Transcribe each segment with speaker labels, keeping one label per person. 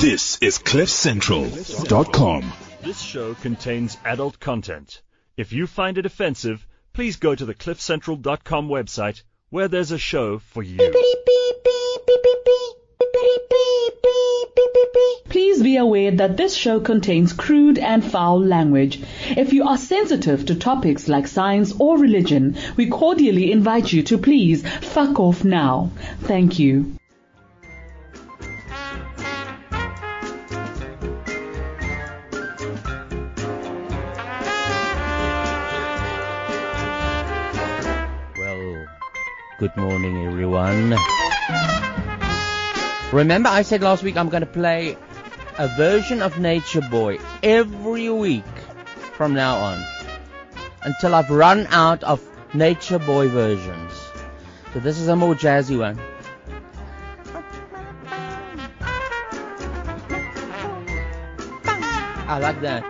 Speaker 1: This is CliffCentral.com.
Speaker 2: This show contains adult content. If you find it offensive, please go to the cliffcentral.com website where there's a show for you.
Speaker 3: Please be aware that this show contains crude and foul language. If you are sensitive to topics like science or religion, we cordially invite you to please fuck off now. Thank you.
Speaker 4: Well, good morning, everyone. Remember, I said last week I'm going to play a version of Nature Boy every week from now on until I've run out of Nature Boy versions. So this is a more jazzy one. I like that.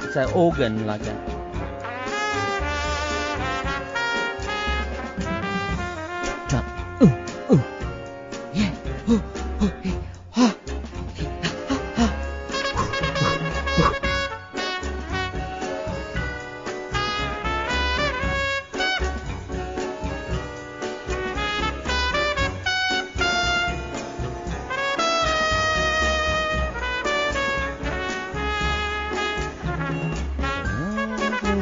Speaker 4: It's an organ like that. Jump. Ooh, ooh. Yeah. Ooh, ooh, hey, ha. Hey, ha, ha,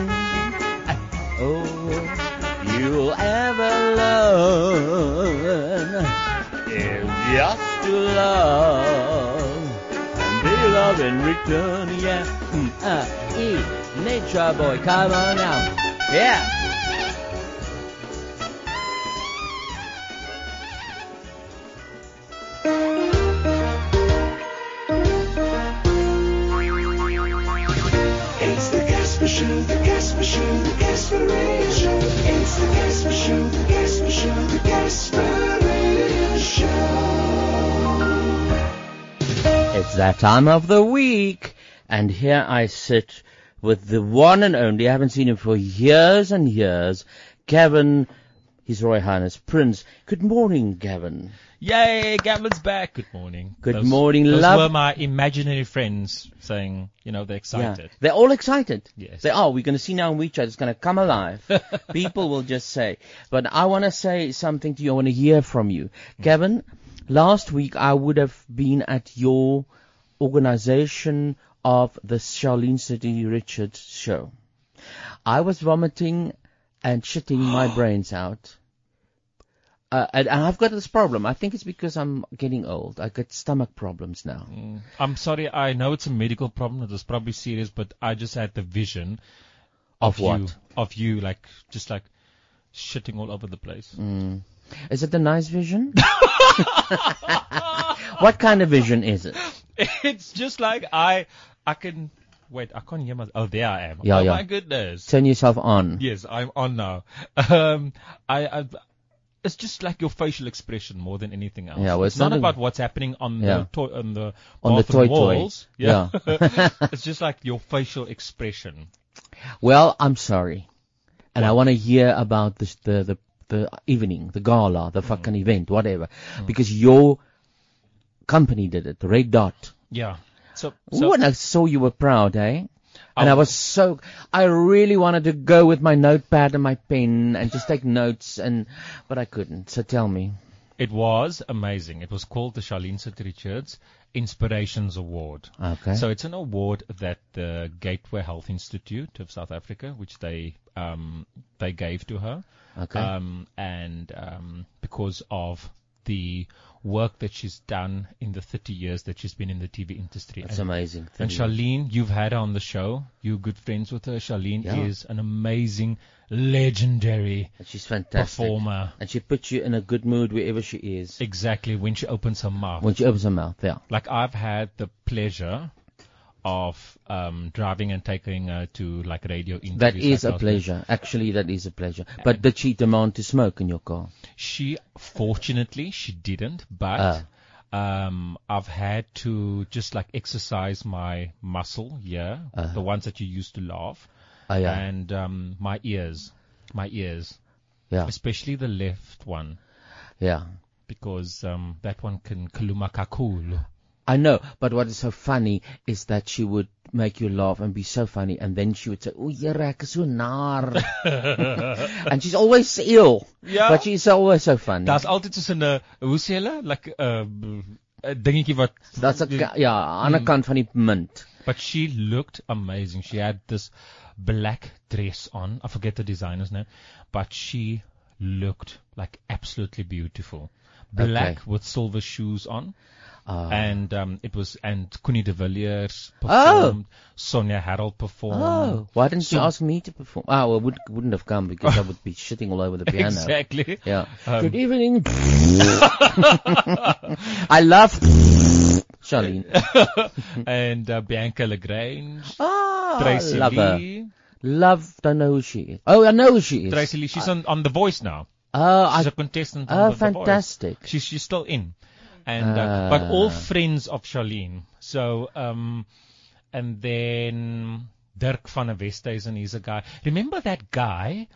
Speaker 4: ha. Oh, you'll ever learn is just to love and be loved in return. Yeah, mm, uh, e nature boy, come on now, yeah.
Speaker 5: It's the Casper Show, the Casper Show, the Casper Radio Show. It's the Casper Show, the Casper Show, the Casper Radio Show.
Speaker 4: It's that time of the week, and here I sit with the one and only, I haven't seen him for years and years, Gavin, His Royal Highness Prince. Good morning, Gavin.
Speaker 6: Yay, Gavin's back. Good morning.
Speaker 4: Good
Speaker 6: Those-
Speaker 4: morning,
Speaker 6: those
Speaker 4: love.
Speaker 6: were my imaginary friends saying, you know, they're excited.
Speaker 4: They're all excited.
Speaker 6: Yes.
Speaker 4: They are. We're going to see now in WeChat. It's going to come alive. People will just say. But I want to say something to you. I want to hear from you.
Speaker 6: Mm.
Speaker 4: Gavin, last week I would have been at your organization of the Charlene City Richards show. I was vomiting and shitting my brains out. Uh, and, and I've got this problem. I think it's because I'm getting old. I get stomach problems now.
Speaker 6: I'm sorry, I know it's a medical problem. It was probably serious, but I just had the vision
Speaker 4: Of
Speaker 6: you,
Speaker 4: what?
Speaker 6: of you, like, just like shitting all over the place.
Speaker 4: Is it a nice vision? what kind of vision is it?
Speaker 6: Oh it's just like I, I can, wait, I can't hear myself. Oh, there I am.
Speaker 4: Yeah,
Speaker 6: oh
Speaker 4: yeah.
Speaker 6: my goodness.
Speaker 4: Turn yourself on.
Speaker 6: Yes, I'm on now. Um, I, I, it's just like your facial expression more than anything else.
Speaker 4: Yeah, well, it's
Speaker 6: it's not
Speaker 4: not a-
Speaker 6: about what's happening on
Speaker 4: Yeah.
Speaker 6: the toy, on the
Speaker 4: On the toy
Speaker 6: bathroom
Speaker 4: toy.
Speaker 6: walls. Yeah, it's just like your facial expression.
Speaker 4: Well, I'm sorry, and I want to hear about this, the the the evening, the gala,
Speaker 6: Mm-hmm.
Speaker 4: the fucking event, whatever,
Speaker 6: Mm.
Speaker 4: because your company did it, the Red Dot.
Speaker 6: Yeah. So,
Speaker 4: Ooh,
Speaker 6: so
Speaker 4: and I saw you were proud, eh? And
Speaker 6: Oh.
Speaker 4: I was so, I really wanted to go with my notepad and my pen and just take notes and, but I couldn't. So tell me.
Speaker 6: it was amazing. It was called the Charlene St. Richards Inspirations Award.
Speaker 4: Okay.
Speaker 6: So it's an award that the Gateway Health Institute of South Africa, which they um, they gave to her.
Speaker 4: Okay.
Speaker 6: Um, and um, because of the work that she's done in the 30 years that she's been in the TV industry.
Speaker 4: That's
Speaker 6: and,
Speaker 4: amazing.
Speaker 6: and Charlene, you've had her on the show. You're good friends with her. Charlene
Speaker 4: Yeah.
Speaker 6: is an amazing, legendary
Speaker 4: And she's fantastic.
Speaker 6: performer.
Speaker 4: And she puts you in a good mood wherever she is.
Speaker 6: Exactly when she opens her mouth.
Speaker 4: When she opens her mouth, yeah.
Speaker 6: like I've had the pleasure of um, driving and taking her to like radio interviews.
Speaker 4: That
Speaker 6: like
Speaker 4: is a
Speaker 6: last week.
Speaker 4: pleasure. Actually, that is a pleasure. But did she demand to smoke in your car?
Speaker 6: She fortunately she didn't, but
Speaker 4: Ah.
Speaker 6: um, I've had to just like exercise my muscle, yeah, the ones that you used to laugh,
Speaker 4: Oh, Ah. yeah.
Speaker 6: and um, my ears, my ears,
Speaker 4: Yeah,
Speaker 6: especially the left one.
Speaker 4: yeah.
Speaker 6: because um, that one can kaluma kakulu.
Speaker 4: I know, but what is so funny is that she would make you laugh and be so funny, and then she would say, "Oh, you're a so nar," and she's always ill.
Speaker 6: Ja.
Speaker 4: But she's always so funny.
Speaker 6: Daar's altyd so 'n uh, hoe sê hulle? Like 'n uh, dingetjie wat Hmm.
Speaker 4: That's a ka- yeah, ander kant van die munt.
Speaker 6: But she looked amazing. She had this black dress on. I forget the designer's name, but she looked like absolutely beautiful. Black
Speaker 4: Okay. Ah.
Speaker 6: with silver shoes on. and um, it was and Kuni de Villiers
Speaker 4: Oh.
Speaker 6: performed, Sonia Harrell performed.
Speaker 4: Oh, why didn't you ask me to perform? Oh, I would, wouldn't have come because I would be shitting all over the piano.
Speaker 6: Exactly.
Speaker 4: Yeah.
Speaker 6: Um,
Speaker 4: Good evening. I love Charlene.
Speaker 6: And uh, Bianca Lagrange,
Speaker 4: Ah,
Speaker 6: Tracy
Speaker 4: love her.
Speaker 6: Lee.
Speaker 4: Love, don't know who she is. Oh, I know who she is.
Speaker 6: Tracy Lee, she's on, on The Voice now.
Speaker 4: Oh, I
Speaker 6: She's a contestant on
Speaker 4: oh,
Speaker 6: the, The Voice.
Speaker 4: fantastic. Ah.
Speaker 6: She's she's still in, and uh, but all friends of Charlene. So um, and then Dirk van der Westhuizen, he's a guy. Remember that guy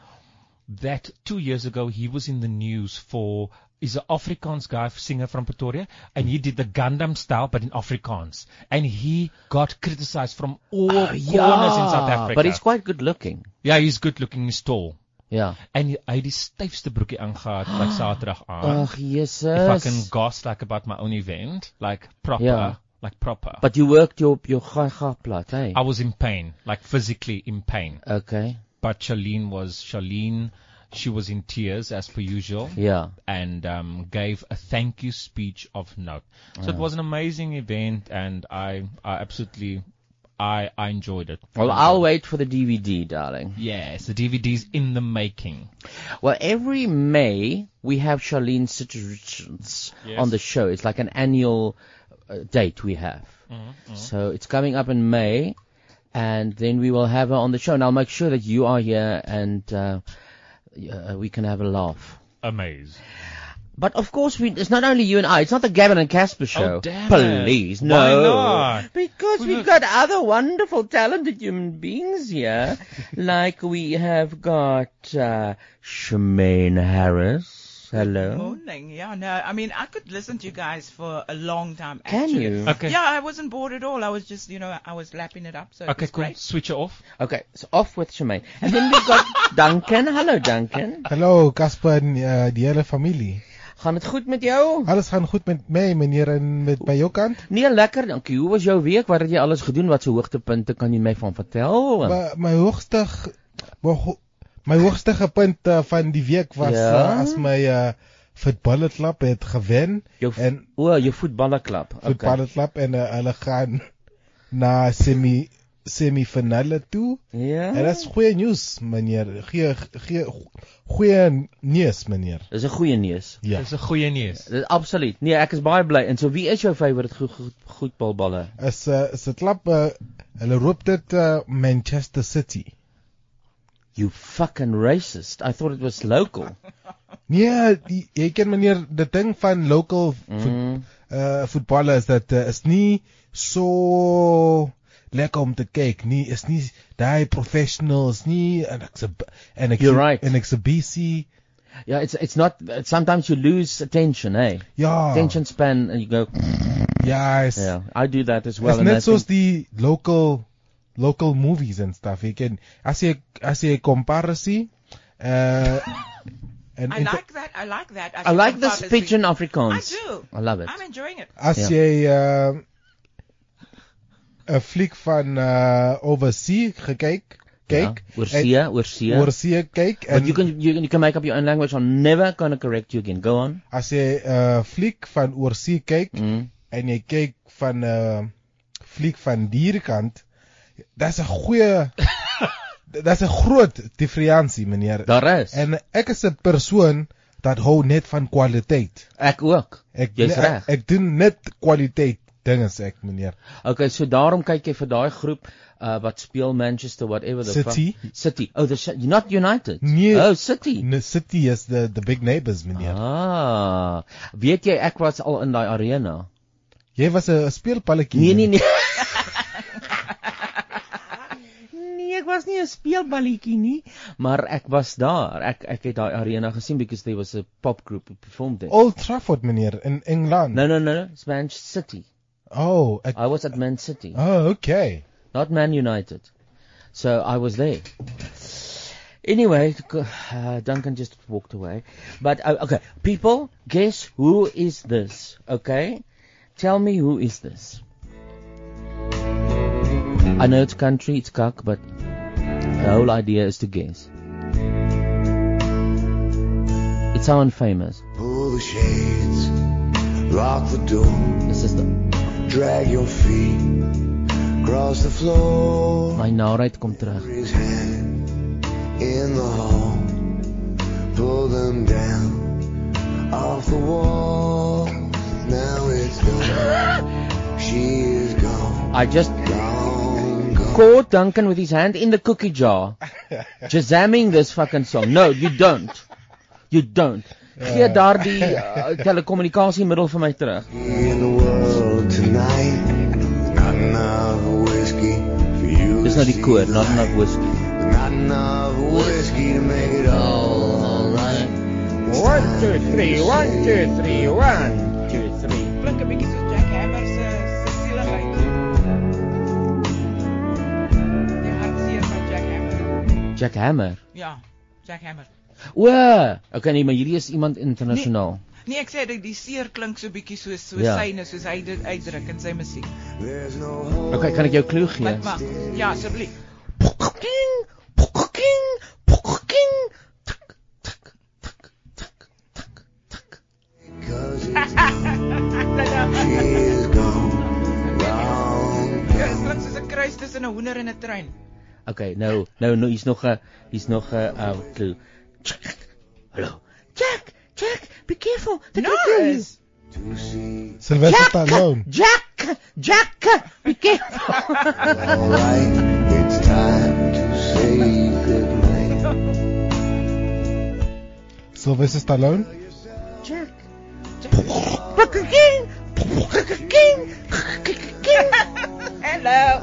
Speaker 6: that two years ago he was in the news for. He's an Afrikaans guy, singer from Pretoria, and he did the Gundam style, but in Afrikaans, and he got criticised from all corners in South Africa.
Speaker 4: Ah, But he's quite good looking.
Speaker 6: yeah, he's good looking, he's tall,
Speaker 4: Yeah.
Speaker 6: and hy het die styfste broekie aangehad like Saterdag aan.
Speaker 4: Oh, yes,
Speaker 6: If I can gossip like about my own event, like proper,
Speaker 4: Yeah.
Speaker 6: like proper.
Speaker 4: But you worked your your gaga plot, hey? Uh.
Speaker 6: I was in pain, like physically in pain.
Speaker 4: Okay.
Speaker 6: But Charlene was Charlene. She was in tears as per usual.
Speaker 4: Yeah.
Speaker 6: And um, gave a thank you speech of note. So
Speaker 4: Uh.
Speaker 6: it was an amazing event, and I, I absolutely, I, I enjoyed it.
Speaker 4: Well, I'll wait for the DVD, darling.
Speaker 6: Yes, the DVD's in the making.
Speaker 4: Well, every May we have Charlene Sitter Richards
Speaker 6: Yes.
Speaker 4: on the show. It's like an annual uh, date we have.
Speaker 6: Mm-hmm.
Speaker 4: So it's coming up in May, and then we will have her on the show. And I'll make sure that you are here and uh, uh, we can have a laugh.
Speaker 6: Amazed.
Speaker 4: But of course, we, it's not only you and I. It's not the Gavin and Casper show.
Speaker 6: Oh, damn it.
Speaker 4: Please,
Speaker 6: Why
Speaker 4: no.
Speaker 6: not?
Speaker 4: Because we've got other wonderful, talented human beings here. like we have got uh, Shemaine Harris.
Speaker 5: Mm.
Speaker 4: Hello.
Speaker 7: Morning. Yeah, no, I mean, I could listen to you guys for a long time.
Speaker 4: Can
Speaker 7: actually.
Speaker 4: you?
Speaker 6: Okay.
Speaker 7: Yeah, I wasn't bored at all. I was just, you know, I was lapping it up. So it
Speaker 6: Okay,
Speaker 7: was
Speaker 6: cool.
Speaker 7: great.
Speaker 6: Switch it off.
Speaker 4: Okay, so off with Shemaine. And then we've got Duncan. Hello, Duncan.
Speaker 8: Hallo Casper en eh, die hele familie.
Speaker 4: Gaan het goed met jou?
Speaker 8: Alles gaan goed met my meneer en met by jou kant?
Speaker 4: Nee, lekker, dankie. Hoe was jou week? Wat het jy alles gedoen? Wat se hoogtepunte kan jy my van vertel?
Speaker 8: My, my hoogste g- my, ho- my hoogste punt eh, van die week was
Speaker 4: Ja?
Speaker 8: eh, as my uh, voetbalklub het gewen
Speaker 4: jou,
Speaker 8: en
Speaker 4: o, jou voetballerklub. Okay.
Speaker 8: voetbalklub en eh, hulle gaan na semi semifinale toe.
Speaker 4: Ja.
Speaker 8: En dit is goeie nuus meneer. Gee gee goeie nuus meneer.
Speaker 4: Dis 'n goeie nuus.
Speaker 8: Ja.
Speaker 6: Dis 'n goeie nuus.
Speaker 4: Dit absoluut. Nee, ek is baie bly. En so wie is jou favourite goed, goed, goedbalballe?
Speaker 8: Is eh, is 'n klub eh, hulle roep dit eh, Manchester City.
Speaker 4: You fucking racist. I thought it was local.
Speaker 8: Nee, die, jy ken meneer, die ding van local
Speaker 4: Mhm.
Speaker 8: voet, uh, voetballers dat uh, is nie so lekker om te kyk nie. Is nie daai professionals nie en ek se en ek
Speaker 4: You're right.
Speaker 8: en ek se BC.
Speaker 4: Yeah, it's it's not sometimes you lose attention, eh?
Speaker 8: Ja.
Speaker 4: Attention span and you go
Speaker 8: Ja, is
Speaker 4: Yeah, I do that as well
Speaker 8: is
Speaker 4: and I
Speaker 8: net soos
Speaker 4: think,
Speaker 8: die local local movies en stuff. Jy ken as jy as jy comparasie uh en
Speaker 7: I like that. I like that.
Speaker 4: I like this
Speaker 7: should
Speaker 4: pitch in
Speaker 7: I
Speaker 4: Afrikaans.
Speaker 7: do.
Speaker 4: I love it.
Speaker 7: I'm enjoying it.
Speaker 8: As
Speaker 4: Ja.
Speaker 8: jy uh 'n fliek van uh Oversee gekyk,
Speaker 4: Ja.
Speaker 8: kyk,
Speaker 4: yeah, oor
Speaker 8: en-
Speaker 4: see, oor see.
Speaker 8: Oorsee kyk
Speaker 4: But
Speaker 8: en
Speaker 4: you can you can you can make up your own language. I'm never going to correct you again. Go on.
Speaker 8: as jy 'n uh, fliek van oorsee kyk
Speaker 4: Mm.
Speaker 8: en jy kyk van 'n uh, fliek van dierkant, dis 'n goeie dis 'n groot diferensie meneer.
Speaker 4: Daar is.
Speaker 8: En ek is 'n persoon dat hou net van kwaliteit.
Speaker 4: Ek ook.
Speaker 8: Ek
Speaker 4: Jy's reg.
Speaker 8: ek, ek doen net kwaliteit dinge sê ek meneer.
Speaker 4: Okay, so daarom kyk jy vir daai groep uh wat speel Manchester whatever the
Speaker 8: City.
Speaker 4: fuck City. Oh, the Ci- not United.
Speaker 8: Nee.
Speaker 4: Oh, City.
Speaker 8: The city is the the big neighbors meneer.
Speaker 4: Ah. Weet jy ek was al in daai arena.
Speaker 8: Jy was 'n speelpalletjie.
Speaker 4: Nee nee nee. nee, ek was was nie 'n speelballetjie nie, maar ek was daar. Ek ek het daai arena gesien because there was a pop group who performed there.
Speaker 8: Old Trafford meneer in Engeland.
Speaker 4: No, no, no, it's Man City.
Speaker 8: Oh, ek,
Speaker 4: I was at Man City,
Speaker 8: oh, okay.
Speaker 4: not Man United. So I was there. Anyway, uh, Duncan just walked away. But uh, okay, people, guess who is this? Okay, tell me who is this? I know it's country, it's cuck, but the whole idea is to guess. It's someone famous.
Speaker 5: Pull the shades, lock the door,
Speaker 4: This is the
Speaker 5: drag your feet across the floor.
Speaker 4: my naheid kom terug.
Speaker 5: His hand in the hall, pull them down off the wall. Now it's gone. she is gone,
Speaker 4: I just
Speaker 5: gone, gone.
Speaker 4: caught Duncan with his hand in the cookie jar, jazamming this fucking song. No, you don't. You don't. Gee daardie uh, telekommunikasiemiddel vir my terug.
Speaker 5: In the world tonight, not enough whiskey for you.
Speaker 4: Dis
Speaker 5: to
Speaker 4: nou die
Speaker 5: see
Speaker 4: koor,
Speaker 5: the
Speaker 4: not
Speaker 5: light.
Speaker 4: enough whiskey.
Speaker 5: Not enough whiskey to make it all alright.
Speaker 4: One, two, three, one, two, three, one, two, three.
Speaker 7: Klink 'n bietjie soos Jack Hammer se se sieligheid.
Speaker 5: Mm.
Speaker 7: Die hartseer van Jack Hammer.
Speaker 4: Jack Hammer.
Speaker 7: Ja, Jack Hammer.
Speaker 4: O, okay nee, maar hierdie is iemand internasionaal.
Speaker 7: Nee, ek sê die, die seer klink so bietjie soos soos
Speaker 4: Ja.
Speaker 7: syne soos hy dit uitdruk in sy musiek.
Speaker 5: There's no
Speaker 7: Nee.
Speaker 5: hope.
Speaker 4: Okay, kan ek jou klou gee?
Speaker 7: Wat maak? Ja, asseblief.
Speaker 4: Pokking, pokking, pokking. Tik, tik, tik, tik, tik, tik.
Speaker 5: Cause it's gone. she is gone. Gone,
Speaker 7: Ja, dit klink soos 'n kruis tussen 'n hoender en 'n trein.
Speaker 4: Okay, nou, nou, nou, hier's nog 'n hier's nog 'n uh, clue. Jack, Hallo. Jack, Jack, be careful. They could kill you.
Speaker 7: Nice.
Speaker 5: to see
Speaker 8: Sylvester Stallone.
Speaker 4: Jack, Jack, be careful.
Speaker 5: alright. It's time to say goodnight.
Speaker 8: Sylvester Stallone.
Speaker 4: Jack. King, king, king.
Speaker 7: Hallo.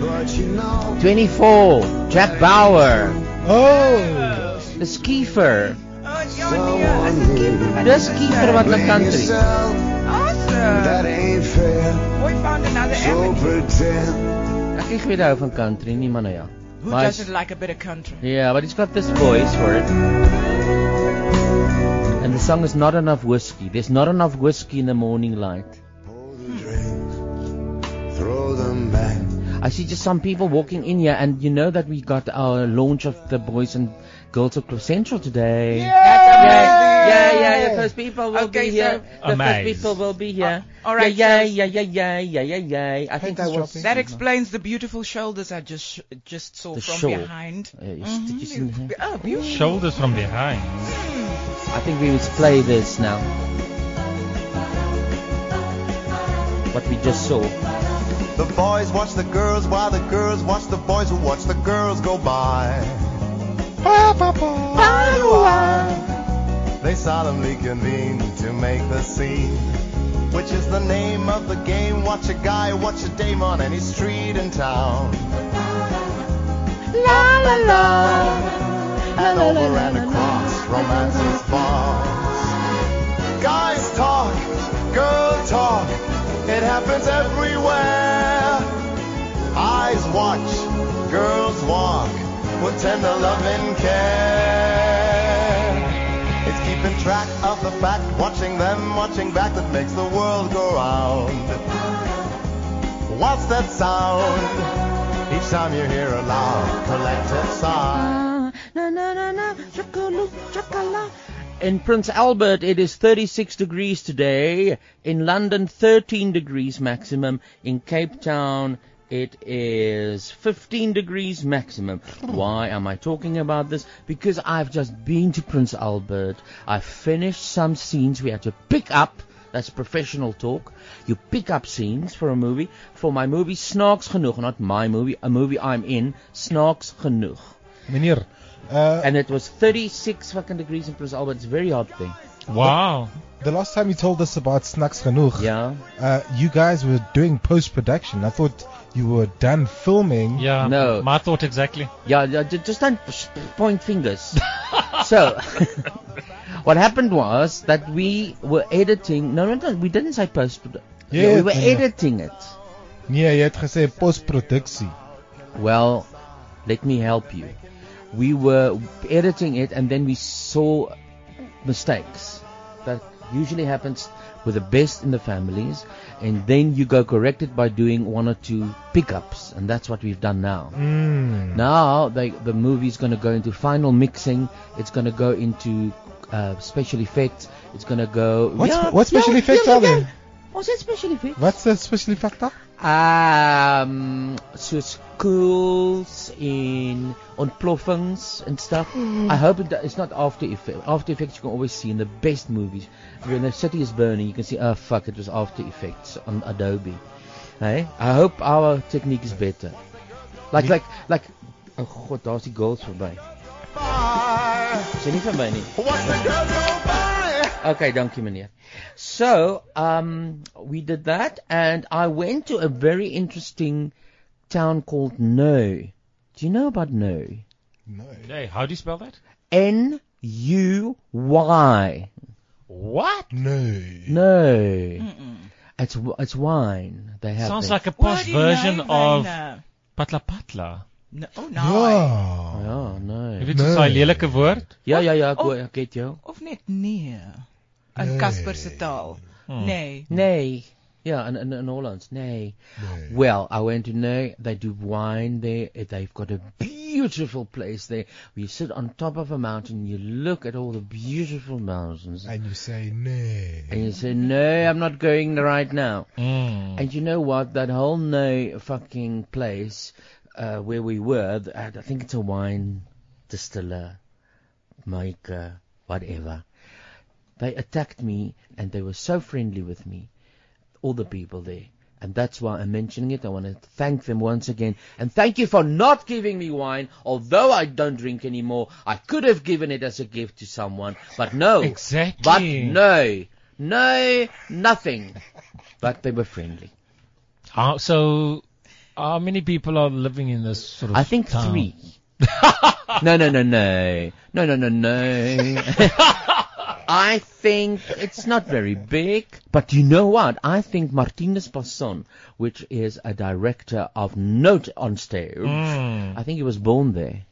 Speaker 5: But you know,
Speaker 4: 24, Jack Bauer,
Speaker 8: Oh,
Speaker 4: the skifer.
Speaker 7: Oh, ja nee, as 'n keeper wat
Speaker 4: Dis keeper wat hulle
Speaker 5: blame
Speaker 4: country.
Speaker 5: yourself. That
Speaker 7: Awesome.
Speaker 5: ain't fair.
Speaker 7: We found another
Speaker 5: So
Speaker 7: avenue.
Speaker 5: pretend.
Speaker 4: Ek kyk weer hou van country nie, maar nou ja.
Speaker 7: Who
Speaker 4: Maar
Speaker 7: doesn't
Speaker 4: hy's-
Speaker 7: like a bit of country?
Speaker 4: Yeah, but he's got this voice for it. And the song is not enough whiskey. There's not enough whiskey in the morning light.
Speaker 5: Pull the drinks, throw them back.
Speaker 4: I see just some people walking in here, and you know that we got our launch of the boys and girls of Club Central today. Yeah, yeah, the first people will
Speaker 7: Okay,
Speaker 4: be here.
Speaker 6: so-
Speaker 4: the
Speaker 6: Amazed.
Speaker 4: first people will be here.
Speaker 7: Uh, all right,
Speaker 4: Yeah,
Speaker 7: so-
Speaker 4: yeah, yeah, yeah, yeah, yeah, yeah, yeah. I think I was.
Speaker 7: That explains the beautiful shoulders I just sh- just saw
Speaker 4: The
Speaker 7: from
Speaker 4: shawl.
Speaker 7: behind.
Speaker 4: Uh, you s- did you see
Speaker 7: Mhm.
Speaker 4: that?
Speaker 7: Oh, beautiful.
Speaker 6: Shoulders from behind.
Speaker 4: I think we must play this now. What we just saw.
Speaker 9: The boys watch the girls while the girls watch the boys who watch the girls go by. They solemnly convene to make the scene, which is the name of the game. Watch a guy, watch a dame on any street in town. La la la, and over and across romance's bars. Guys talk, girl talk, it happens everywhere. Eyes watch, girls walk, with tender loving care. It's keeping track of the fact, watching them, watching back, that makes the world go round. What's that sound? Each time you hear a loud collective sigh.
Speaker 4: In Prince Albert, it is 36 degrees today. In London, 13 degrees maximum. In Cape Town, it is 15 degrees maximum. Why am I talking about this? Because I've just been to Prince Albert. I finished some scenes we had to pick up. That's professional talk. You pick up scenes for a movie. For my movie, Snarks Genoeg. Not my movie, a movie I'm in. Snarks Genoeg
Speaker 8: meneer. Uh,
Speaker 4: and it was 36 fucking degrees in Prince Albert. It's very hot there.
Speaker 6: Wow.
Speaker 8: Oh. The last time you told us about Snacks Genoeg,
Speaker 4: Yeah.
Speaker 8: uh, you guys were doing post production. I thought you were done filming.
Speaker 6: Yeah.
Speaker 4: No.
Speaker 6: My thought exactly.
Speaker 4: Yeah, yeah, ju- just don't p- point fingers. so, what happened was that we were editing. No, no, no, we didn't say post.
Speaker 8: Yeah,
Speaker 4: we were
Speaker 8: yeah.
Speaker 4: editing it.
Speaker 8: Nee, jy het gesê postproduksie.
Speaker 4: Well, let me help you. We were editing it and then we saw mistakes that usually happens with the best in the families and then you go correct it by doing one or two pickups and that's what we've done now. Hmm.
Speaker 8: Mm.
Speaker 4: Now they, the movie's going to go into final mixing. It's going to go into uh, special effects. It's going to go.
Speaker 8: What spe- what special effects are there?
Speaker 4: What's that special effect?
Speaker 8: What's the special effect daar?
Speaker 4: Um, so schools in ontploffings and stuff.
Speaker 8: Mm.
Speaker 4: I hope it, do- it's not After Effects. After Effects you can always see in the best movies. When the city is burning, you can see, oh fuck, it was After Effects on Adobe. Hey? I hope our technique is better. Like, like, like. Oh god, daar's die girls verby. Sy nie verby nie.
Speaker 9: What's the girl go by?
Speaker 4: Okay, dankie meneer. So, um we did that and I went to a very interesting town called No. Do you know about No?
Speaker 8: No.
Speaker 6: Hey, how do you spell that?
Speaker 4: N U Y.
Speaker 6: What?
Speaker 8: No.
Speaker 4: No. It's w- it's wine. They have
Speaker 6: Sounds
Speaker 4: there.
Speaker 6: like a
Speaker 7: Why
Speaker 6: posh
Speaker 7: do you
Speaker 6: version
Speaker 7: know
Speaker 6: of
Speaker 7: Wynne?
Speaker 6: patla patla.
Speaker 7: No, oh, nee.
Speaker 8: Ja.
Speaker 4: Ja, Oh, no.
Speaker 6: Jy weet soos
Speaker 8: Nee.
Speaker 6: daai lelike woord?
Speaker 4: Ja, ja, ja,
Speaker 7: Oh.
Speaker 4: go- ek het jou.
Speaker 7: Of net nee. In
Speaker 8: Nee.
Speaker 7: Casper se taal.
Speaker 4: Hmm.
Speaker 8: Hmm.
Speaker 7: Nee.
Speaker 4: Nee. Yeah, in, in, in Holland. Nay.
Speaker 8: Nee.
Speaker 4: Well, I went to know they do wine there. They've got a beautiful place there where you sit on top of a mountain, you look at all the beautiful mountains,
Speaker 8: And you say nee.
Speaker 4: and you say, No, I'm not going right now.
Speaker 8: Hmm.
Speaker 6: Mm.
Speaker 4: And you know what? That whole no fucking place uh, where we were, th- I think it's a wine distiller, maker, whatever. They attacked me and they were so friendly with me, all the people there. And that's why I'm mentioning it. I want to thank them once again. And thank you for not giving me wine. Although I don't drink anymore, I could have given it as a gift to someone. But no.
Speaker 6: Exactly.
Speaker 4: But no. No, nothing. But they were friendly.
Speaker 6: How, Uh, so, how many people are living in this sort of
Speaker 4: I think
Speaker 6: town?
Speaker 4: three. no, no, no, no. No, no, no, no. I think it's not very big. But you know what? I think Martinez Passon, which is a director of note on stage,
Speaker 6: Hmm.
Speaker 4: I think he was born there.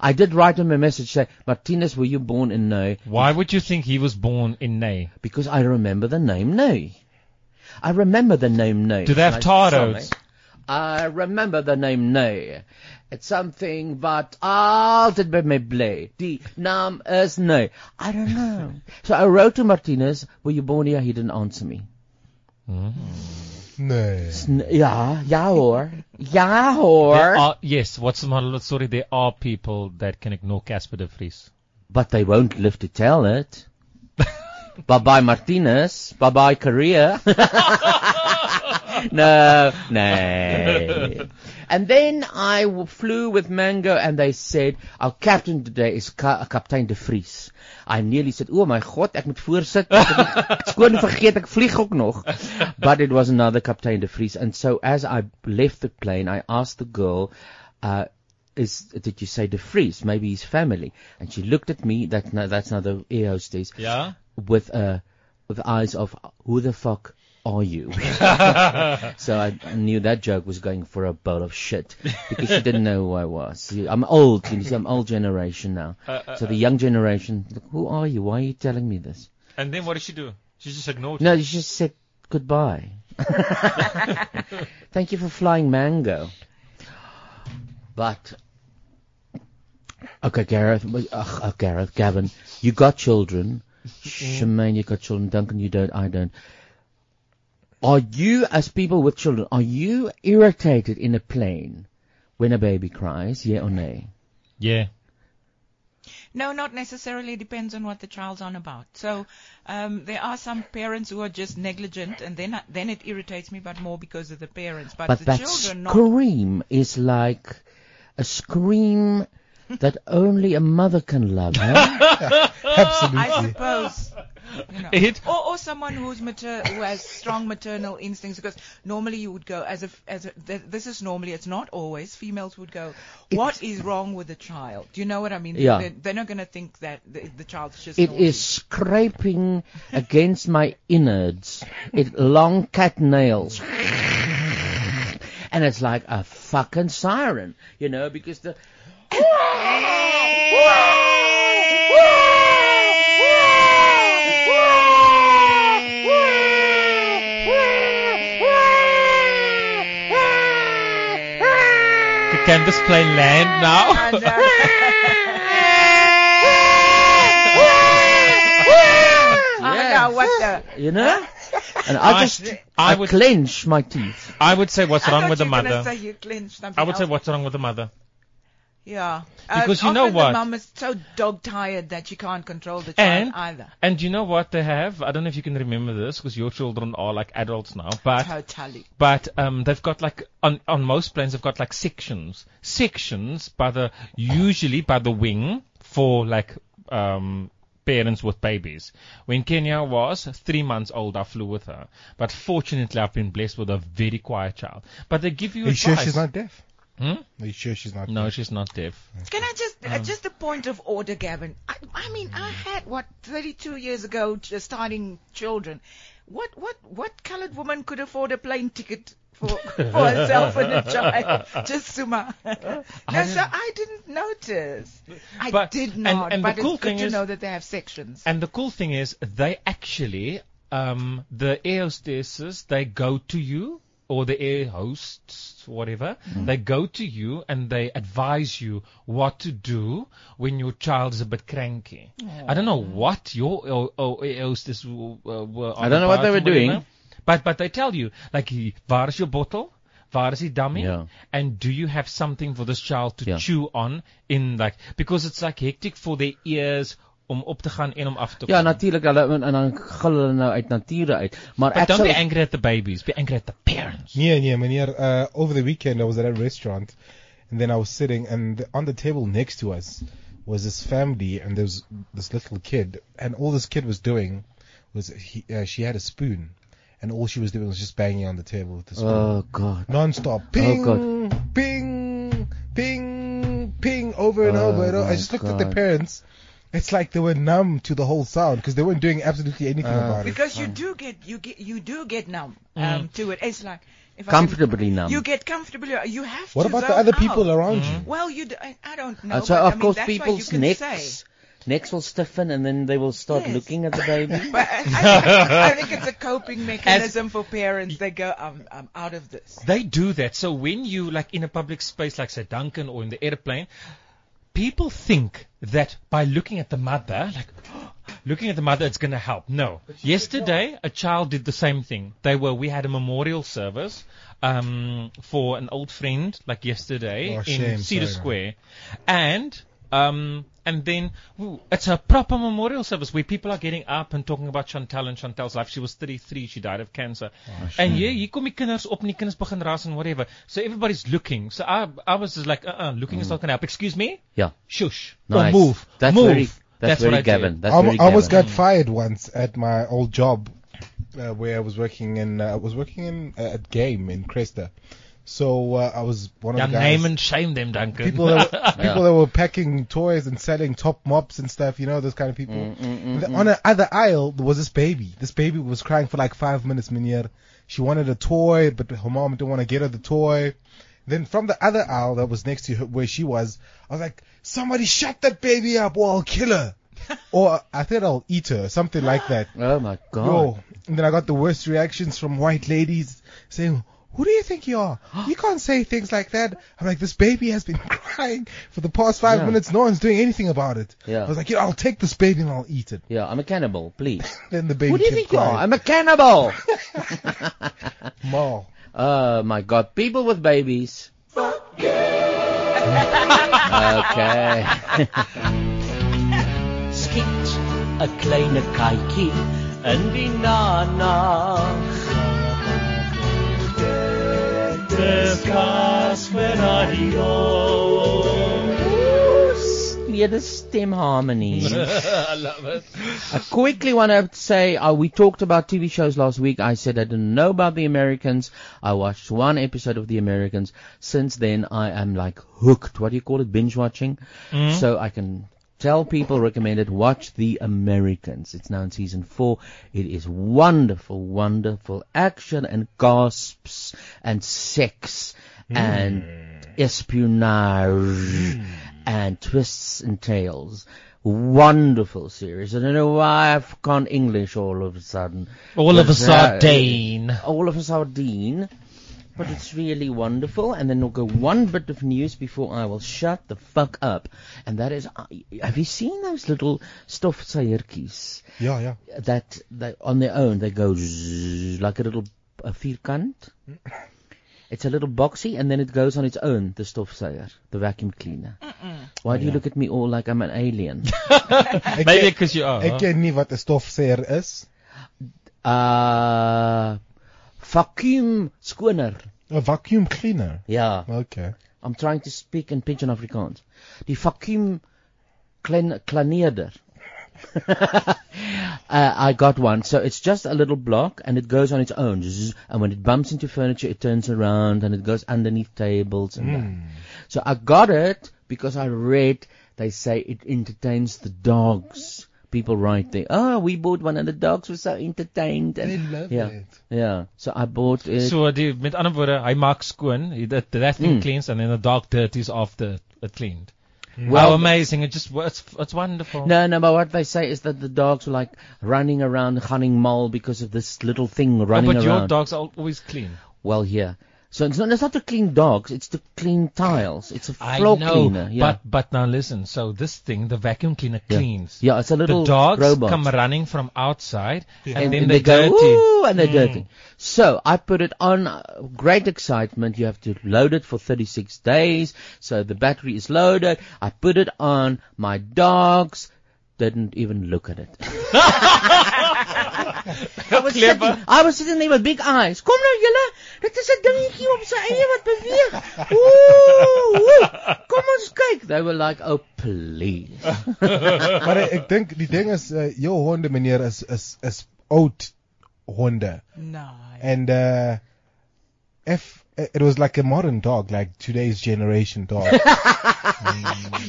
Speaker 4: I did write him a message say, Martinez, were you born in No?
Speaker 6: Why would you think he was born in Ney?
Speaker 4: Because I remember the name No. I remember the name No.
Speaker 6: Do they have
Speaker 4: Nice
Speaker 6: tar
Speaker 4: song,
Speaker 6: roads?
Speaker 4: eh? I remember the name No. It's something but altijd bij mij blij. Die naam is No. I don't know. so I wrote to Martinez, were you born here? He didn't answer me.
Speaker 8: Nee.
Speaker 4: N- ja, ja hoor. Ja
Speaker 6: There
Speaker 4: hoor.
Speaker 6: are, yes, what's the model? Sorry, there are people that can ignore Casper de Vries.
Speaker 4: But they won't live to tell it. bye bye Martinez. Bye bye Korea. no, no. And then I w- flew with Mango and they said, our captain today is Ka- Kaptein de Vries. I nearly said, oh my god, ek moet voorsit. Ek het dit Skoon vergeet, ek vlieg ook nog. But it was another Kaptein de Vries. And so as I left the plane, I asked the girl, uh, is did you say de Vries? Maybe his family. And she looked at me. That no, that's not the air hostess.
Speaker 6: Yeah?
Speaker 4: With uh, with eyes of who the fuck are you? so I knew that joke was going for a bowl of shit because she didn't know who I was. See, I'm old. You see, I'm old generation now.
Speaker 6: Uh,
Speaker 4: so the young generation, look, who are you? Why are you telling me this?
Speaker 6: And then what did she do? She just ignored
Speaker 4: No, you just said goodbye. Thank you for flying mango. But okay, Gareth, ugh, uh, Gareth, Gavin, you got children. Shemaine, you got children. Duncan, you don't. I don't. Are you, as people with children, are you irritated in a plane when a baby cries? Yeah or nay?
Speaker 6: Yeah.
Speaker 7: No, not necessarily. Depends on what the child's on about. So um, there are some parents who are just negligent, and then then it irritates me, but more because of the parents. But,
Speaker 4: But
Speaker 7: the
Speaker 4: that
Speaker 7: children, not
Speaker 4: scream is like a scream that only a mother can love, huh?
Speaker 7: I
Speaker 8: Absolutely.
Speaker 7: suppose. You know.
Speaker 6: It-
Speaker 7: or, or someone who's mater- who has strong maternal instincts, because normally you would go as if as a, th- this is normally it's not always females would go, what is wrong with the child? Do you know what I mean?
Speaker 4: Yeah.
Speaker 7: They're, they're not going to think that the, the child's just.
Speaker 4: It
Speaker 7: naughty.
Speaker 4: is scraping against my innards. It long cat nails. And it's like a fucking siren, you know, because the
Speaker 6: Can this plane land now?
Speaker 7: And, uh, I know what the.
Speaker 4: you know? And I
Speaker 6: I-
Speaker 4: just I,
Speaker 6: I
Speaker 4: would
Speaker 6: would-
Speaker 4: clench my teeth.
Speaker 6: I would say what's
Speaker 7: I
Speaker 6: wrong
Speaker 7: thought
Speaker 6: with the
Speaker 7: you were gonna
Speaker 6: mother.
Speaker 7: Say you clinched something
Speaker 6: I would say
Speaker 7: else.
Speaker 6: what's wrong with the mother.
Speaker 7: Yeah. Uh,
Speaker 6: Because you
Speaker 7: often
Speaker 6: know
Speaker 7: The
Speaker 6: what?
Speaker 7: mum is so dog tired that she can't control the child
Speaker 6: And
Speaker 7: either.
Speaker 6: and you know what they have? I don't know if you can remember this because your children are like adults now, but
Speaker 7: Totally.
Speaker 6: But um, they've got like on on most planes they've got like sections, sections by the usually by the wing for like um parents with babies. When Kenya was three months old, I flew with her. But fortunately, I've been blessed with a very quiet child. But they give you
Speaker 8: Are you sure
Speaker 6: advice.
Speaker 8: she's not deaf?
Speaker 6: Hmm?
Speaker 8: Are you sure she's not
Speaker 6: No, she's not deaf.
Speaker 7: Can I just,
Speaker 6: Mm.
Speaker 7: uh, just a point of order, Gavin? I, I mean, I had what 32 years ago, just starting children. What, what, what coloured woman could afford a plane ticket for, for herself and a child? Just Suma. no, so I didn't notice. I
Speaker 6: But-
Speaker 7: did
Speaker 6: and-
Speaker 7: not.
Speaker 6: and the
Speaker 7: but
Speaker 6: cool
Speaker 7: it's good
Speaker 6: thing
Speaker 7: to
Speaker 6: is-
Speaker 7: know that they have sections.
Speaker 6: And the cool thing is, they actually, um, the air hostesses, they go to you, or the air hosts, whatever,
Speaker 4: Mm.
Speaker 6: they go to you and they advise you what to do when your child is a bit cranky. I don't know what your oh, oh, air hostess w- uh, were. on
Speaker 4: I don't know what
Speaker 6: about
Speaker 4: they
Speaker 6: or
Speaker 4: were doing.
Speaker 6: whatever, But, but they tell you, like, waar is your bottle? Waar is die dummy?
Speaker 4: Yeah.
Speaker 6: And do you have something for this child to
Speaker 4: Yeah.
Speaker 6: chew on in like because it's like hectic for their ears om op te gaan en om af te kom.
Speaker 4: Ja, natuurlik hulle en en dan gil hulle nou uit nature uit. Maar
Speaker 6: But
Speaker 4: ek
Speaker 6: don't
Speaker 4: sal
Speaker 6: be angry at the babies, be angry at the parents.
Speaker 8: Yeah, yeah, Manier. Uh, over the weekend, I was at a restaurant, and then I was sitting, and the, on the table next to us was this family, and there was this little kid, and all this kid was doing was he, uh, she had a spoon, and all she was doing was just banging on the table with the spoon,
Speaker 4: Oh god.
Speaker 8: non-stop, ping, ping, ping, ping, over and
Speaker 4: Oh
Speaker 8: over and over.
Speaker 4: my
Speaker 8: I just looked at the
Speaker 4: God.
Speaker 8: parents. It's like they were numb to the whole sound because they weren't doing absolutely anything
Speaker 4: Uh,
Speaker 8: about it.
Speaker 7: Because you do get you get you do get numb um, to it. It's like if I can-
Speaker 4: Comfortably numb.
Speaker 7: You get comfortably. You have
Speaker 8: What
Speaker 7: to.
Speaker 8: about the
Speaker 7: zone
Speaker 8: other people
Speaker 7: out. Mm.
Speaker 8: around you?
Speaker 7: Well, you d- I, I don't know.
Speaker 4: And so
Speaker 7: but, I
Speaker 4: of
Speaker 7: mean,
Speaker 4: course
Speaker 7: that's why you
Speaker 4: people's
Speaker 7: can
Speaker 4: necks
Speaker 7: say.
Speaker 4: necks will stiffen and then they will start
Speaker 7: Yes.
Speaker 4: looking at the baby.
Speaker 7: But I, I, think, I think it's a coping mechanism for parents. They go, I'm, I'm out of this.
Speaker 6: They do that. So when you like in a public space like say Duncan or in the airplane, people think that by looking at the mother, like looking at the mother, it's going to help. No. Yesterday, a child did the same thing. They were. We had a memorial service um, for an old friend, like yesterday
Speaker 8: Oh,
Speaker 6: in
Speaker 8: shame.
Speaker 6: Cedar
Speaker 8: Sorry, man.
Speaker 6: Square, and. Um, and then ooh, it's a proper memorial service where people are getting up and talking about Chantal and Chantal's life. She was 33, she died of cancer.
Speaker 8: Oh,
Speaker 6: and yeah, hier kom die kinders op en die kinders begin ras and whatever. So everybody's looking. So I I was just like, uh-uh, looking
Speaker 8: Mm.
Speaker 6: is not going to help. Excuse me?
Speaker 4: yeah.
Speaker 6: shush
Speaker 4: Nice.
Speaker 6: or move.
Speaker 4: That's
Speaker 6: move.
Speaker 4: very that's,
Speaker 6: what
Speaker 4: very
Speaker 6: I
Speaker 4: Gavin.
Speaker 6: did. Mm.
Speaker 4: That's
Speaker 8: I,
Speaker 4: very
Speaker 8: I almost
Speaker 4: Gavin.
Speaker 8: got fired once at my old job, uh, where I was working in. Uh, I was working in uh, at Game in Cresta, so uh, I was one of
Speaker 6: Yeah,
Speaker 8: the guys.
Speaker 6: name and shame them, Duncan.
Speaker 8: people that were, people
Speaker 4: Yeah.
Speaker 8: that were packing toys and selling top mops and stuff. You know those kind of people. And then on the other aisle there was this baby. This baby was crying for like five minutes. Minier. She wanted a toy, but her mom didn't want to get her the toy. Then from the other aisle that was next to her, where she was, I was like, "Somebody shut that baby up, or I'll kill her." or I think I'll eat her, something like that.
Speaker 4: Oh my god.
Speaker 8: Yo, and then I got the worst reactions from white ladies saying, "Who do you think you are? You can't say things like that." I'm like, "This baby has been crying for the past five
Speaker 4: Yeah.
Speaker 8: minutes. No one's doing anything about it."
Speaker 4: Yeah.
Speaker 8: I was like, "Yeah, I'll take this baby and I'll eat it."
Speaker 4: Yeah, I'm a cannibal, please.
Speaker 8: Then the baby.
Speaker 4: Who do you
Speaker 8: kept
Speaker 4: think you
Speaker 8: crying.
Speaker 4: are? I'm a cannibal.
Speaker 8: Ma.
Speaker 4: oh my god, people with babies. okay. Skiet 'n kleine katjie in die nag. Dis gas vir radio. weirder stem harmonies.
Speaker 6: I love it.
Speaker 4: I quickly want to say uh, we talked about TV shows last week. I said I didn't know about The Americans. I watched one episode of The Americans. Since then, I am like hooked. What do you call it? Binge watching. So I can tell people, recommend it. Watch The Americans. It's now in season four. It is wonderful, wonderful action and gasps and sex and
Speaker 6: Mm.
Speaker 4: espionage and twists and tales. Wonderful series. I don't know why I've gone English all of a sudden.
Speaker 6: All of a
Speaker 4: But, uh,
Speaker 6: sardine.
Speaker 4: All of a sardine. But it's really wonderful. And then we'll go one bit of news before I will shut the fuck up. And that is, I- have you seen those little stofzuigertjies
Speaker 8: Yeah, yeah.
Speaker 4: that, that on their own they go zzz, like a little a vierkant? It's a little boxy and then it goes on its own, the stofzuiger, the vacuum cleaner. Why do you look at me all like I'm an alien?
Speaker 8: Ek
Speaker 6: Maybe
Speaker 8: ken,
Speaker 6: because you are.
Speaker 8: ek ken nie wat 'n stofsuier er is.
Speaker 4: uh, vacuum schoner.
Speaker 8: 'n Vacuum cleaner.
Speaker 4: Yeah.
Speaker 8: Okay.
Speaker 4: I'm trying to speak in pigeon Afrikaans. Die vacuum clean, cleaner. uh, I got one. So it's just a little block and it goes on its own. Zzz, And when it bumps into furniture, it turns around and it goes underneath tables and
Speaker 8: Hmm.
Speaker 4: that. So I got it because I read they say it entertains the dogs. People write there, oh, we bought one and the dogs were so entertained. And,
Speaker 8: They love
Speaker 4: yeah,
Speaker 8: it.
Speaker 4: Yeah. So I bought it.
Speaker 6: So die, met uh, ander woorde, hy maak skoon, he- that that
Speaker 4: Mm.
Speaker 6: thing cleans and then the dark dirt is after it cleaned.
Speaker 8: Mm.
Speaker 6: Wow, amazing. It just it's, it's wonderful.
Speaker 4: No, no, but what they say is that the dogs were like running around hunting mole because of this little thing
Speaker 6: Oh,
Speaker 4: running
Speaker 6: but your
Speaker 4: around.
Speaker 6: dogs are always clean.
Speaker 4: well, here. So it's not, it's not to clean dogs, it's to clean tiles. It's a
Speaker 6: I
Speaker 4: floor
Speaker 6: know,
Speaker 4: cleaner. Yeah.
Speaker 6: but but now listen. So this thing, the vacuum cleaner
Speaker 4: yeah.
Speaker 6: cleans.
Speaker 4: Yeah, it's a little
Speaker 6: The dogs
Speaker 4: robot.
Speaker 6: come running from outside and,
Speaker 4: and,
Speaker 6: then
Speaker 4: and
Speaker 6: they,
Speaker 4: they, go,
Speaker 6: dirty. Hmm. Mm.
Speaker 4: ooh, and they're dirty. So I put it on, uh, great excitement. You have to load it for 36 days. So the battery is loaded. I put it on. My dogs didn't even look at it. I was sitting, I was "Ah, sitting there with big eyes. Kom nou julle, dit is 'n dingetjie op sy eie wat beweeg. Ooh, ooh, kom ons kyk. They were like, "Oh please."
Speaker 8: Maar ek, ek dink die ding is uh, jou honde meneer is is is oud honde.
Speaker 7: No.
Speaker 8: And uh, if it was like a modern dog, like today's generation dog.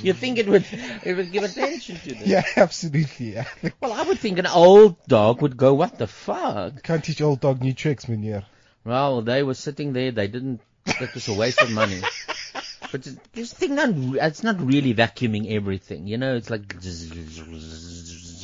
Speaker 4: You think it would it would give attention to this?
Speaker 8: yeah, absolutely. I think
Speaker 4: Well, I would think an old dog would go, "What the fuck?"
Speaker 8: can't teach old dog new tricks, meneer.
Speaker 4: Well, they were sitting there. They didn't. That was a waste of money. But it- this thing, not, it's not really vacuuming everything. You know, it's like.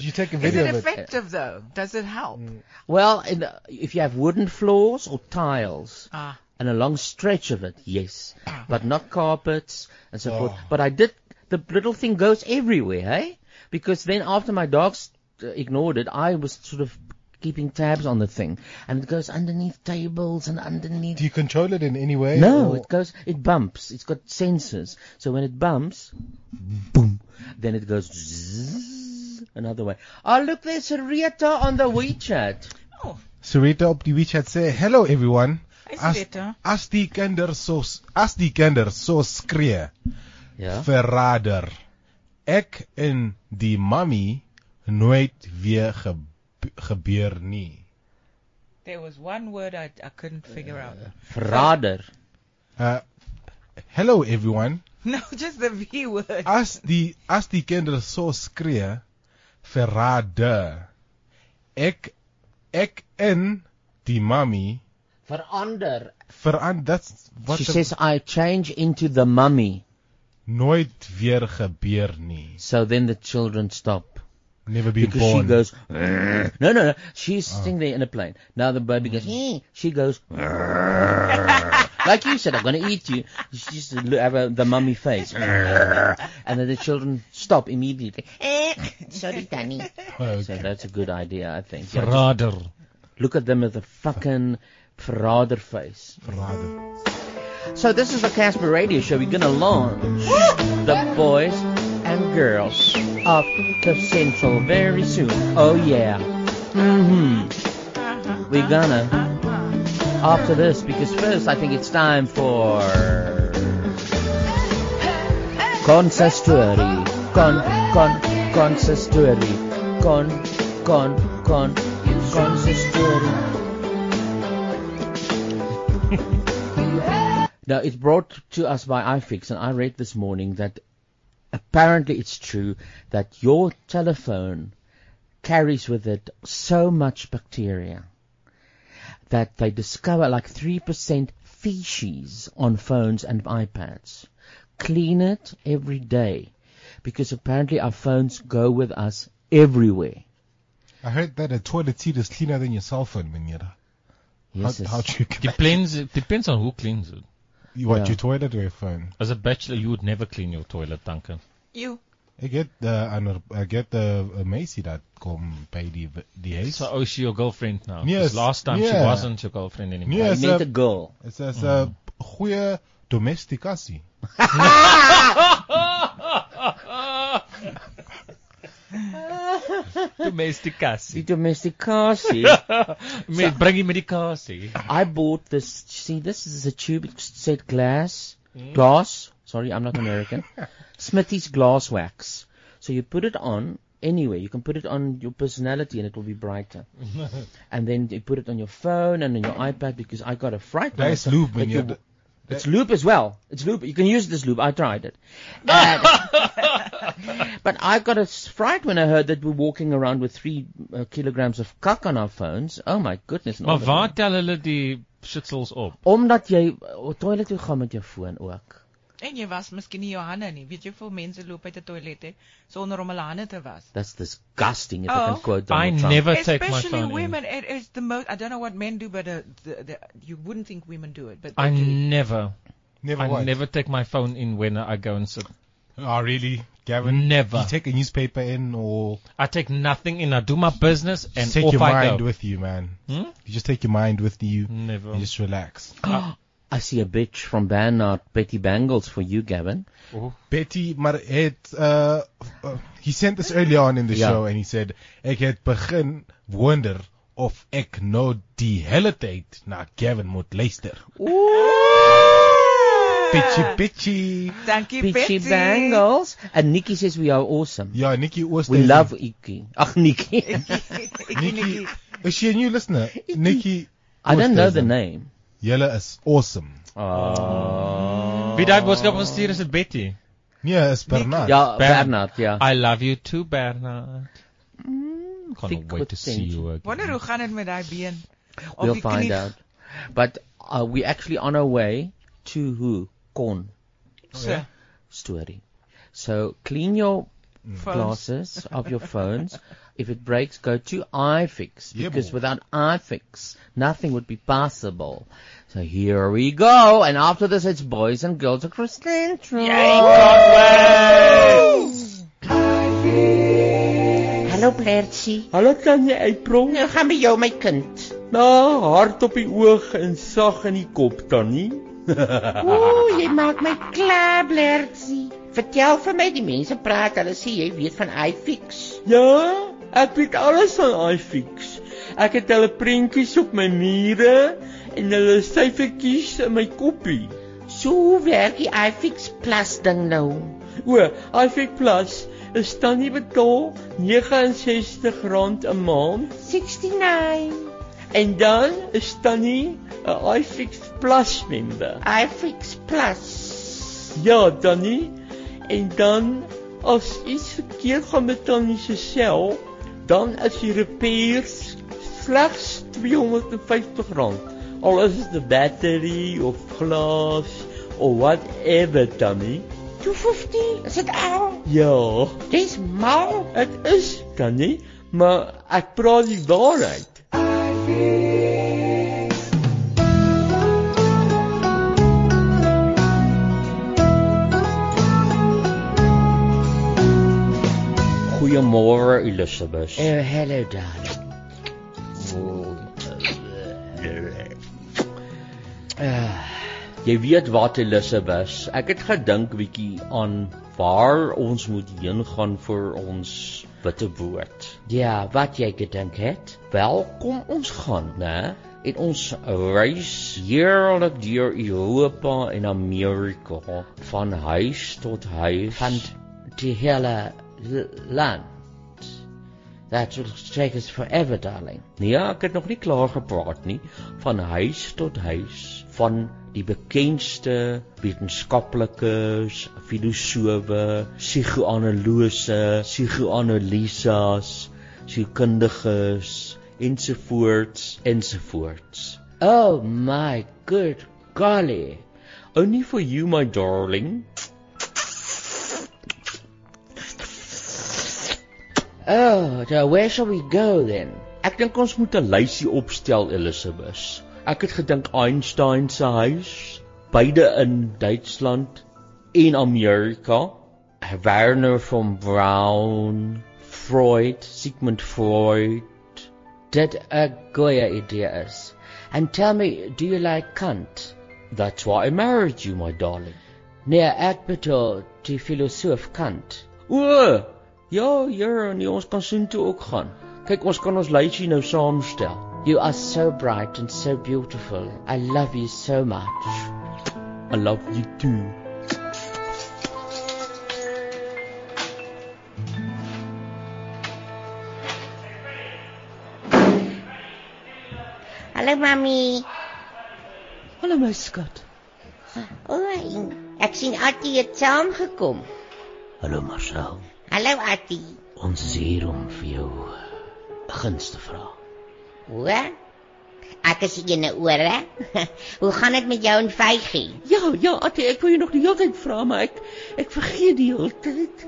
Speaker 8: You take a
Speaker 7: Is
Speaker 8: video
Speaker 7: it
Speaker 8: of it. Mm.
Speaker 7: effective though? Does it help?
Speaker 4: Well, in the, if you have wooden floors or tiles
Speaker 7: Ah.
Speaker 4: and a long stretch of it, yes,
Speaker 8: Ah.
Speaker 4: but not carpets and so
Speaker 8: Oh.
Speaker 4: forth. But I did. The little thing goes everywhere, eh? Because then after my dogs uh, ignored it, I was sort of keeping tabs on the thing, and it goes underneath tables and underneath
Speaker 8: Do you control it in any way?
Speaker 4: No,
Speaker 8: or-
Speaker 4: it goes. It bumps. It's got sensors. So when it bumps, boom. Then it goes zzz, another way. Oh look, there's a Rita on the WeChat.
Speaker 8: Sarita op die WeChat sê, "Hello everyone.
Speaker 7: Is
Speaker 8: As-
Speaker 7: it better?
Speaker 8: As die kinders so as die kinders so skree,
Speaker 4: Yeah.
Speaker 8: verrader. Ek en die mami nooit weer gebe gebeur nie."
Speaker 7: There was one word I, I couldn't figure out.
Speaker 4: Verrader.
Speaker 8: Uh Hello everyone.
Speaker 7: No, just the V word.
Speaker 8: As die as die kinders so skree, verrader. Ek ek en die mami
Speaker 4: Verander.
Speaker 8: verander that's what
Speaker 4: She
Speaker 8: the-
Speaker 4: says I change into the mummy.
Speaker 8: nooit weer gebeur nie.
Speaker 4: So then the children stop.
Speaker 8: Never been
Speaker 4: Because
Speaker 8: born. Ah.
Speaker 4: she goes, "Rrr." no, no, no. She's sitting there in a plane. Now the baby
Speaker 8: Hmm.
Speaker 4: goes, "Eh." she goes, "Rrr." like you said, I'm going to eat you. She just lo- have a, the mummy face.
Speaker 8: Ah.
Speaker 4: "Rrr." and then the children stop immediately. "Eh." Sorry, Danny. So that's a good idea, I think. Yeah, just
Speaker 6: Radar.
Speaker 4: look at them with a fucking verrader face.
Speaker 8: Verrader.
Speaker 4: So this is the Casper Radio Show. We're going to launch the boys and girls of the Central very soon. Oh yeah. Mm-hmm. We're gonna after this because first I think it's time for Concestuary. con con consistory con con con consistory now it's brought to us by ifix and i read this morning that apparently it's true that your telephone carries with it so much bacteria that they discover like 3% feces on phones and iPads. Clean it every day because apparently our phones go with us everywhere.
Speaker 8: I heard that a toilet seat is cleaner than your cell phone, Manira.
Speaker 4: Yes,
Speaker 8: how, how
Speaker 4: yes.
Speaker 8: do you get
Speaker 6: Depends, it depends on who cleans it.
Speaker 8: you what
Speaker 4: Yeah.
Speaker 8: your toilet or your phone?
Speaker 6: As a bachelor, you would never clean your toilet, Duncan.
Speaker 7: You.
Speaker 8: I get the I know- I get the uh, Macy that come by the the haze.
Speaker 6: So, oh, she your girlfriend now. 'Cause
Speaker 8: Yes,
Speaker 6: Last time she
Speaker 8: yeah.
Speaker 6: wasn't your girlfriend anymore.
Speaker 8: Yeah,
Speaker 4: I
Speaker 8: it's
Speaker 4: need
Speaker 8: a-
Speaker 4: a girl.
Speaker 8: It's as a
Speaker 6: Mm.
Speaker 8: goeie domesticatie.
Speaker 4: The
Speaker 6: Domesticatie.
Speaker 4: domestic car seat.
Speaker 6: Me- Bring him medicatie.
Speaker 4: I bought this. See, this is a tube. It said glass, glass. Sorry, I'm not American. Smithy's glass wax. So you put it on anywhere. You can put it on your personality, and it will be brighter. and then you put it on your phone and on your iPad because I got a fright. when I
Speaker 8: Daar is
Speaker 4: saw-
Speaker 8: lube,
Speaker 4: that you-
Speaker 8: meneer.
Speaker 4: It's lube as well. It's lube. You can use this lube. I tried it. And- but I got a s- fright when I heard that we're walking around with three uh, kilograms of cuck on our phones. Oh my goodness! and all
Speaker 6: Maar
Speaker 4: the-
Speaker 6: waar tel hulle die shitsels op?
Speaker 4: Omdat jy uh, toilet toe gaan met jou foon ook.
Speaker 7: En jy was miskien nie jou hande nie. Weet jy hoeveel mense loop uit 'n toilet hè sonder om hulle hande te was?
Speaker 4: That's disgusting if I
Speaker 7: Oh.
Speaker 4: can quote
Speaker 6: I
Speaker 4: Donald Trump.
Speaker 6: never take my
Speaker 7: Especially
Speaker 6: phone in.
Speaker 7: women, it is the most. I don't know what men do, but uh, the, the, you wouldn't think women do it, but
Speaker 6: I
Speaker 7: they do.
Speaker 6: never,
Speaker 8: Never
Speaker 6: I
Speaker 8: what?
Speaker 6: never take my phone in when I go and sit.
Speaker 8: Oh really, Gavin?
Speaker 6: Never.
Speaker 8: You take a newspaper in or
Speaker 6: I take nothing in. I do my business and
Speaker 8: just take
Speaker 6: off
Speaker 8: your
Speaker 6: I
Speaker 8: mind
Speaker 6: go.
Speaker 8: with you, man.
Speaker 6: Hmm?
Speaker 8: You just take your mind with you.
Speaker 6: Never. Ah.
Speaker 8: You just relax.
Speaker 4: I see a bitch from Bernard, Betty Bangles for you, Gavin.
Speaker 8: Betty, maar het uh, uh, he sent this earlier on in the
Speaker 4: Ja.
Speaker 8: show and he said ek het begin wonder of ek nou die hele tyd na Gavin moet luister. Bitchy bitchy.
Speaker 7: Dankie
Speaker 4: Bitchy
Speaker 7: Betty.
Speaker 4: Bangles. And Nikki says we are awesome.
Speaker 8: Ja, Nikki Ooster.
Speaker 4: We
Speaker 8: is-
Speaker 4: love Nikki. Ach, Nikki.
Speaker 8: Nikki. Is she a new listener? Nikki,
Speaker 4: I don't know the
Speaker 8: Oosterse.
Speaker 4: name.
Speaker 8: julle is awesome. Ah.
Speaker 4: Oh.
Speaker 6: Wie daai boodskap gestuur is dit Betty.
Speaker 8: Nee, is Bernard.
Speaker 4: Ja,
Speaker 6: Bern-
Speaker 4: Bernard, ja.
Speaker 6: I love you too, Bernard. Can't
Speaker 4: thick
Speaker 6: wait
Speaker 4: with
Speaker 6: to see
Speaker 4: tension.
Speaker 6: you again.
Speaker 7: Wonder hoe gaan dit met daai been? Of
Speaker 4: We'll
Speaker 7: die
Speaker 4: find
Speaker 7: knie?
Speaker 4: out. But uh, we actually on our way to who? Corn
Speaker 7: So,
Speaker 4: story. So clean your
Speaker 7: phones.
Speaker 4: glasses of your phones. if it breaks, go to iFix
Speaker 8: Yeah,
Speaker 4: because
Speaker 8: boy.
Speaker 4: without iFix, nothing would be possible. So here we go, and after this, it's boys and girls across Central.
Speaker 10: Hallo Blertjie.
Speaker 4: Hallo Tanya April.
Speaker 10: Nou gaan by jou my kind.
Speaker 4: Na Nou, hard op die oog en sag in die kop tannie.
Speaker 10: Ooh, jy maak my klaar Blertjie. Vertel vir my die mense praat, hulle sê jy weet van iFix.
Speaker 4: Ja, ek weet alles van iFix. Ek het hulle prentjies op my mure en hulle syfertjies in my koppie.
Speaker 10: So hoe werk die iFix Plus ding nou?
Speaker 4: O, iFix Plus is dan nie betaal R69 'n maand
Speaker 10: 69.
Speaker 4: en dan is dan nie 'n iFix Plus member.
Speaker 10: iFix Plus.
Speaker 4: Ja, dan nie. En dan as iets verkeerd gaan met tannie se sel, dan is die repairs slegs R250. Al is dit 'n battery of glas of whatever tannie.
Speaker 10: 250, is dit al?
Speaker 4: Ja,
Speaker 10: Dis mal.
Speaker 4: dit is tannie, maar ek praat die waarheid. Goeiemôre Elisabeth.
Speaker 10: Oh, hello darling.
Speaker 4: Eh, Jy weet wat Elisabeth, ek het gedink bietjie aan waar ons moet heen gaan vir ons witte woord.
Speaker 10: Ja, wat jy gedink het?
Speaker 4: Welkom ons gaan, né? En ons reis heerlik deur Europa en Amerika van huis tot huis
Speaker 10: Van
Speaker 11: to hele l- land. That will take us forever, darling. Ja, ik heb nog niet klaar gepraat, nie. Van huis tot huis. Van die bekendste wetenskaplikes, filosofe, psigoanalose, psigoanalisas, sielkundiges, ensovoorts, ensovoorts. Oh my good golly. Only for you, my darling. Oh, so where shall we go then? Ek dink ons moet 'n lysie opstel, Elizabeth. Ek het gedink Einstein se huis, beide in Duitsland en Amerika. Werner von Braun, Freud, Sigmund Freud. That a goeie idee is. And tell me, do you like Kant? That's why I married you, my darling. Nee, ek bedoel die filosoof Kant. O, ja, ja, nee, ons kan soontoe ook gaan. Kyk, ons kan ons lysie nou saamstel. You are so bright and so beautiful. I love you so much. I love you too.
Speaker 12: Hallo mami.
Speaker 11: Hallo my skat.
Speaker 12: Ah, O, en ek sien Attie het saamgekom.
Speaker 11: Hallo Marcel.
Speaker 12: Hallo Attie.
Speaker 11: Ons is hier om vir jou 'n guns te vra.
Speaker 12: Hoor? Ek is in jou ore. Hoe gaan dit met jou en Vygie?
Speaker 11: Ja, ja, Attie, ek wou jou nog die hele tyd vra, maar ek ek vergeet die hele tyd.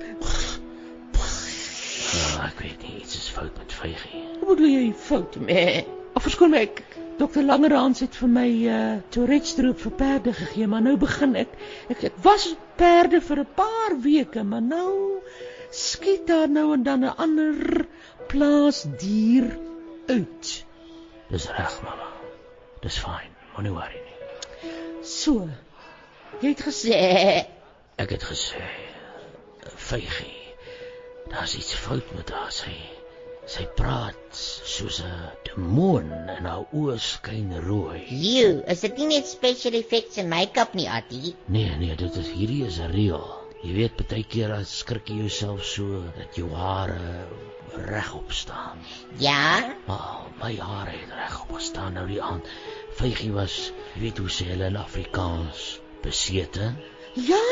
Speaker 11: Ja, ek weet nie, iets is fout met Vygie. Hoe bedoel jy fout met? Of verskoon my, ek Dokter Langeraans het vir my uh Tourette stroop vir perde gegee, maar nou begin ek ek, ek was perde vir 'n paar weke, maar nou skiet daar nou en dan 'n ander plaasdier uit. Dis reg, mamma. Dis fyn. Moenie worry nie. So, jy het gesê ek het gesê Vygie. Daar's iets fout met haar. Sy sy praat soos 'n demoon en haar oë skyn rooi.
Speaker 12: You, is dit nie net special effects en make-up nie, Attie?
Speaker 11: Nee, nee, dit is hierdie is reël. Jy weet baie keer as skrik jy jouself so dat jou hare regop staan.
Speaker 12: Ja,
Speaker 11: Maar my hare het regop gestaan nou die aand. Vygie was, jy weet hoe sê hulle in Afrikaans, besete. Ja,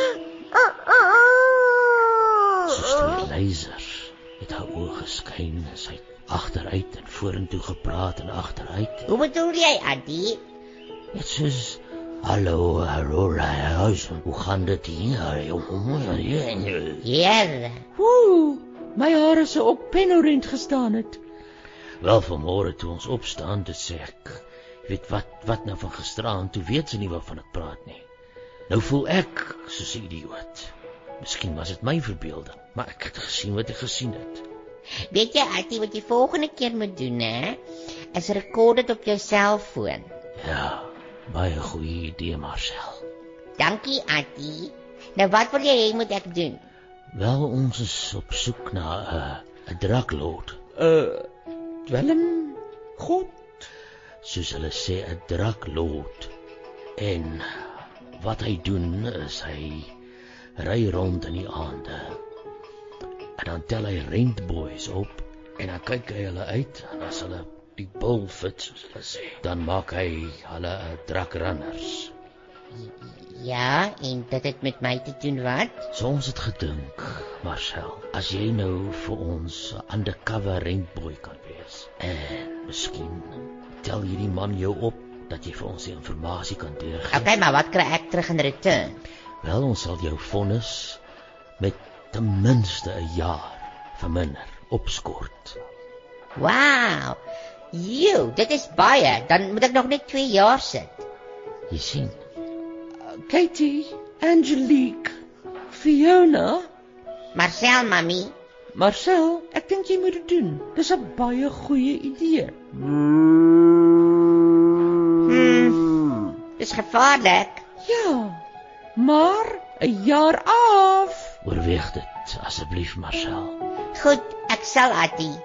Speaker 11: soos twee lasers het haar oë geskyn en sy het agteruit en vorentoe gepraat en agteruit
Speaker 12: hoe bedoel jy, Attie?
Speaker 11: dit soos hallo hallo huis hoe gaan dit hier jong
Speaker 12: Here,
Speaker 11: Ooh, my hare sou ook penorent gestaan het wel vanmôre toe ons opstaan dit sê ek jy weet wat wat nou van gisteraand toe weet sy nie waarvan ek praat nie nou voel ek soos 'n idioot miskien was dit my verbeelding maar ek het gesien wat ek gesien het
Speaker 12: weet jy Attie wat jy volgende keer moet doen, hè? Is rekord dit op jou selfoon.
Speaker 11: Ja, baie goeie idee, Marcel.
Speaker 12: Dankie, Attie. Nou wat wil jy hê moet ek doen?
Speaker 11: Wel, ons is op soek na 'n uh, 'n draklord. 'n uh, Dwelm god, soos hulle sê 'n draklord. En wat hy doen is hy ry rond in die aande. En dan tel hy rentboys op en dan kyk hy hulle uit en as hulle die bul fit, soos hulle sê, dan maak hy hulle eh, 'n drakrunners.
Speaker 12: Ja, en dit het met my te doen wat?
Speaker 11: Soms het gedink, Marcel, as jy nou vir ons 'n undercover rentboy kan wees. En miskien tel hierdie man jou op dat jy vir ons die inligting kan deurgee.
Speaker 12: Okay, maar wat kry ek terug in return?
Speaker 11: Wel, ons sal jou vonnis met ten minste 'n jaar verminder, opskort.
Speaker 12: Wow. Jo, dit is baie. Dan moet ek nog net 2 jaar sit.
Speaker 11: Jy sien. Katie, Angelique, Fiona,
Speaker 12: Marcel, mami.
Speaker 11: Marcel, ek dink jy moet dit doen. Dis 'n baie goeie idee.
Speaker 12: Hmm. Dis gevaarlik.
Speaker 11: Ja, maar 'n jaar af. Oorweeg dit asseblief, Marcel.
Speaker 12: Goed, ek sal Attie.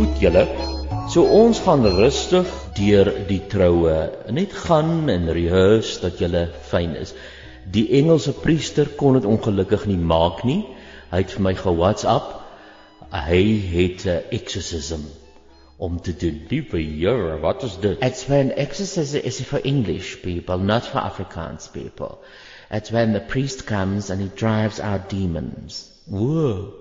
Speaker 11: Goed
Speaker 10: julle. So ons gaan rustig deur die troue. Net gaan en rehearse dat julle fyn is. Die Engelse priester kon dit ongelukkig nie maak nie. Hy het vir my ge-WhatsApp. Hy het 'n exorcism om te doen. Liewe Here, wat is dit?
Speaker 4: It's when exorcism is for English people, not for Afrikaans people. It's when the priest comes and he drives out demons.
Speaker 10: Woah.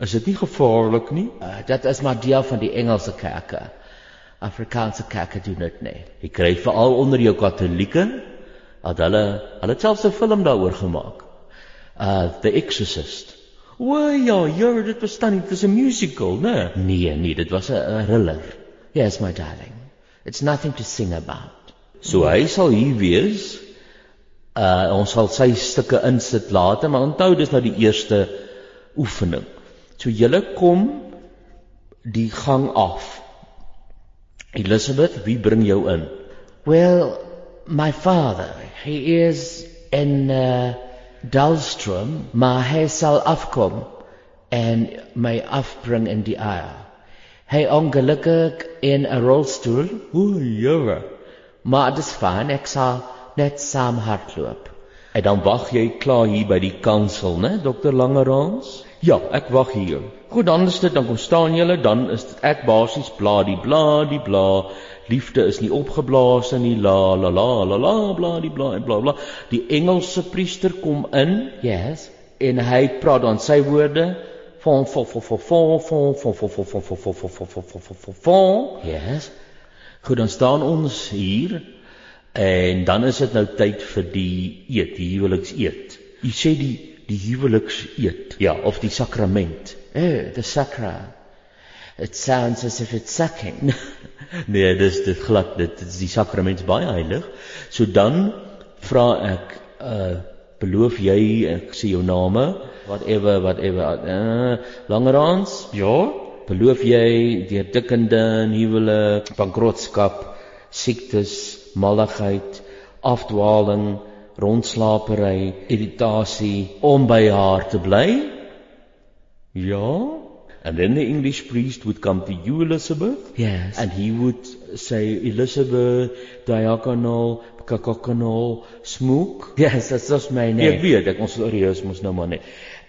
Speaker 10: Is dit nie gevaarlik nie?
Speaker 4: Uh, dat is maar deel van die Engelse kerke. Afrikaanse kerke doen dit nie.
Speaker 10: Jy kry veral onder jou Katolieke dat hulle hulle het selfs 'n film daaroor gemaak. Uh The Exorcist. O ja, ja, dit was dan dit was 'n musical, né? Nee, nee, dit was 'n- 'n thriller.
Speaker 4: Yes, my darling. It's nothing to sing about.
Speaker 10: So hy sal hier wees. Uh ons sal sy stukke insit later, maar onthou dis nou die eerste oefening. So julle kom die gang af. Elizabeth, wie bring jou in?
Speaker 4: Well, my father, he is in uh, Dalstrom, maar hy sal afkom en my afbring in die aar. Hy ongelukkig in 'n rolstoel.
Speaker 10: O, jare.
Speaker 4: Maar dis fyn, ek sal net saam hardloop.
Speaker 10: En dan wag jy klaar hier by die kansel, né, dokter Langerhans? Ja, ek wag hier. Goed, dan is dit dan kom staan julle, dan is dit ek basies bla die bla die bla. Liefde is nie opgeblaas in die la la la la la bla die bla en bla bla. Die Engelse priester kom in.
Speaker 4: Yes.
Speaker 10: En hy praat dan sy woorde van van van van van van van van van van van van van van van van van van.
Speaker 4: Yes.
Speaker 10: Goed, dan staan ons hier en dan is dit nou tyd vir die eet, die huwelikseet. U sê die die huwelikseet, ja, of die sakrament.
Speaker 4: Oh, the sakra. It sounds as if it's sucking.
Speaker 10: Nee, dis dit glad, dit is die sakrament is baie heilig. So dan vra ek uh beloof jy ek sê jou name, whatever whatever uh, langerhans? Ja, beloof jy deur dikkende huwelik, bankrotskap, siektes, malligheid, afdwaling, rondslapery, irritasie om by haar te bly? Ja. And then the English priest would come to you, Elizabeth.
Speaker 4: Yes.
Speaker 10: And he would say, Elizabeth, diagonal, kakakanal, smook.
Speaker 4: yes, dit is my
Speaker 10: Nee. Ek
Speaker 4: naam.
Speaker 10: weet, ek ons reus mos nou maar net.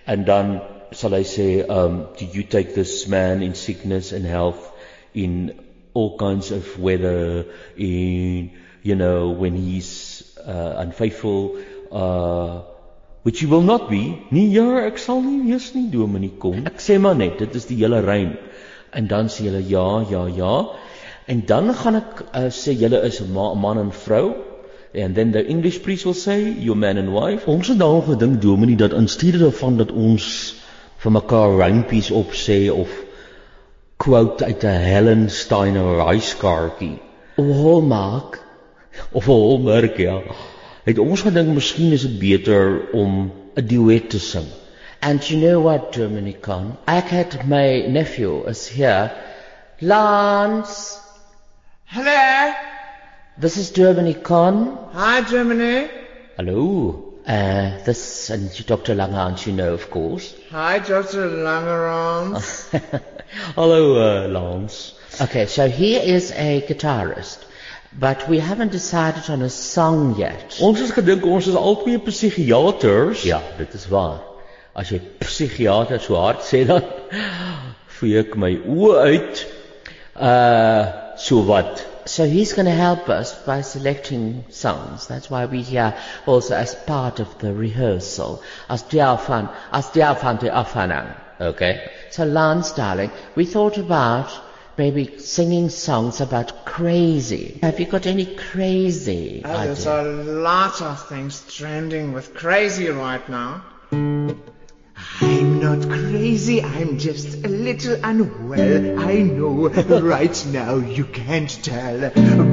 Speaker 10: En dan sal hy sê, um, do you take this man in sickness and health in all kinds of weather in you know when he's uh, unfaithful uh which you will not be. Nee, ja, ek sal nie wees nie, Dominee kom. Ek sê maar net, dit is die hele rein. En dan sê hulle ja, ja, ja. En dan gaan ek uh, sê julle is 'n ma man en vrou. And then the English priest will say, your man and wife.
Speaker 13: Ons het daaroor gedink Dominee dat in steede daarvan dat ons vir mekaar rympies opsê of quote uit 'n Helen Steiner reiskaartjie
Speaker 4: Hallmark.
Speaker 13: of 'n holmerk ja. Het ons gedink miskien is dit beter om 'n duet te sing.
Speaker 4: And you know what, Dominican? I had my nephew is here. Lance,
Speaker 7: Hello.
Speaker 4: this is Dominican.
Speaker 7: Hi, Germany.
Speaker 4: Hello. Uh, this and Dr. Langhans, you know, of course.
Speaker 7: Hi, Dr. Langerhans.
Speaker 13: Hallo uh, Lance.
Speaker 4: Okay, so he is a guitarist, but we haven't decided on a song yet.
Speaker 13: Ons het gedink ons is albei psigiaters. Ja, dit is waar. As jy psigiater so hard sê dan vee ek my oë uit. Uh so wat?
Speaker 4: So he's going to help us by selecting songs. That's why we're here also as part of the rehearsal. As Diafan, as Diafan to Afanang. Okay. So Lance, darling, we thought about maybe singing songs about crazy. Have you got any crazy
Speaker 10: Ah,
Speaker 7: Oh, there's
Speaker 4: ideas?
Speaker 7: a lot of things trending with crazy right now. I'm not crazy, I'm just a little unwell. I know right now you can't tell,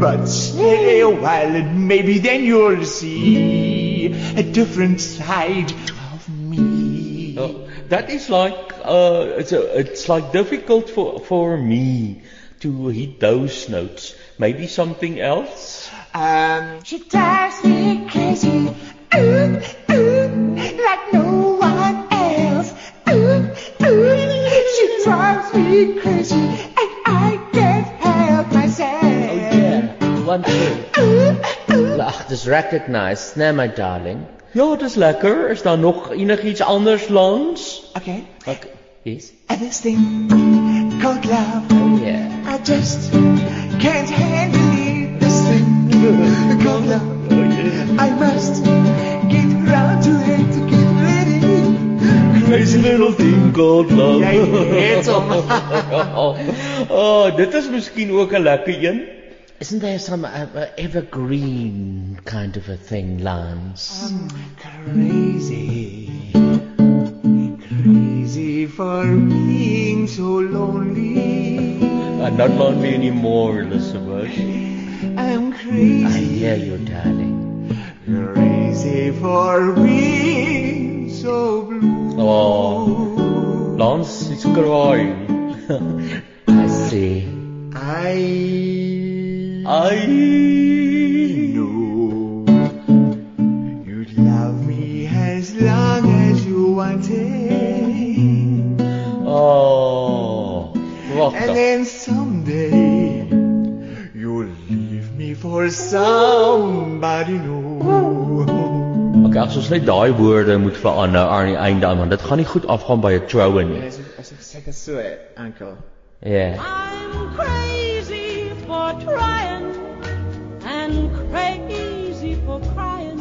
Speaker 7: but stay a while and maybe then you'll see a different side of me.
Speaker 13: Uh, that is like uh it's a, it's like difficult for for me to hit those notes. Maybe something else?
Speaker 7: Um,
Speaker 5: She drives me crazy. Ooh, ooh, like no one else. Ooh, ooh, she drives me crazy, and I
Speaker 4: is recognized. Nee, my darling.
Speaker 10: Ja, dis lekker. Is daar nog enigiets anders langs?
Speaker 14: Okay.
Speaker 10: Ek yes.
Speaker 5: And this thing called love.
Speaker 4: yeah.
Speaker 5: I just can't handle it. This thing called love. I must get round to it to get ready.
Speaker 10: Crazy little thing called love.
Speaker 5: Jy het hom.
Speaker 13: Ja,
Speaker 10: oh, dit is miskien ook 'n lekker een.
Speaker 4: Isn't there some uh, uh, evergreen kind of a thing, Lance?
Speaker 5: Crazy, crazy for being so lonely.
Speaker 10: I'm Uh, not lonely anymore, Elizabeth.
Speaker 5: I'm crazy.
Speaker 4: I hear you, darling.
Speaker 5: Crazy for being so blue.
Speaker 10: Oh, Lance is crying.
Speaker 4: I see.
Speaker 5: I
Speaker 10: I
Speaker 5: know you'd love me as long as you wanted.
Speaker 10: oh,
Speaker 5: And
Speaker 10: wagter.
Speaker 5: then someday you'll leave me for somebody new.
Speaker 10: Okay, as ons net daai woorde moet verander aan die einde aan want dit gaan nie goed afgaan by 'n troue nie.
Speaker 5: As if, as if, like a sweat, uncle.
Speaker 4: Ja.
Speaker 10: Yeah.
Speaker 15: I'm crazy for trying and crazy for crying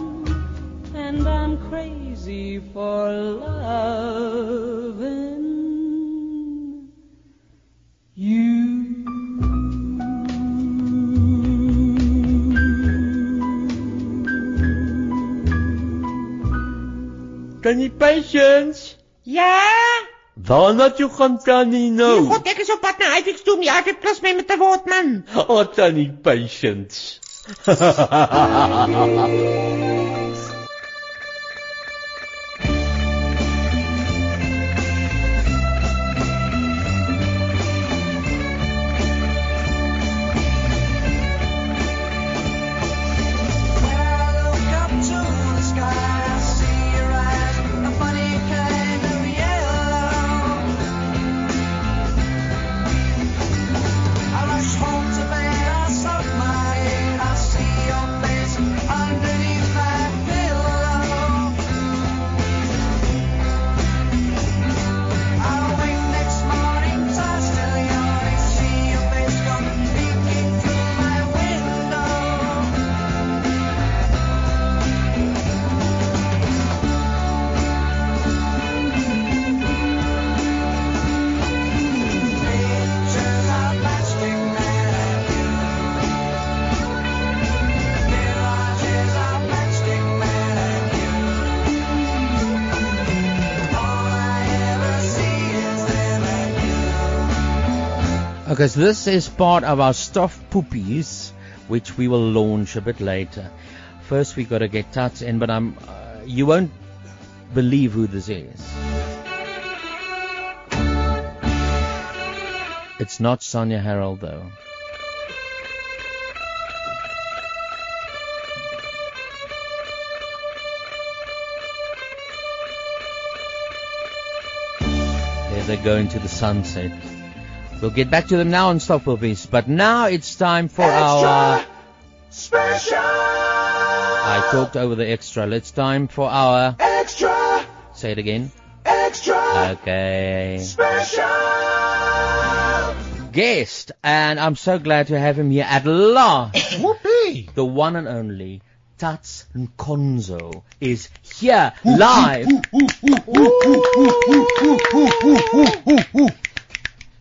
Speaker 15: and I'm crazy for loving you.
Speaker 10: Kan jy patience?
Speaker 14: Ja?
Speaker 10: Dan laat jou gaan tannie
Speaker 14: Oh.
Speaker 5: Ja,
Speaker 10: nou.
Speaker 14: God, ek is op pad na Ivy toe om die aarde plus my met 'n woord man.
Speaker 10: Oh, tannie patience.
Speaker 5: Welcome to the sky. I see your eyes, a funny kind of yellow. I rush home to bed, I soak my head. I see your face underneath my pillow. I wake next morning, so still yawning. See your face come peeking through my window.
Speaker 4: Okay, so this is part of our stuffed poopies, which we will launch a bit later. First, we got to get Tats in, but I'm, uh, you won't believe who this is. It's not Sonia Harold, though. There they go into the sunset. We'll get back to them now on Stop Poopies, but now it's time for our.
Speaker 5: Special!
Speaker 4: I talked over the extra. It's time for our.
Speaker 5: Extra!
Speaker 4: Say it again.
Speaker 5: Extra!
Speaker 4: Okay.
Speaker 5: Special!
Speaker 4: Guest, and I'm so glad to have him here at last.
Speaker 16: Whoopee!
Speaker 4: the one and only Tats Nkonzo is here live.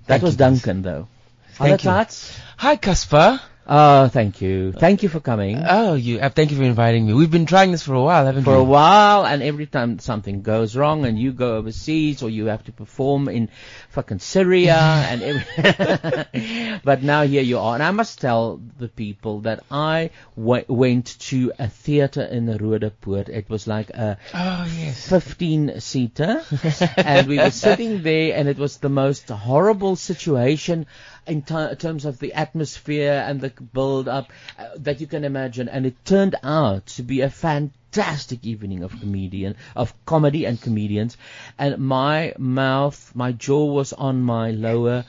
Speaker 4: That was Duncan, though. Hello,
Speaker 17: you.
Speaker 4: Tats.
Speaker 17: Hi, Casper.
Speaker 4: Oh, thank you. Thank you for coming.
Speaker 17: Oh, you. Uh, thank you for inviting me. We've been trying this for a while, haven't
Speaker 4: for
Speaker 17: we?
Speaker 4: a while, and every time something goes wrong, and you go overseas, or you have to perform in fucking Syria, and every but now here you are, and I must tell the people that I w- went to a theater in Rudepoort. It was like a
Speaker 17: Oh yes.
Speaker 4: 15 seater and we were sitting there and it was the most horrible situation in t- terms of the atmosphere and the build up uh, that you can imagine and it turned out to be a fantastic evening of comedian of comedy and comedians and my mouth my jaw was on my lower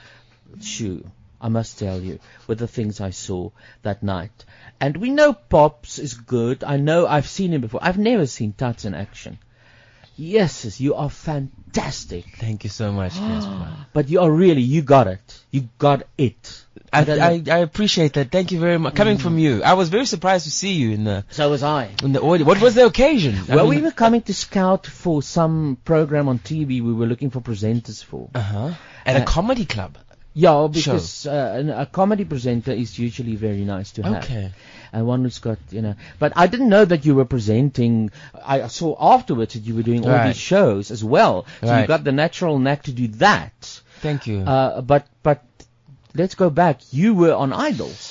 Speaker 4: shoe I must tell you, with the things I saw that night. And we know Pops is good. I know I've seen him before. I've never seen Tats in action. Yes, you are fantastic.
Speaker 17: Thank you so much, Casper.
Speaker 4: But you are really, you got it. You got it.
Speaker 17: I,
Speaker 4: don't Mm.
Speaker 17: I, I appreciate that. Thank you very much. Coming from you, I was very surprised to see you in the.
Speaker 4: So was I.
Speaker 17: In the audience. What was the occasion? I
Speaker 4: Well,
Speaker 17: mean-
Speaker 4: we were coming to scout for some program on TV we were looking for presenters for. Uh,
Speaker 17: Uh-huh. At a comedy club?
Speaker 4: Yeah, because uh, an- a comedy presenter is usually very nice to have.
Speaker 17: Okay.
Speaker 4: And one who's got, you know. But I didn't know that you were presenting. I I saw afterwards that you were doing all
Speaker 17: Right.
Speaker 4: these shows as well. So you
Speaker 17: Right.
Speaker 4: got the natural knack to do that.
Speaker 17: Thank you.
Speaker 4: Uh, but, but let's go back. You were on Idols.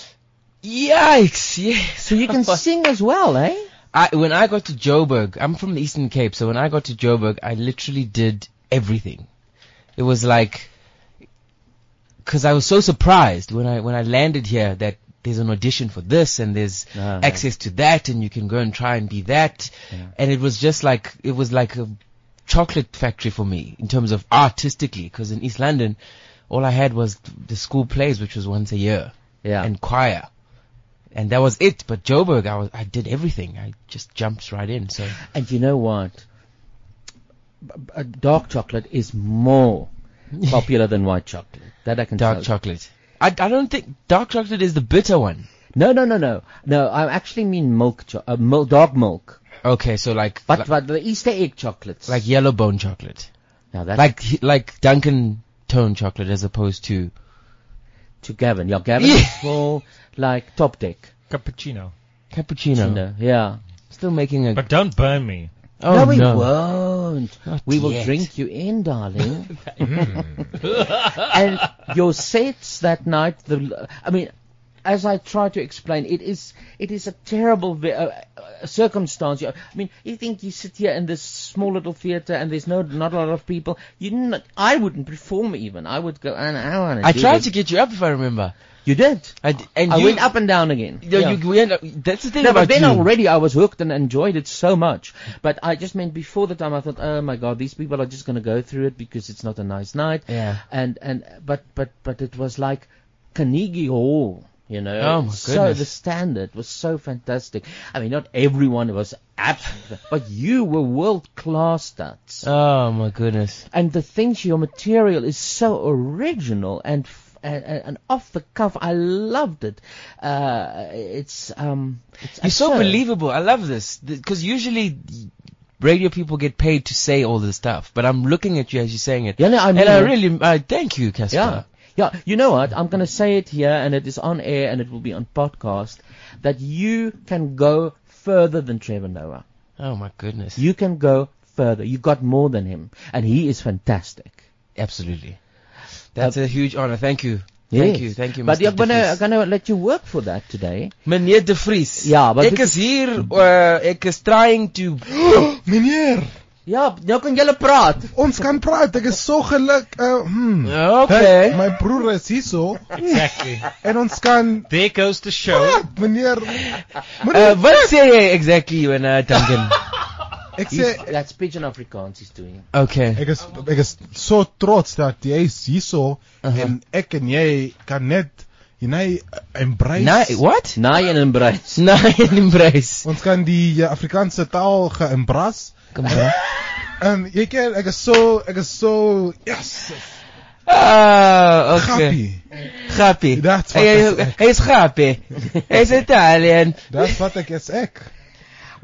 Speaker 17: Yikes! Yes.
Speaker 4: So you can sing as well, eh?
Speaker 17: I, when I got to Joburg, I'm from the Eastern Cape, so when I got to Joburg, I literally did everything. It was like, because I was so surprised when I when I landed here that there's an audition for this and there's
Speaker 4: Ah,
Speaker 17: access to that and you can go and try and be that, and it was just like it was like a chocolate factory for me in terms of artistically, because in East London, all I had was the school plays, which was once a year,
Speaker 4: yeah,
Speaker 17: and choir and that was it. But Joburg, I was, I did everything. I just jumped right in. So
Speaker 4: And you know what? B- b- uh, Dark chocolate is more popular than white chocolate. That I can
Speaker 17: Dark
Speaker 4: tell you.
Speaker 17: chocolate. I, I don't think dark chocolate is the bitter one.
Speaker 4: No, no, no, no, no. I actually mean milk, cho- uh, milk dark milk.
Speaker 17: Okay, so like
Speaker 4: but but the Easter egg chocolates,
Speaker 17: like yellow bone chocolate.
Speaker 4: Now that
Speaker 17: like like Duncan tone chocolate as opposed to
Speaker 4: to Gavin. Yeah, Gavin is more like top deck
Speaker 6: cappuccino.
Speaker 17: cappuccino.
Speaker 4: Yeah,
Speaker 17: still making a.
Speaker 6: But don't burn me.
Speaker 17: Oh,
Speaker 4: no, we
Speaker 17: no.
Speaker 4: won't.
Speaker 17: Not
Speaker 4: we will
Speaker 17: yet.
Speaker 4: drink you in, darling.
Speaker 6: Hmm.
Speaker 4: and your sets that night, the I mean, as I try to explain, it is it is a terrible vi- uh, uh, circumstance. You- I mean, you think you sit here in this small little theatre and there's no not a lot of people. You not, I wouldn't perform even. I would go. I, I, wanna
Speaker 17: I
Speaker 4: do
Speaker 17: tried
Speaker 4: this."
Speaker 17: to get you up if I remember.
Speaker 4: You did.
Speaker 17: I d- and
Speaker 4: I
Speaker 17: you,
Speaker 4: went up and down again.
Speaker 17: Yeah, you- we end up- that's the thing
Speaker 4: No, but
Speaker 17: about
Speaker 4: then
Speaker 17: you.
Speaker 4: already I was hooked and enjoyed it so much. But I just meant before the time I thought, oh my god, these people are just going to go through it because it's not a nice night.
Speaker 17: Yeah.
Speaker 4: And and but but but it was like Carnegie Hall. You know,
Speaker 17: Oh, my
Speaker 4: so
Speaker 17: goodness.
Speaker 4: the standard was so fantastic. I mean, not everyone was absolute, but you were world class. That
Speaker 17: Oh my goodness.
Speaker 4: and the things your material is so original and f- and, and and off the cuff. I loved it. Uh, it's um, it's
Speaker 17: You're so
Speaker 4: absurd.
Speaker 17: believable. I love this because usually radio people get paid to say all this stuff, but I'm looking at you as you're saying it.
Speaker 4: Yeah, no, I mean
Speaker 17: and I
Speaker 4: it.
Speaker 17: really uh, thank you, Casper.
Speaker 4: Yeah. Yeah, you know what? I'm going to say it here, and it is on air, and it will be on podcast. That you can go further than Trevor Noah.
Speaker 17: Oh my goodness.
Speaker 4: You can go further. You got more than him, and he is fantastic.
Speaker 17: Absolutely. That's a huge honor. Thank you.
Speaker 4: Yes.
Speaker 17: Thank you. Thank you.
Speaker 4: But
Speaker 17: Mr.
Speaker 4: I'm going
Speaker 17: De
Speaker 4: to
Speaker 17: Vries.
Speaker 4: going to let you work for that today.
Speaker 17: Meneer De Vries.
Speaker 4: Ja, but
Speaker 17: ek is hier uh, ek is trying to
Speaker 8: Meneer.
Speaker 4: Ja, nou kan julle praat.
Speaker 8: Ons kan praat. Ek is so geluk. Uh, hmm.
Speaker 17: Okay.
Speaker 8: Dat my broer is hierso
Speaker 6: Exactly.
Speaker 8: en ons kan
Speaker 6: There goes the show.
Speaker 8: praat, meneer.
Speaker 17: uh, wat sê jy exactly when uh, Duncan?
Speaker 8: Ek sê
Speaker 4: He's, that's pigeon Afrikaans he's doing.
Speaker 17: okay.
Speaker 8: Ek is ek is so trots dat jy is hierso en ek en jy kan net jy embrace.
Speaker 4: Nou,
Speaker 17: Na, what?
Speaker 4: Naai en embrace.
Speaker 17: Nine embrace.
Speaker 8: Ons kan die eh, Afrikaanse taal geëmbras.
Speaker 17: Kom aan.
Speaker 8: En Ehm, jy ken ek is so ek is so yes,
Speaker 4: Oh,
Speaker 7: Oh,
Speaker 17: Ah, okay.
Speaker 8: happy.
Speaker 17: Grappie.
Speaker 8: That's what
Speaker 17: Hey,
Speaker 8: I
Speaker 17: Hij is grappie. Hij is Italian.
Speaker 8: Dis wat ek is ek.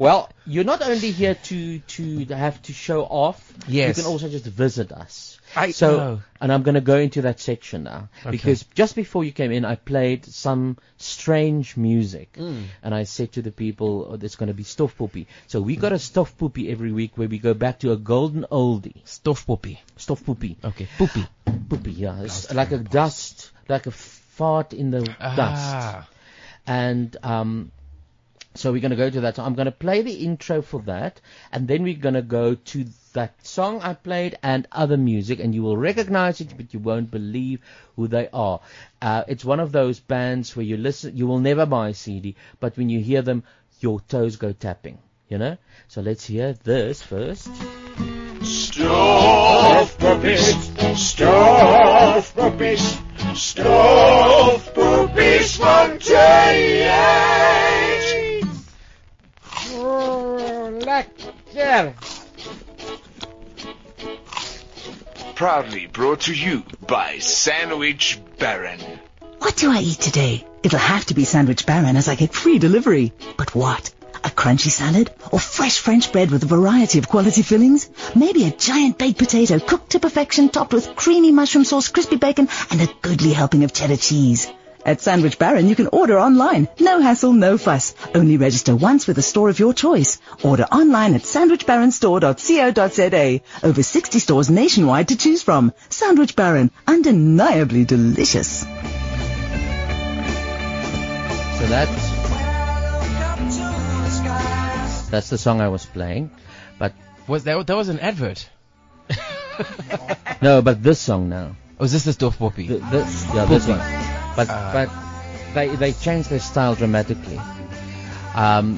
Speaker 4: Well, you're not only here to to have to show off.
Speaker 17: Yes.
Speaker 4: You can also just visit us.
Speaker 17: I
Speaker 4: so,
Speaker 17: know.
Speaker 4: and I'm going to go into that section now because just before you came in, I played some strange music,
Speaker 17: Mm.
Speaker 4: and I said to the people, oh, "There's going to be stofpoepie." So we got a stofpoepie every week where we go back to a golden oldie,
Speaker 17: Stofpoppie.
Speaker 4: stofpoepie,
Speaker 17: Okay. Poopie.
Speaker 4: poepie, yeah, it's like a dust, like a fart in the
Speaker 17: Ah.
Speaker 4: dust and um, so we're going to go to that. So I'm going to play the intro for that, and then we're going to go to that song I played and other music, and you will recognize it, but you won't believe who they are. Uh, it's one of those bands where you listen, you will never buy a CD, but when you hear them, your toes go tapping. You know. So let's hear this first.
Speaker 5: Stofpuppies, stofpuppies, Stof, poepies van J.H.
Speaker 18: Lekker.
Speaker 19: Proudly brought to you by Sandwich Baron.
Speaker 20: What do I eat today? It'll have to be Sandwich Baron as I get free delivery. But what? A crunchy salad? Or fresh French bread with a variety of quality fillings? Maybe a giant baked potato cooked to perfection topped with creamy mushroom sauce, crispy bacon, and a goodly helping of cheddar cheese. At Sandwich Baron, you can order online. No hassle, no fuss. Only register once with a store of your choice. Order online at sandwichbaronstore.co.za. Over 60 stores nationwide to choose from. Sandwich Baron, undeniably delicious.
Speaker 4: So that's that's the song I was playing, but
Speaker 17: was that that was an advert?
Speaker 4: no, but this song now.
Speaker 17: Oh, is this the Dorf Poppy?
Speaker 4: this, yeah, this
Speaker 17: Poppy.
Speaker 4: one. But
Speaker 17: Ah.
Speaker 4: but they they changed their style dramatically. Um,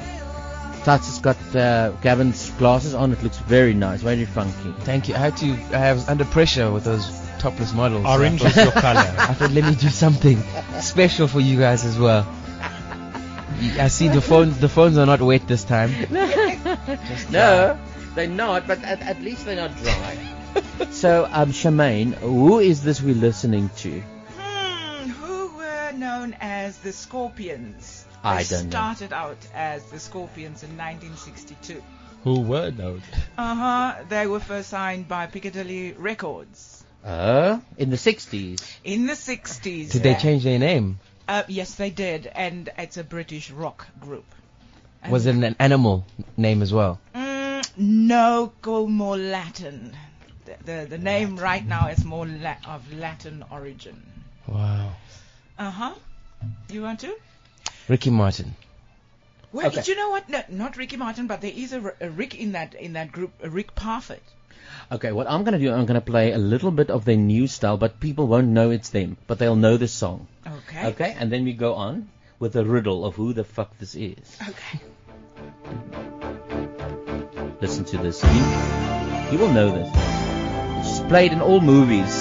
Speaker 4: Tats has got uh, Gavin's glasses on. It looks very nice, very funky.
Speaker 17: Thank you. I had to. I was under pressure with those topless models.
Speaker 4: Orange
Speaker 17: I
Speaker 4: is
Speaker 17: thought-
Speaker 4: your colour.
Speaker 17: I thought let me do something special for you guys as well. I see the phones. The phones are not wet this time.
Speaker 4: no, they're not. But at, at least they're not dry. so um, Charmaine, who is this we're listening to?
Speaker 7: Hmm, who were known as the Scorpions?
Speaker 4: I
Speaker 7: They
Speaker 4: don't know.
Speaker 7: started out as the Scorpions in 1962.
Speaker 6: Who were known?
Speaker 7: Uh huh. They were first signed by Piccadilly Records
Speaker 4: Uh, in the 60s.
Speaker 7: in the 60s.
Speaker 17: Did they
Speaker 7: Uh,
Speaker 17: change their name?
Speaker 7: Uh, yes, they did, and it's a British rock group.
Speaker 17: Was it an animal name as well?
Speaker 7: Mm, no, go more Latin. The the, the name right now is more la- of Latin origin.
Speaker 17: Wow.
Speaker 7: Uh huh. You want to?
Speaker 17: Ricky Martin.
Speaker 7: Well,
Speaker 17: Okay.
Speaker 7: do you know what? No, not Ricky Martin, but there is a, R- a Rick in that in that group, a Rick Parfitt.
Speaker 4: Okay, what I'm going to do, I'm going to play a little bit of their new style, but people won't know it's them, but they'll know the song.
Speaker 7: Okay.
Speaker 4: Okay, and then we go on with a riddle of who the fuck this is.
Speaker 7: Okay.
Speaker 4: Listen to this. You, you will know this. It's played in all movies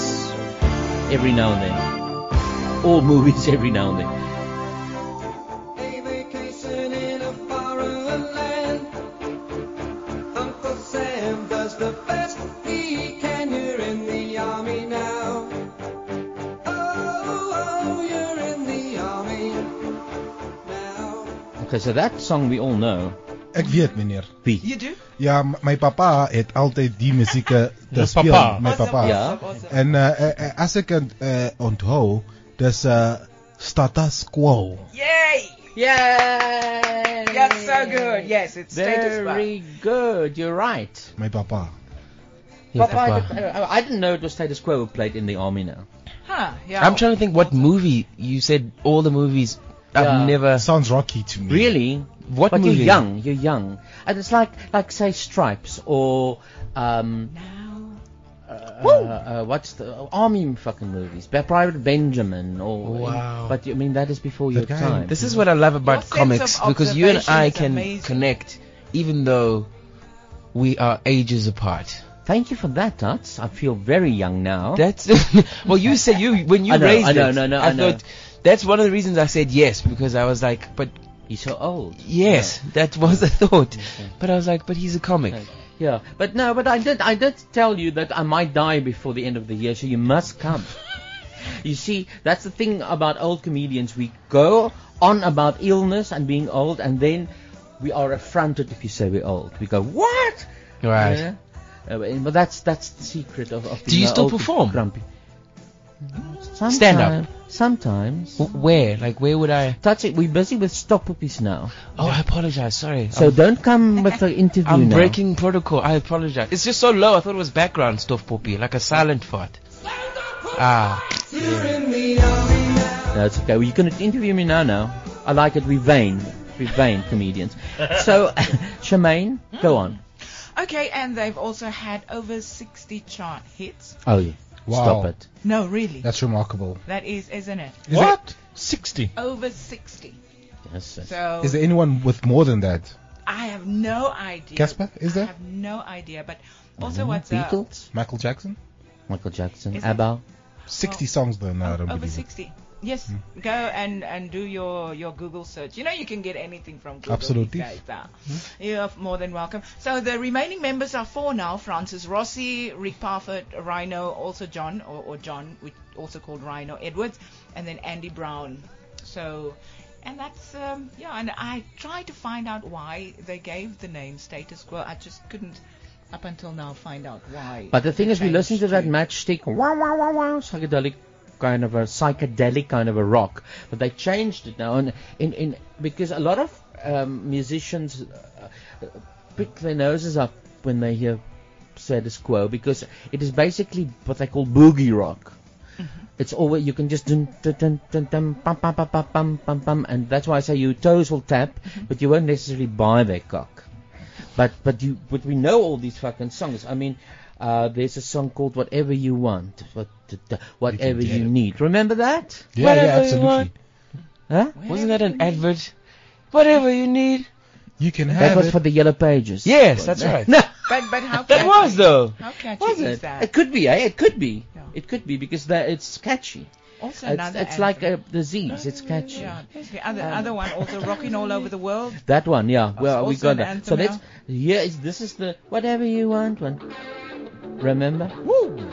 Speaker 4: every now and then. All movies every now and then.
Speaker 5: Uncle Sam does the best he can. You're in the army now. Oh, oh you're in the army.
Speaker 4: Okay, so that song we all know.
Speaker 8: Ek weet meneer.
Speaker 4: Wie?
Speaker 7: You do?
Speaker 8: Ja, m- my pappa het altyd die musiek eh, te
Speaker 5: Jou
Speaker 8: speel,
Speaker 5: pappa?
Speaker 8: my
Speaker 5: Awesome,
Speaker 8: pappa.
Speaker 5: awesome, awesome.
Speaker 8: En eh, eh, eh, as ek het uh, onthou, dis uh, status quo.
Speaker 7: Yay!
Speaker 4: Yay!
Speaker 7: That's so good. Yes, it's status bar.
Speaker 4: Very good. You're right.
Speaker 8: My papa.
Speaker 4: Papa, I didn't- uh, I, I didn't know it was status quo who played in the army now.
Speaker 7: Huh? Yeah.
Speaker 17: I'm trying to think what movie you said. All the movies
Speaker 4: Yeah.
Speaker 17: I've never.
Speaker 8: Sounds rocky to me.
Speaker 4: Really?
Speaker 17: What
Speaker 4: but
Speaker 17: movie?
Speaker 4: you're young. You're young, and it's like like say Stripes or um. Uh, uh, what's the uh, army fucking movies? Ba- Private Benjamin or
Speaker 17: Wow.
Speaker 4: but you- I mean that is before your time.
Speaker 17: This is what I love about
Speaker 4: Your sense
Speaker 17: comics
Speaker 4: of
Speaker 17: because you and
Speaker 4: observation
Speaker 17: I
Speaker 4: is
Speaker 17: can
Speaker 4: amazing.
Speaker 17: connect even though we are ages apart.
Speaker 4: Thank you for that, Tuts. I feel very young now.
Speaker 17: That's well. You said you when you
Speaker 4: I know,
Speaker 17: raised
Speaker 4: I know,
Speaker 17: it,
Speaker 4: no, no,
Speaker 17: I,
Speaker 4: I know.
Speaker 17: thought that's one of the reasons I said yes because I was like, but
Speaker 4: he's so old.
Speaker 17: Yes, that was the thought. But I was like, but he's a comic.
Speaker 4: Yeah, but no, but I did I did tell you that I might die before the end of the year, so you must come. you see, that's the thing about old comedians. We go on about illness and being old, and then we are affronted if you say we're old. We go what?
Speaker 17: Right.
Speaker 4: Yeah. Uh, but but that's that's the secret of. of
Speaker 17: Do you
Speaker 4: being
Speaker 17: still
Speaker 4: old and
Speaker 17: perform?
Speaker 4: Grumpy.
Speaker 17: Stand
Speaker 4: Sometime-
Speaker 17: up.
Speaker 4: Sometimes.
Speaker 17: Where? Like where would I?
Speaker 4: Touch it. We're busy with stop puppies now.
Speaker 17: Oh, I apologize. Sorry.
Speaker 4: So
Speaker 17: I'm-
Speaker 4: don't come with the interview
Speaker 17: Um, I'm
Speaker 4: now.
Speaker 17: breaking protocol. I apologize. It's just so low. I thought it was background stuff, Poppy, like a silent fart. Ah,
Speaker 5: You're in the army now.
Speaker 4: No, it's okay. Well, you can interview me now. Now, I like it. We vain, we vain comedians. So, Charmaine, go on.
Speaker 7: Okay, and they've also had over 60 chart hits.
Speaker 4: Oh, yeah.
Speaker 8: Wow.
Speaker 4: stop it.
Speaker 7: No, really.
Speaker 8: That's remarkable.
Speaker 7: That is, isn't it?
Speaker 8: Is What? there-
Speaker 6: 60.
Speaker 7: Over 60.
Speaker 4: Yes.
Speaker 7: So
Speaker 8: Is there anyone with more than that?
Speaker 7: I have no idea.
Speaker 8: Casper, is
Speaker 7: I
Speaker 8: there?
Speaker 7: have no idea. But also,
Speaker 8: Mm,
Speaker 7: what's uh,
Speaker 8: Beatles? Michael Jackson?
Speaker 4: Michael Jackson,
Speaker 7: Is it-
Speaker 4: ABBA.
Speaker 8: 60 songs though now. I don't
Speaker 7: Over
Speaker 8: believe it.
Speaker 7: 60. Yes, go and, and do your, your Google search. You know, you can get anything from Google.
Speaker 8: Absolutely.
Speaker 7: these days, ah. You're more than welcome. So the remaining members are four now Francis Rossi, Rick Parford, Rhino, also John, or, or John, which also called Rhino Edwards, and then Andy Brown. So, and that's, um, yeah, and I tried to find out why they gave the name status quo. I just couldn't, up until now, find out why.
Speaker 4: But the thing is, we listen to that matchstick, wow, wow, wow, wow, psychedelic kind of a psychedelic kind of a rock, but they changed it now, and in in because a lot of um, musicians uh, uh, pick their noses up when they hear status quo because it is basically what they call boogie rock. It's always you can just dun, dun, dun, dun, dun, pum, pum, pum, pum, pum, pum, pum, and that's why I say your toes will tap, but you won't necessarily buy their cock. But but you but we know all these fucking songs. I mean, uh, there's a song called "Whatever You Want," what, whatever you, need. Remember that?
Speaker 17: Yeah, yeah, absolutely.
Speaker 4: Huh? Wasn't that an advert? Whatever you need.
Speaker 8: You can
Speaker 4: That
Speaker 17: have
Speaker 4: was
Speaker 17: it.
Speaker 4: for the Yellow Pages.
Speaker 17: Yes, that's right.
Speaker 4: No,
Speaker 7: But, but how
Speaker 4: that was though.
Speaker 7: How catchy
Speaker 4: Was
Speaker 7: is
Speaker 4: it?
Speaker 7: that?
Speaker 4: It could be. Eh? It could be. It could be because that it's catchy.
Speaker 7: Also
Speaker 4: it's
Speaker 7: another
Speaker 4: it's like a disease. It's catchy.
Speaker 7: Yeah, the other, other one also rocking all over the world.
Speaker 4: That one, yeah. Well, we
Speaker 7: also
Speaker 4: got
Speaker 7: an
Speaker 4: that.
Speaker 7: anthem,
Speaker 4: So let's. Here is this is the whatever you want one. Remember? Woo!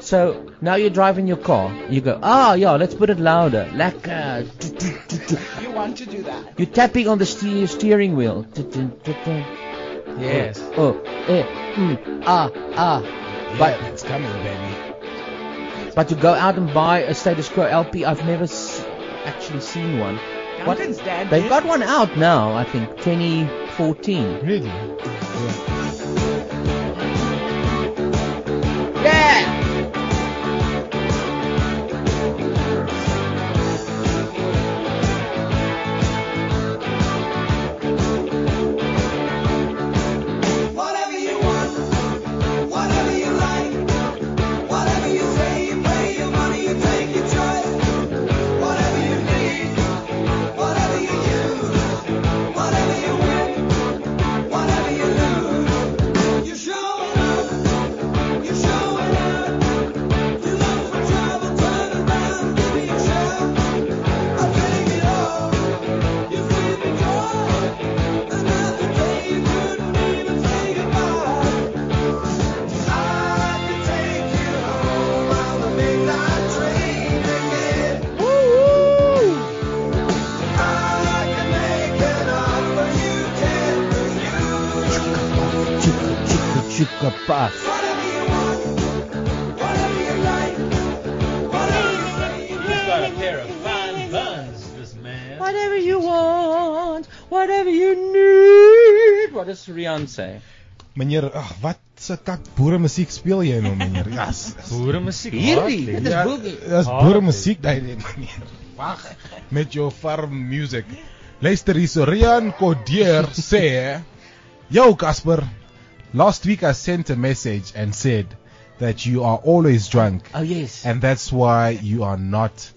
Speaker 4: So now you're driving your car. You go, ah, yeah. Let's put it louder. Lekker.
Speaker 7: You want to do that?
Speaker 4: You're tapping on the ste- steering wheel.
Speaker 5: Yes.
Speaker 4: Oh, eh, mm, ah, ah. but it's coming, baby. But to go out and buy a status quo LP, I've never s- actually seen one. What-
Speaker 7: Duncan's dad
Speaker 4: They've
Speaker 7: did.
Speaker 4: got one out now, I think, 2014.
Speaker 8: Really?
Speaker 4: Yeah.
Speaker 5: Whatever you want, whatever you like, whatever you say, you pay your money, you take your choice. Whatever you need, whatever you use, whatever you win, whatever you lose. You're showing up, you're showing up. You look for trouble, turn around, give me a shot. I'm getting it all. You feel me good. Another day you couldn't even say goodbye.
Speaker 4: Chicka bus.
Speaker 5: got a pair of
Speaker 6: fine buns, this man.
Speaker 4: Whatever you want, whatever you need. What does Rian say?
Speaker 8: Meneer, ag, wat se kak boere musiek speel jy nou meneer? Yes.
Speaker 6: Boere musiek.
Speaker 5: Hierdie, dit is boogie.
Speaker 8: Ja, Dis boere
Speaker 5: Hardly.
Speaker 8: musiek daai ding meneer. Wag met jou farm music. Luister hierso, Rian Cordier sê, "Yo Casper, last week I sent a message and said that you are always drunk.
Speaker 4: Oh yes.
Speaker 8: And that's why you are not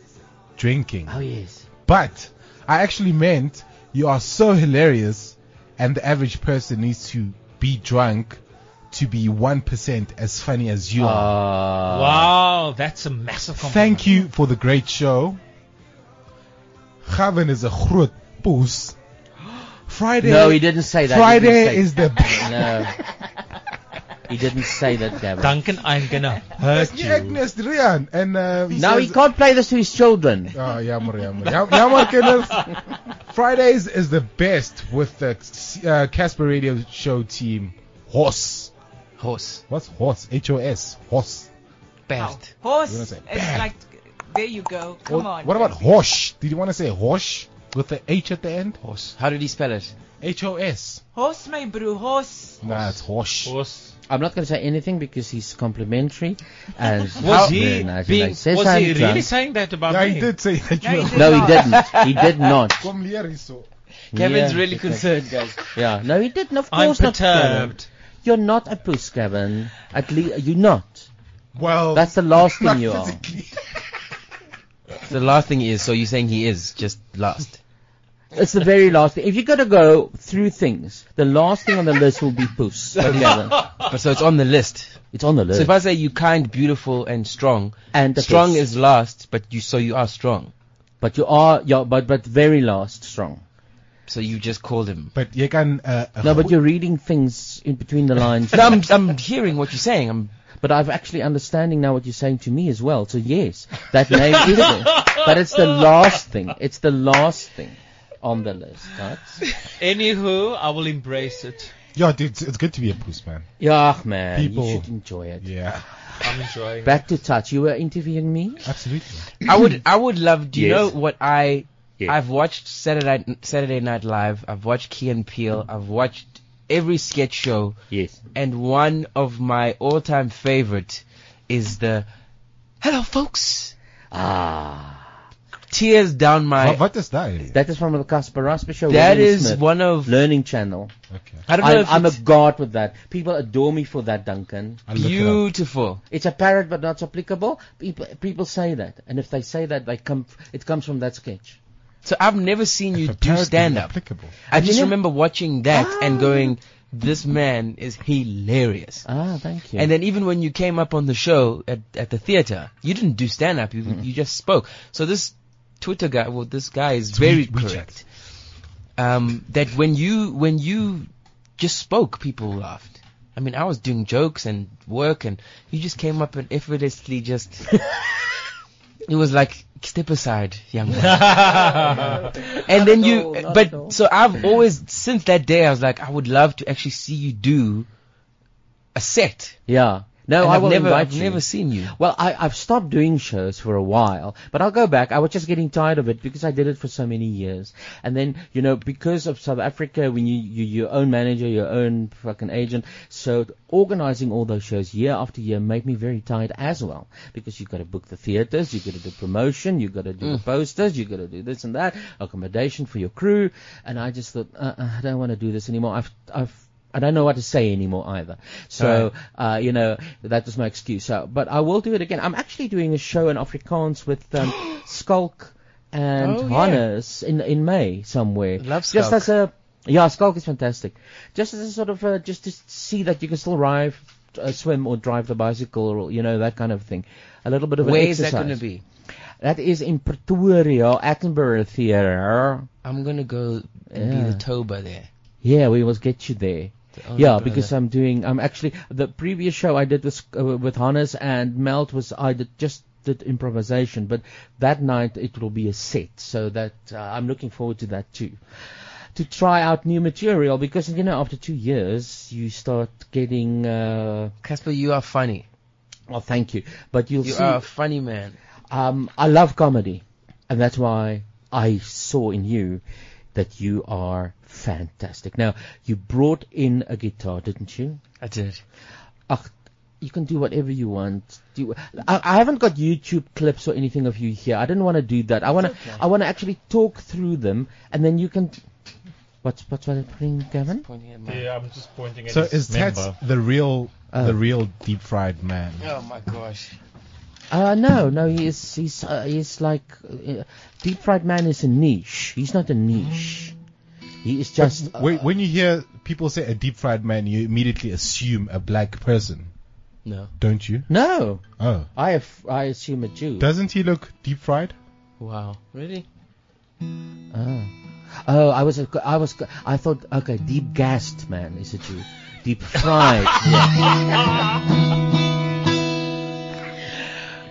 Speaker 8: drinking. Oh
Speaker 4: yes.
Speaker 8: But I actually meant you are so hilarious and the average person needs to be drunk to be 1% as funny as you
Speaker 4: Uh,
Speaker 8: are.
Speaker 4: Ah.
Speaker 6: Wow, that's a massive compliment.
Speaker 8: Thank you for the great show. Gavin is a groot poes. Friday.
Speaker 4: No, he didn't say that. He
Speaker 8: Friday
Speaker 4: didn't say-
Speaker 8: is the
Speaker 4: No. He didn't say that, Gavin.
Speaker 6: Duncan, I'm gonna
Speaker 8: Dis nie ek nie, is Rian en uh
Speaker 4: Now he can't play this to his children.
Speaker 8: Ah, jammer, jammer. Ja- Jammer kinders. Fridays is the best with the uh, Casper Radio Show team. Horse.
Speaker 17: Horse.
Speaker 8: What's horse? H O S. Horse.
Speaker 17: Best.
Speaker 7: Horse.
Speaker 8: You wanna
Speaker 7: It's
Speaker 8: say bad.
Speaker 7: like, there you go. Come on.
Speaker 8: What about horse? Did you want to say horse with the H at the end?
Speaker 17: Horse. How did he spell it?
Speaker 8: H O S.
Speaker 7: Horse, my brew, horse.
Speaker 8: Nah, it's horse.
Speaker 6: Horse.
Speaker 4: I'm not going to say anything because he's complimentary. And
Speaker 6: Was
Speaker 4: how-
Speaker 6: he
Speaker 4: very nice.
Speaker 6: being-
Speaker 4: And I says
Speaker 6: was
Speaker 4: I'm
Speaker 6: he really
Speaker 4: drunk.
Speaker 6: saying that about
Speaker 8: Yeah,
Speaker 6: me?
Speaker 8: he did say that.
Speaker 6: No,
Speaker 8: you
Speaker 6: he
Speaker 8: were-
Speaker 6: did
Speaker 4: No, he didn't. He did not.
Speaker 8: Kom hier hierso.
Speaker 17: Kevin's
Speaker 4: Yeah,
Speaker 17: really
Speaker 4: okay.
Speaker 17: concerned, guys.
Speaker 4: Yeah, no, he didn't. Of
Speaker 17: I'm
Speaker 4: course not. Gavin.
Speaker 17: perturbed.
Speaker 4: You're not a puss, Gavin. At least you're not.
Speaker 8: Well,
Speaker 4: that's the last thing you are.
Speaker 17: The last thing is, so you're saying he is just last.
Speaker 4: It's the very last thing. If you're gonna go through things, the last thing on the list will be puss. for Gavin.
Speaker 17: but so it's on the list.
Speaker 4: It's on the
Speaker 17: So
Speaker 4: list.
Speaker 17: if I say you kind, beautiful, and strong,
Speaker 4: And the
Speaker 17: strong
Speaker 4: best.
Speaker 17: is last, but you so you are strong.
Speaker 4: But you are yeah, but but very last strong.
Speaker 17: So you just called him.
Speaker 8: But you can. Uh,
Speaker 4: no, but you're reading things in between the lines.
Speaker 17: no, I'm I'm hearing what you're saying. I'm.
Speaker 4: But I've actually understanding now what you're saying to me as well. So yes, that name is there. But it's the last thing. It's the last thing on the list, right?
Speaker 21: Anywho, I will embrace it.
Speaker 8: Yeah, dude, it's, it's good to be a poos man.
Speaker 4: Yeah, man.
Speaker 8: People-
Speaker 4: You should enjoy it.
Speaker 8: Yeah.
Speaker 21: I'm enjoying
Speaker 4: Back to touch. You were interviewing me?
Speaker 8: Absolutely.
Speaker 17: I would I would love. Do you
Speaker 4: Yes.
Speaker 17: know what I? I've watched Saturday Saturday Night Live. I've watched Key and Peele. I've watched every sketch show.
Speaker 4: Mm. Yes.
Speaker 17: And one of my all-time favorite is the Hello, folks.
Speaker 4: Ah.
Speaker 17: Tears down my.
Speaker 4: What- what
Speaker 8: is that?
Speaker 4: That is from the Casper Rasper show.
Speaker 17: That
Speaker 4: William
Speaker 17: is
Speaker 4: Smith.
Speaker 17: one of
Speaker 4: Learning Channel.
Speaker 8: Okay.
Speaker 17: I don't
Speaker 4: I'm,
Speaker 17: know if
Speaker 4: I'm a
Speaker 17: it's-
Speaker 4: god with that. People adore me for that, Duncan.
Speaker 17: look it up. Beautiful.
Speaker 4: It's a parrot, but not applicable. People, people say that, and if they say that, they come. It comes from that sketch.
Speaker 17: So I've never seen you do stand up. I
Speaker 4: Have you Ah.
Speaker 17: just
Speaker 4: never-
Speaker 17: remember watching that and going, this man is hilarious.
Speaker 4: Ah, thank you.
Speaker 17: And then even when you came up on the show at, at the theater, you didn't do stand up, you, you just spoke. So this Twitter guy, well, this guy is very correct. Um, that when you, when you just spoke, people laughed. I mean, I was doing jokes and work and you just came up and effortlessly just, it was like, step aside, young man. and then you, but, so I've always, since that day, I was like, I would love to actually see you do a set.
Speaker 4: Yeah. No,
Speaker 17: And
Speaker 4: I
Speaker 17: I've
Speaker 4: will
Speaker 17: never-
Speaker 4: invite
Speaker 17: I've
Speaker 4: you.
Speaker 17: never seen you.
Speaker 4: Well, I, I've stopped doing shows for a while, but I'll go back. I was just getting tired of it because I did it for so many years. And then, you know, because of South Africa, when you, you your own manager, your own fucking agent, so organizing all those shows year after year made me very tired as well. Because you've got to book the theaters, you've got to do promotion, you've got to do the
Speaker 17: Mm.
Speaker 4: posters, you've got to do this and that, accommodation for your crew. And I just thought, uh, uh, I don't want to do this anymore. I've, I've, I don't know what to say anymore either. So, uh, you know, that was my excuse. So, but I will do it again. I'm actually doing a show in Afrikaans with um, Skulk and
Speaker 17: Oh, yeah.
Speaker 4: Hannes in in May somewhere. Love Just
Speaker 17: Skulk.
Speaker 4: as a yeah, Skulk is fantastic. Just as a sort of uh, just to see that you can still ride, uh, swim or drive the bicycle or you know that kind of thing. A little bit of an
Speaker 17: Where is that
Speaker 4: exercise.
Speaker 17: going to be?
Speaker 4: That is in Pretoria, Attenborough Theatre.
Speaker 17: I'm going to go and be
Speaker 4: Yeah.
Speaker 17: the Toba there.
Speaker 4: Yeah, we must get you there.
Speaker 17: only
Speaker 4: Yeah,
Speaker 17: Oh, brother.
Speaker 4: because I'm doing. I'm actually the previous show I did was uh, with Hannes and Melt was I did just did improvisation, but that night it will be a set, so that uh, I'm looking forward to that too. To try out new material because you know after two years you start getting. Uh,
Speaker 17: Casper, you are funny.
Speaker 4: Well, thank you, but you'll
Speaker 17: You
Speaker 4: see.
Speaker 17: are a funny man.
Speaker 4: Um, I love comedy, and that's why I saw in you that you are fantastic. Now, you brought in a guitar, didn't you?
Speaker 17: I did.
Speaker 4: Ach, you can do whatever you want. Do I, I haven't got YouTube clips or anything of you here. I didn't want to do that. I want to. I want to actually talk through them, and then you can. What's what's what happening, Gavin?
Speaker 6: Yeah, I'm just pointing
Speaker 8: So is Tats the real,
Speaker 4: Oh.
Speaker 8: the real deep fried man?
Speaker 17: Oh my gosh.
Speaker 4: Uh, no, no, he is, he's, uh, he's like, uh, Deep Fried Man is a niche. He's not a niche. He is just, uh,
Speaker 8: But when, when you hear people say a deep fried man, you immediately assume a black person,
Speaker 17: No.
Speaker 8: don't you?
Speaker 4: No.
Speaker 8: Oh.
Speaker 4: I have, I assume a Jew.
Speaker 8: Doesn't he look deep fried?
Speaker 17: Wow. Really?
Speaker 4: Oh. Oh, I was, I was, I thought, okay, deep gassed man is a Jew. Deep fried.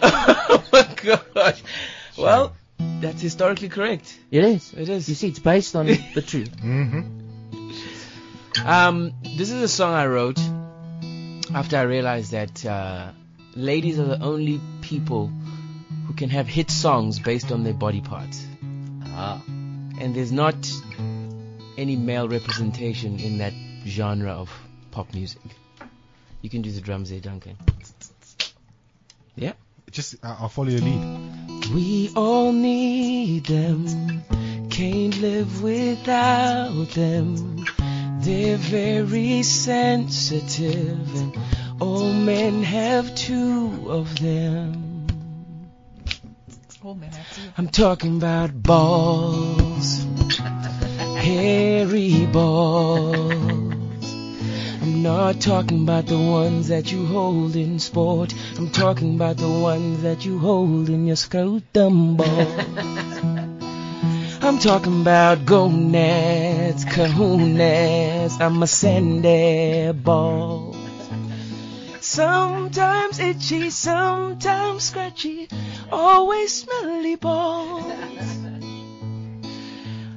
Speaker 17: oh my gosh. Well, that's historically correct.
Speaker 4: It is.
Speaker 17: It is.
Speaker 4: You see, it's based on the truth.
Speaker 17: Mm-hmm. Um, this is a song I wrote after I realized that uh, ladies are the only people who can have hit songs based on their body parts.
Speaker 4: Ah.
Speaker 17: And there's not any male representation in that genre of pop music. You can do the drums there, Duncan. Yeah.
Speaker 8: Just I- I'll follow your lead.
Speaker 17: We all need them, can't live without them. They're very sensitive, and all men have two of them. I'm talking about balls, hairy balls. I'm
Speaker 11: I'm not talking about the ones that you hold in sport. I'm talking about the ones that you hold in your scrotum ball. I'm talking about gonads, kahunas, I'm a sandy ball. Sometimes itchy, sometimes scratchy, always smelly balls.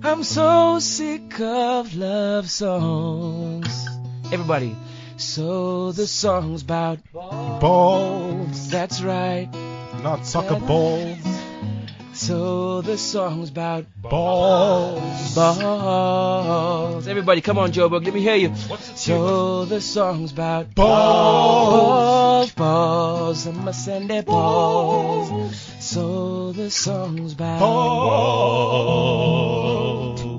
Speaker 11: I'm so sick of love songs. Everybody. So the song's about balls. That's right.
Speaker 8: Not soccer balls.
Speaker 11: So the song's about balls. Balls. Everybody, come on, Joe Bug, let me hear you. so the song's about balls. Balls. Balls. I'm a Sunday balls. So the song's about balls.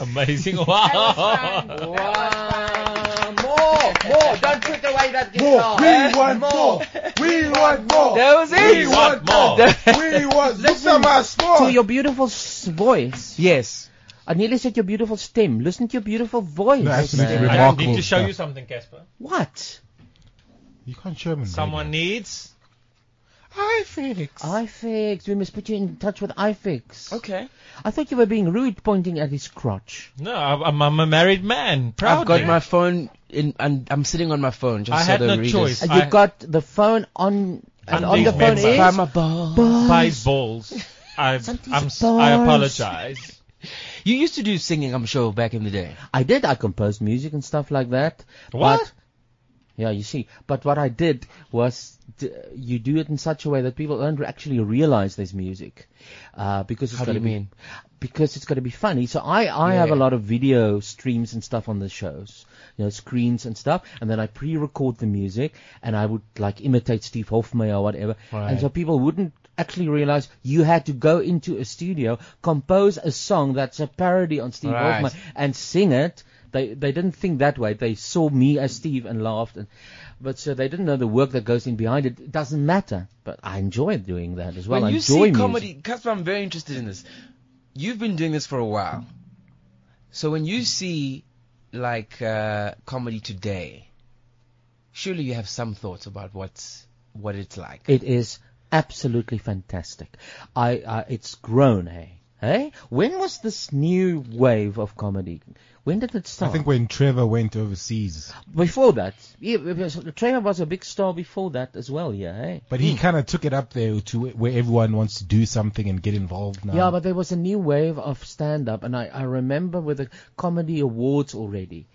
Speaker 6: Amazing.
Speaker 5: Wow.
Speaker 18: More, more. Don't put away that guitar.
Speaker 5: We want more.
Speaker 8: We want more.
Speaker 18: That was it.
Speaker 8: Oh, We want more. we want
Speaker 4: Listen
Speaker 8: to
Speaker 4: your beautiful s- voice.
Speaker 17: Yes.
Speaker 4: I nearly said your beautiful stem. Listen to your beautiful voice.
Speaker 6: I need to show you something, Casper.
Speaker 4: What?
Speaker 8: You can't show me.
Speaker 6: Someone needs.
Speaker 4: iFix. iFix. We must put you in touch with iFix. Okay. I thought you were being rude pointing at his crotch.
Speaker 6: No, I- I'm, I'm a married man. Proudly.
Speaker 17: I've got my phone in, and I'm sitting on my phone. Just
Speaker 6: I
Speaker 17: so
Speaker 6: had
Speaker 17: the
Speaker 6: no
Speaker 17: readers-
Speaker 6: choice.
Speaker 4: You've got the phone on, and on the phone is
Speaker 17: by my balls.
Speaker 6: By his balls. I, I'm, s- I
Speaker 17: balls.
Speaker 6: apologize.
Speaker 17: You used to do singing, I'm sure, back in the day.
Speaker 4: I did. I composed music and stuff like that.
Speaker 17: What?
Speaker 4: But, yeah, you see. But what I did was d- you do it in such a way that people don't actually realize there's music, uh, because it's
Speaker 17: How do
Speaker 4: gotta
Speaker 17: you
Speaker 4: be,
Speaker 17: mean?
Speaker 4: Because it's got to be funny. So I I have a
Speaker 17: Yeah.
Speaker 4: lot of video streams and stuff on the shows. You know, screens and stuff, and then I pre-record the music, and I would like imitate Steve Hoffmeyer or whatever,
Speaker 17: Right.
Speaker 4: and so people wouldn't actually realize you had to go into a studio, compose a song that's a parody on Steve
Speaker 17: Right.
Speaker 4: Hoffman and sing it. They they didn't think that way. They saw me as Steve and laughed, and but so they didn't know the work that goes in behind it. It doesn't matter, but I enjoy doing that as well.
Speaker 17: when
Speaker 4: I
Speaker 17: you
Speaker 4: enjoy
Speaker 17: see
Speaker 4: music.
Speaker 17: comedy, Casper, I'm very interested in this. You've been doing this for a while, so when you see like uh, comedy today, surely you have some thoughts about what's what it's like.
Speaker 4: It is absolutely fantastic. I uh, it's grown, hey, hey. When was this new wave of comedy? When did it
Speaker 8: I
Speaker 4: start?
Speaker 8: think when Trevor went overseas,
Speaker 4: before that, yeah, because Trevor was a big star before that as well, yeah, hey.
Speaker 8: but he kind of took it up there to where everyone wants to do something and get involved now.
Speaker 4: Yeah, but there was a new wave of stand-up, and I, I remember with the comedy awards already.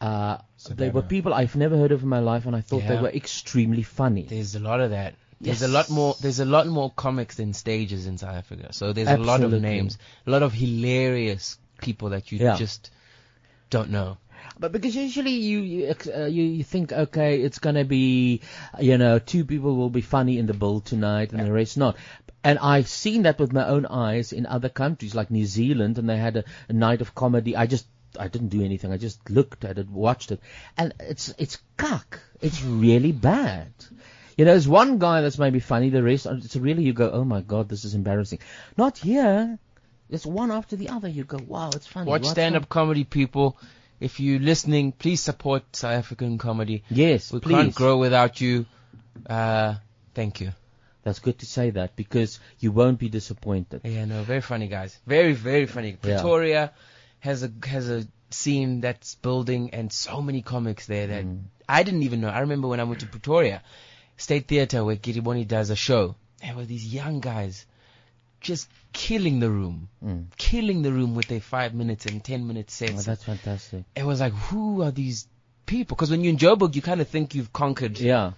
Speaker 4: Uh, they were people I've never heard of in my life, and I thought they
Speaker 17: Yeah.
Speaker 4: were extremely funny.
Speaker 17: There's a lot of that. There's a
Speaker 4: Yes.
Speaker 17: lot more. There's a lot more comics than stages in South Africa. So there's a lot
Speaker 4: Absolutely.
Speaker 17: of names, a lot of hilarious people that you
Speaker 4: Yeah.
Speaker 17: just don't know.
Speaker 4: But because usually you you, ex- uh, you you think okay it's gonna be you know two people will be funny in the bill tonight and the rest not, and I've seen that with my own eyes in other countries like New Zealand and they had a, a night of comedy. I just I didn't do anything. I just looked at it, watched it, and it's it's cuck. It's really bad. You know, there's one guy that's maybe funny. The rest, are- it's really you go, oh my god, this is embarrassing. Not here. It's one after the other. You go, wow, it's funny.
Speaker 17: Watch
Speaker 4: what's
Speaker 17: stand up comedy, people. If you're listening, please support South African comedy.
Speaker 4: Yes,
Speaker 17: we
Speaker 4: please.
Speaker 17: can't grow without you. Uh, thank you.
Speaker 4: That's good to say that because you won't be disappointed.
Speaker 17: Yeah, no, very funny guys. Very, very funny. Pretoria has a has a scene that's building, and so many comics there that
Speaker 4: Mm.
Speaker 17: I didn't even know. I remember when I went to Pretoria State Theatre where Kiriboni does a show. There were these young guys just killing the room, killing the room with their five minutes and ten minute sets.
Speaker 4: Mm. Oh, that's fantastic.
Speaker 17: it was like, who are these people? Because when you're in Joburg, you kind of think you've conquered.
Speaker 4: Yeah.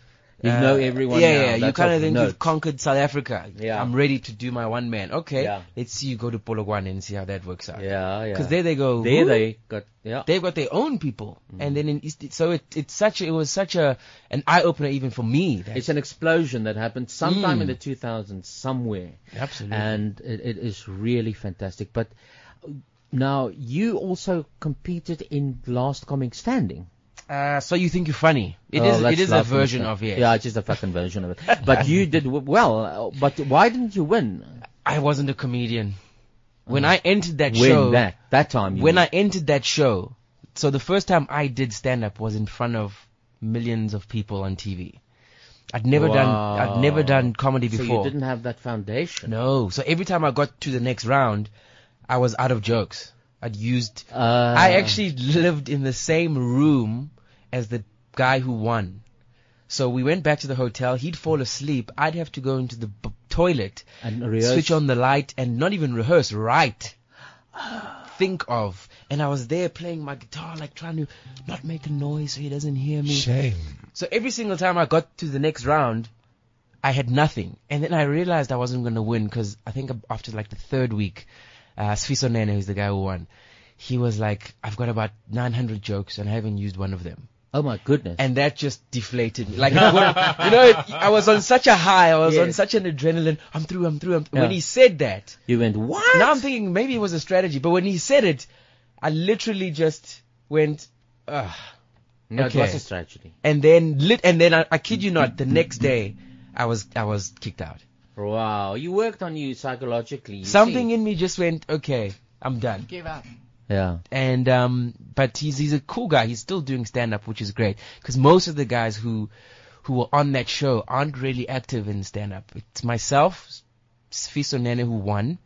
Speaker 4: You know everyone
Speaker 17: Uh, Yeah,
Speaker 4: now.
Speaker 17: yeah. You
Speaker 4: That's
Speaker 17: kind
Speaker 4: what
Speaker 17: of
Speaker 4: we
Speaker 17: think
Speaker 4: know.
Speaker 17: you've conquered South Africa.
Speaker 4: Yeah.
Speaker 17: I'm ready to do my one man. Okay.
Speaker 4: Yeah.
Speaker 17: Let's see you go to Polokwane and see how that works out.
Speaker 4: Yeah, yeah.
Speaker 17: Because there they go.
Speaker 4: There
Speaker 17: "Woo."
Speaker 4: they got. Yeah. Mm-hmm.
Speaker 17: They've got their own people, and then in East, so it it's such a, it was such a an eye opener even for me. that-
Speaker 4: It's an explosion that happened sometime
Speaker 17: Mm.
Speaker 4: in the 2000s somewhere.
Speaker 17: Absolutely.
Speaker 4: And it, it is really fantastic. But uh, now you also competed in Last Comic Standing.
Speaker 17: Uh, so you think you're funny? It
Speaker 4: Oh,
Speaker 17: is
Speaker 4: that's
Speaker 17: it is a
Speaker 4: Last Comic
Speaker 17: version
Speaker 4: Stand-
Speaker 17: of yeah.
Speaker 4: Yeah, it's just a fucking version of it. But you did w- well. uh, But why didn't you win?
Speaker 17: I wasn't a comedian. When I entered that
Speaker 4: Mm. When
Speaker 17: show,
Speaker 4: that- that time you
Speaker 17: when
Speaker 4: mean.
Speaker 17: I entered that show, so the first time I did stand up was in front of millions of people on TV. I'd never done I'd never done comedy
Speaker 4: So you
Speaker 17: before.
Speaker 4: didn't
Speaker 17: have that foundation. No. So every time I got to the next round, I was out of jokes. I'd used I actually lived in the same room as the guy who won. So we went back to the hotel. He'd fall asleep. I'd have to go into the b- toilet and
Speaker 4: rehearse?
Speaker 17: switch on the light and not even rehearse. Write, think of, and I was there playing my guitar, like trying to not make a noise so he doesn't hear me.
Speaker 8: Shame.
Speaker 17: So every single time I got to the next round, I had nothing, and then I realized I wasn't going to win because I think after like the third week, uh, Sfiso Nene, who's the guy who won, he was like, "I've got about 900 jokes and I haven't used one of them." Oh my goodness! And that just deflated me. Like, it wa- you know, it, I was on such a high, I was on
Speaker 4: Yes.
Speaker 17: such an adrenaline. I'm through, I'm through, I'm through. When
Speaker 4: Yeah.
Speaker 17: he said that,
Speaker 4: You went, what?
Speaker 17: now I'm thinking maybe it was a strategy, but when he said it, I literally just went, ugh.
Speaker 4: No, it was a strategy.
Speaker 17: And then lit, and then I, I kid you not, the next day, I was I was kicked out.
Speaker 4: Wow, you worked on you psychologically. you
Speaker 17: Something
Speaker 4: see.
Speaker 17: in me just went, okay, I'm done.
Speaker 7: Give up.
Speaker 17: Yeah. And um, but he's he's a cool guy. He's still doing stand up, which is great because most of the guys who who were on that show aren't really active in stand up. It's myself, Sfiso Nene who won,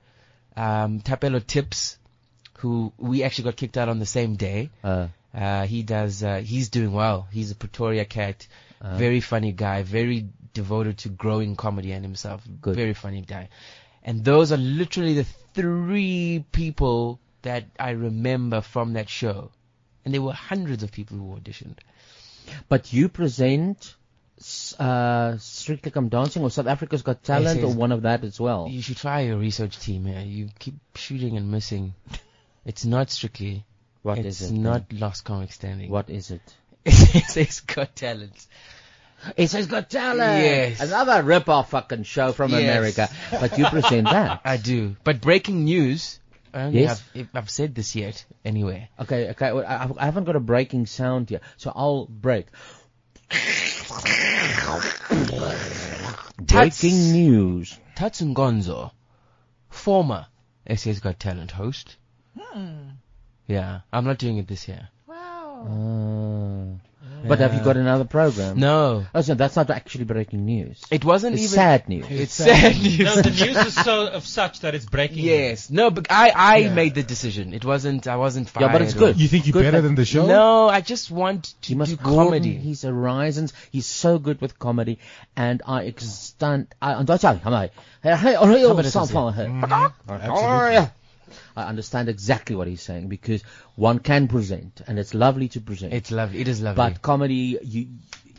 Speaker 17: um, Tapelo Tips, who we actually got kicked out on the same day.
Speaker 4: Uh.
Speaker 17: Uh, he does. Uh, he's doing well. He's a Pretoria cat.
Speaker 4: Uh.
Speaker 17: very funny guy. Very devoted to growing comedy and himself.
Speaker 4: Good.
Speaker 17: Very funny guy. And those are literally the three people that I remember from that show. And there were hundreds of people who auditioned.
Speaker 4: But you present s- uh, Strictly Come Dancing or South Africa's Got Talent or
Speaker 17: yes.
Speaker 4: one of that as well.
Speaker 17: You should try your research team. Yeah. You keep shooting and missing. It's not strictly.
Speaker 4: What
Speaker 17: it's
Speaker 4: is it then?
Speaker 17: not Lost Comic Standing.
Speaker 4: What is it?
Speaker 17: SA's Got Talent.
Speaker 4: SA's Got Talent.
Speaker 17: Yes.
Speaker 4: Another rip-off fucking show from
Speaker 17: Yes.
Speaker 4: America. But you present that.
Speaker 17: I do. But breaking news. uh, I don't
Speaker 4: Yes.
Speaker 17: think I've, I've said this yet. Anyway.
Speaker 4: Okay, okay. Well, I, I haven't got a breaking sound here, so I'll break.
Speaker 17: Breaking news. Tatsun Gonzo, former SA's Got Talent host. Yeah, I'm not doing it this year. Wow.
Speaker 4: But have you got another program?
Speaker 17: Mm. No.
Speaker 4: Oh, so that's not actually breaking news.
Speaker 17: It wasn't
Speaker 4: It's
Speaker 17: even
Speaker 4: sad news.
Speaker 17: It's sad news.
Speaker 6: No, the news is so of such that it's breaking.
Speaker 17: Yes. No, but I I
Speaker 6: Yeah.
Speaker 17: made the decision. It wasn't I wasn't fired.
Speaker 4: Yeah, but it's good.
Speaker 17: or-
Speaker 4: You think you're Good, better but- than the show?
Speaker 17: No, I just want to
Speaker 4: He must
Speaker 17: do
Speaker 4: broaden
Speaker 17: comedy.
Speaker 4: his horizons. He's so good with comedy, and I extant. I understand. Am I? Hey, oh, hey, oh,
Speaker 17: Comedy is
Speaker 4: some
Speaker 17: good.
Speaker 4: fun. Hey,
Speaker 17: Mhm.
Speaker 4: fuck off.
Speaker 17: Absolutely.
Speaker 4: Oh, yeah. I understand exactly what he's saying because one can present, and it's lovely to present.
Speaker 17: It's lovely. It is lovely.
Speaker 4: But comedy, you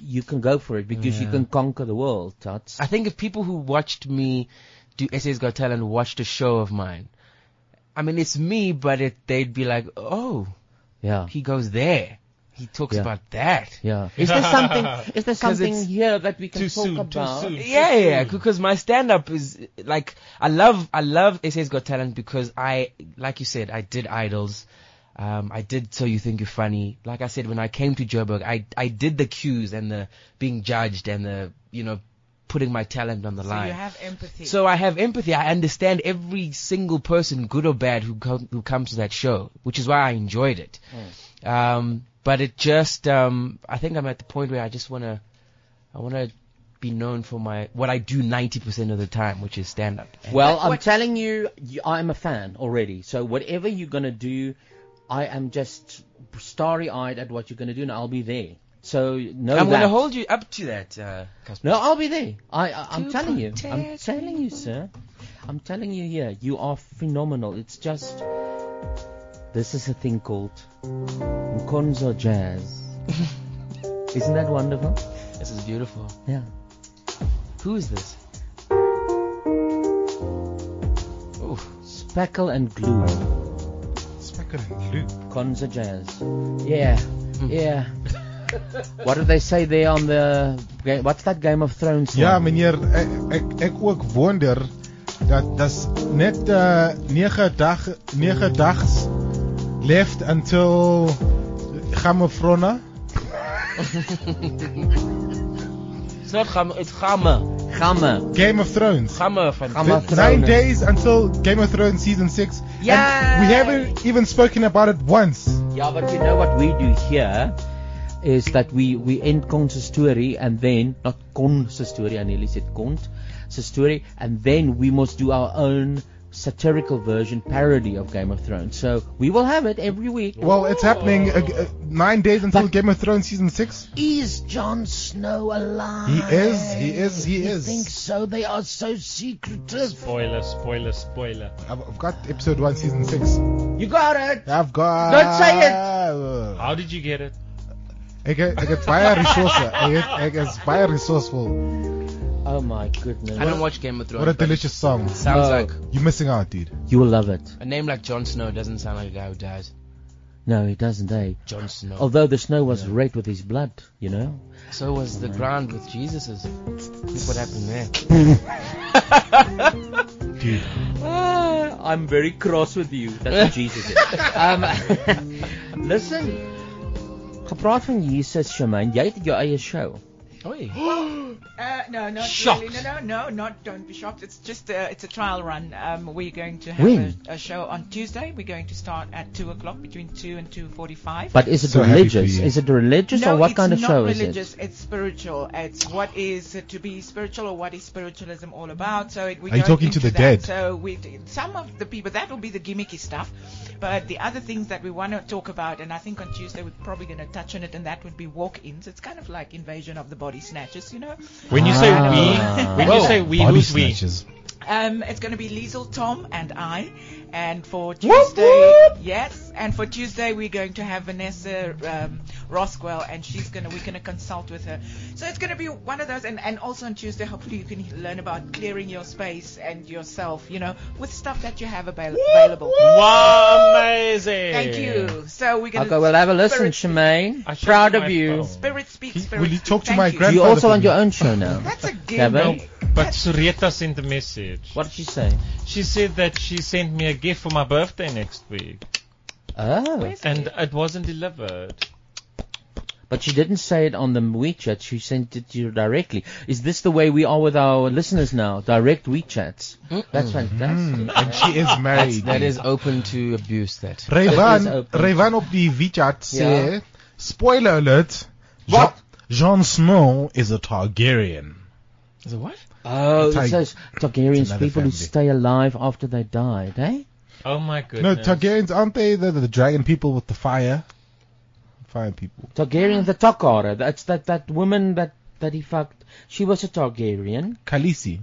Speaker 4: you can go for it because you
Speaker 17: Yeah.
Speaker 4: can conquer the world. Tots.
Speaker 17: I think if people who watched me do SA's Got Talent watched a show of mine, I mean, it's me, but it, they'd be like, oh,
Speaker 4: Yeah.
Speaker 17: he goes there. He talks
Speaker 4: Yeah.
Speaker 17: about that.
Speaker 4: Yeah. Is there something? Is there
Speaker 17: 'Cause
Speaker 4: something
Speaker 17: it's-
Speaker 4: here that we can
Speaker 17: Too
Speaker 4: talk
Speaker 17: soon, too
Speaker 4: about?
Speaker 17: soon, yeah, yeah, because my stand up is like I love I love SA's Got Talent because I like you said I did Idols, um, I did So You Think You're Funny. Like I said, when I came to Joburg, I I did the cues and the being judged and the you know putting my talent on the
Speaker 7: So
Speaker 17: line.
Speaker 7: you have empathy.
Speaker 17: So I have empathy. I understand every single person, good or bad, who co- who comes to that show, which is why I enjoyed it.
Speaker 4: Hmm.
Speaker 17: Um, but it just, um, I think I'm at the point where I just want to, I want to be known for my what I do 90% of the time, which is stand up.
Speaker 4: Well, I'm telling you, you, I'm a fan already. So whatever you're gonna do, I am just starry-eyed at what you're gonna do, and I'll be there. So no,
Speaker 17: I'm going to
Speaker 4: that.
Speaker 17: hold you up to that, uh, Casper.
Speaker 4: No, I'll be there. I, I I'm
Speaker 17: To
Speaker 4: telling you, I'm
Speaker 17: protest
Speaker 4: telling you, sir. I'm telling you here, you are phenomenal. It's just this is a thing called Mkonzo Jazz. Isn't that wonderful?
Speaker 17: This is beautiful.
Speaker 4: Yeah.
Speaker 17: Who is this? Oh,
Speaker 4: Speckle and glue.
Speaker 8: Speckle and glue. Hmm.
Speaker 4: Conza jazz. Yeah, yeah. what do they say there on the? ga- What's that Game of Thrones?
Speaker 8: Ja,
Speaker 4: one?
Speaker 8: meneer, ek ek, ek ook wonder dat dis net uh 9 dag 9 dags left until Gamefrona.
Speaker 17: It's not Gama, it's Gama.
Speaker 4: Gamme.
Speaker 8: Game of Thrones.
Speaker 17: Gamme van
Speaker 8: The Nine days until Game of Thrones season six. Yeah. We haven't even spoken about it once.
Speaker 4: Yeah, but you know what we do here is that we, we end consistory and then, not consistory, I nearly said cont, sistory, and then we must do our own satirical version parody of Game of Thrones. So we will have it every week.
Speaker 8: Well, it's happening uh, uh, nine days until Game of Thrones season six.
Speaker 4: Is Jon Snow alive?
Speaker 8: He is. He is. He
Speaker 4: You
Speaker 8: is.
Speaker 4: think so? They are so secretive.
Speaker 6: Spoiler, spoiler, spoiler.
Speaker 8: I've, I've got episode one, season six.
Speaker 4: You got it.
Speaker 8: I've got.
Speaker 6: Don't say
Speaker 8: it.
Speaker 6: How did you get it?
Speaker 8: Ek ek is baie resourceful. Ek is- ek is baie resourceful.
Speaker 4: Oh my goodness.
Speaker 17: I don't watch Game of Thrones.
Speaker 8: What a
Speaker 17: but
Speaker 8: delicious song. Uh,
Speaker 17: Sounds like
Speaker 8: you're missing out, dude.
Speaker 4: You will love it.
Speaker 17: a name like Jon Snow doesn't sound like a guy who dies.
Speaker 4: No, he doesn't, eh?
Speaker 17: Jon Snow.
Speaker 4: Although the snow was red with his blood, you know?
Speaker 17: So was the ground with Jesus's. Look what happened there. Uh,
Speaker 4: Ah, I'm very cross with you. That's what Jesus is. Um, listen, gepraat van Jesus, Shemaine, jy het jou eie show.
Speaker 7: uh, no, not
Speaker 4: Shocked.
Speaker 7: really. No, no, no, not. Don't be shocked. It's just a, it's a trial run. Um, we're going to have
Speaker 4: When?
Speaker 7: a, a show on Tuesday. We're going to start at two o'clock, between two and two forty-five.
Speaker 4: But is it
Speaker 7: So happy for
Speaker 4: religious?
Speaker 7: you.
Speaker 4: Is it religious
Speaker 7: no,
Speaker 4: or what
Speaker 7: it's
Speaker 4: kind of
Speaker 7: not
Speaker 4: show is it?
Speaker 7: religious, It's spiritual. It's what is to be spiritual or what is spiritualism all about. So it, we
Speaker 8: Mm-hmm. Are you
Speaker 7: go
Speaker 8: talking
Speaker 7: into
Speaker 8: to the
Speaker 7: that.
Speaker 8: dead?
Speaker 7: So we d- some of the people that will be the gimmicky stuff, but the other things that we want to talk about, and I think on Tuesday we're probably going to touch on it, and that would be walk-ins. It's kind of like invasion of the body snatchers, you know.
Speaker 6: When
Speaker 8: Ah.
Speaker 6: you say we, when you say we, who's we?
Speaker 7: Um, it's going to be Liesel, Tom, and I. And for Tuesday, yes, and for Tuesday we're going to have Vanessa um, Roswell, and she's gonna we're gonna consult with her. So it's gonna be one of those, and, and also on Tuesday, hopefully you can learn about clearing your space and yourself, you know, with stuff that you have avail- available.
Speaker 6: Wow, amazing!
Speaker 7: Thank you. So we're gonna
Speaker 4: Okay, we'll have a listen, Shemaine. Proud of you.
Speaker 7: Spirit speaks. Spirit
Speaker 8: Will you talk to my
Speaker 4: Do you
Speaker 8: grandfather?
Speaker 4: also
Speaker 8: for
Speaker 4: want
Speaker 8: me?
Speaker 4: your own show now?
Speaker 7: That's a
Speaker 4: Gavin?
Speaker 6: But Sureta sent a message.
Speaker 4: What did she say?
Speaker 6: She said that she sent me a gift for my birthday next week.
Speaker 4: Oh.
Speaker 6: And it wasn't delivered.
Speaker 4: But she didn't say it on the WeChat. She sent it to you directly. Is this the way we are with our listeners now? Direct WeChats.
Speaker 7: Hmm?
Speaker 4: That's fantastic.
Speaker 8: Mm-hmm. And she is married.
Speaker 17: That is open to abuse. That. That is
Speaker 8: Rayvan,
Speaker 17: open.
Speaker 8: Rayvan op die WeChat
Speaker 17: Yeah.
Speaker 8: sê, spoiler alert, What? Jon Snow is a Targaryen.
Speaker 17: Is it what?
Speaker 4: Oh,
Speaker 8: Tar-
Speaker 4: it says Targaryens,
Speaker 8: another
Speaker 4: people who
Speaker 8: family.
Speaker 4: stay alive after they died, eh?
Speaker 6: Oh my
Speaker 8: No,
Speaker 6: goodness.
Speaker 8: Targaryens aren't they the, the dragon people with the fire? Fire people.
Speaker 4: Targaryen, the Takara. That's that, that woman that, that he fucked. She was a Targaryen.
Speaker 8: Khaleesi.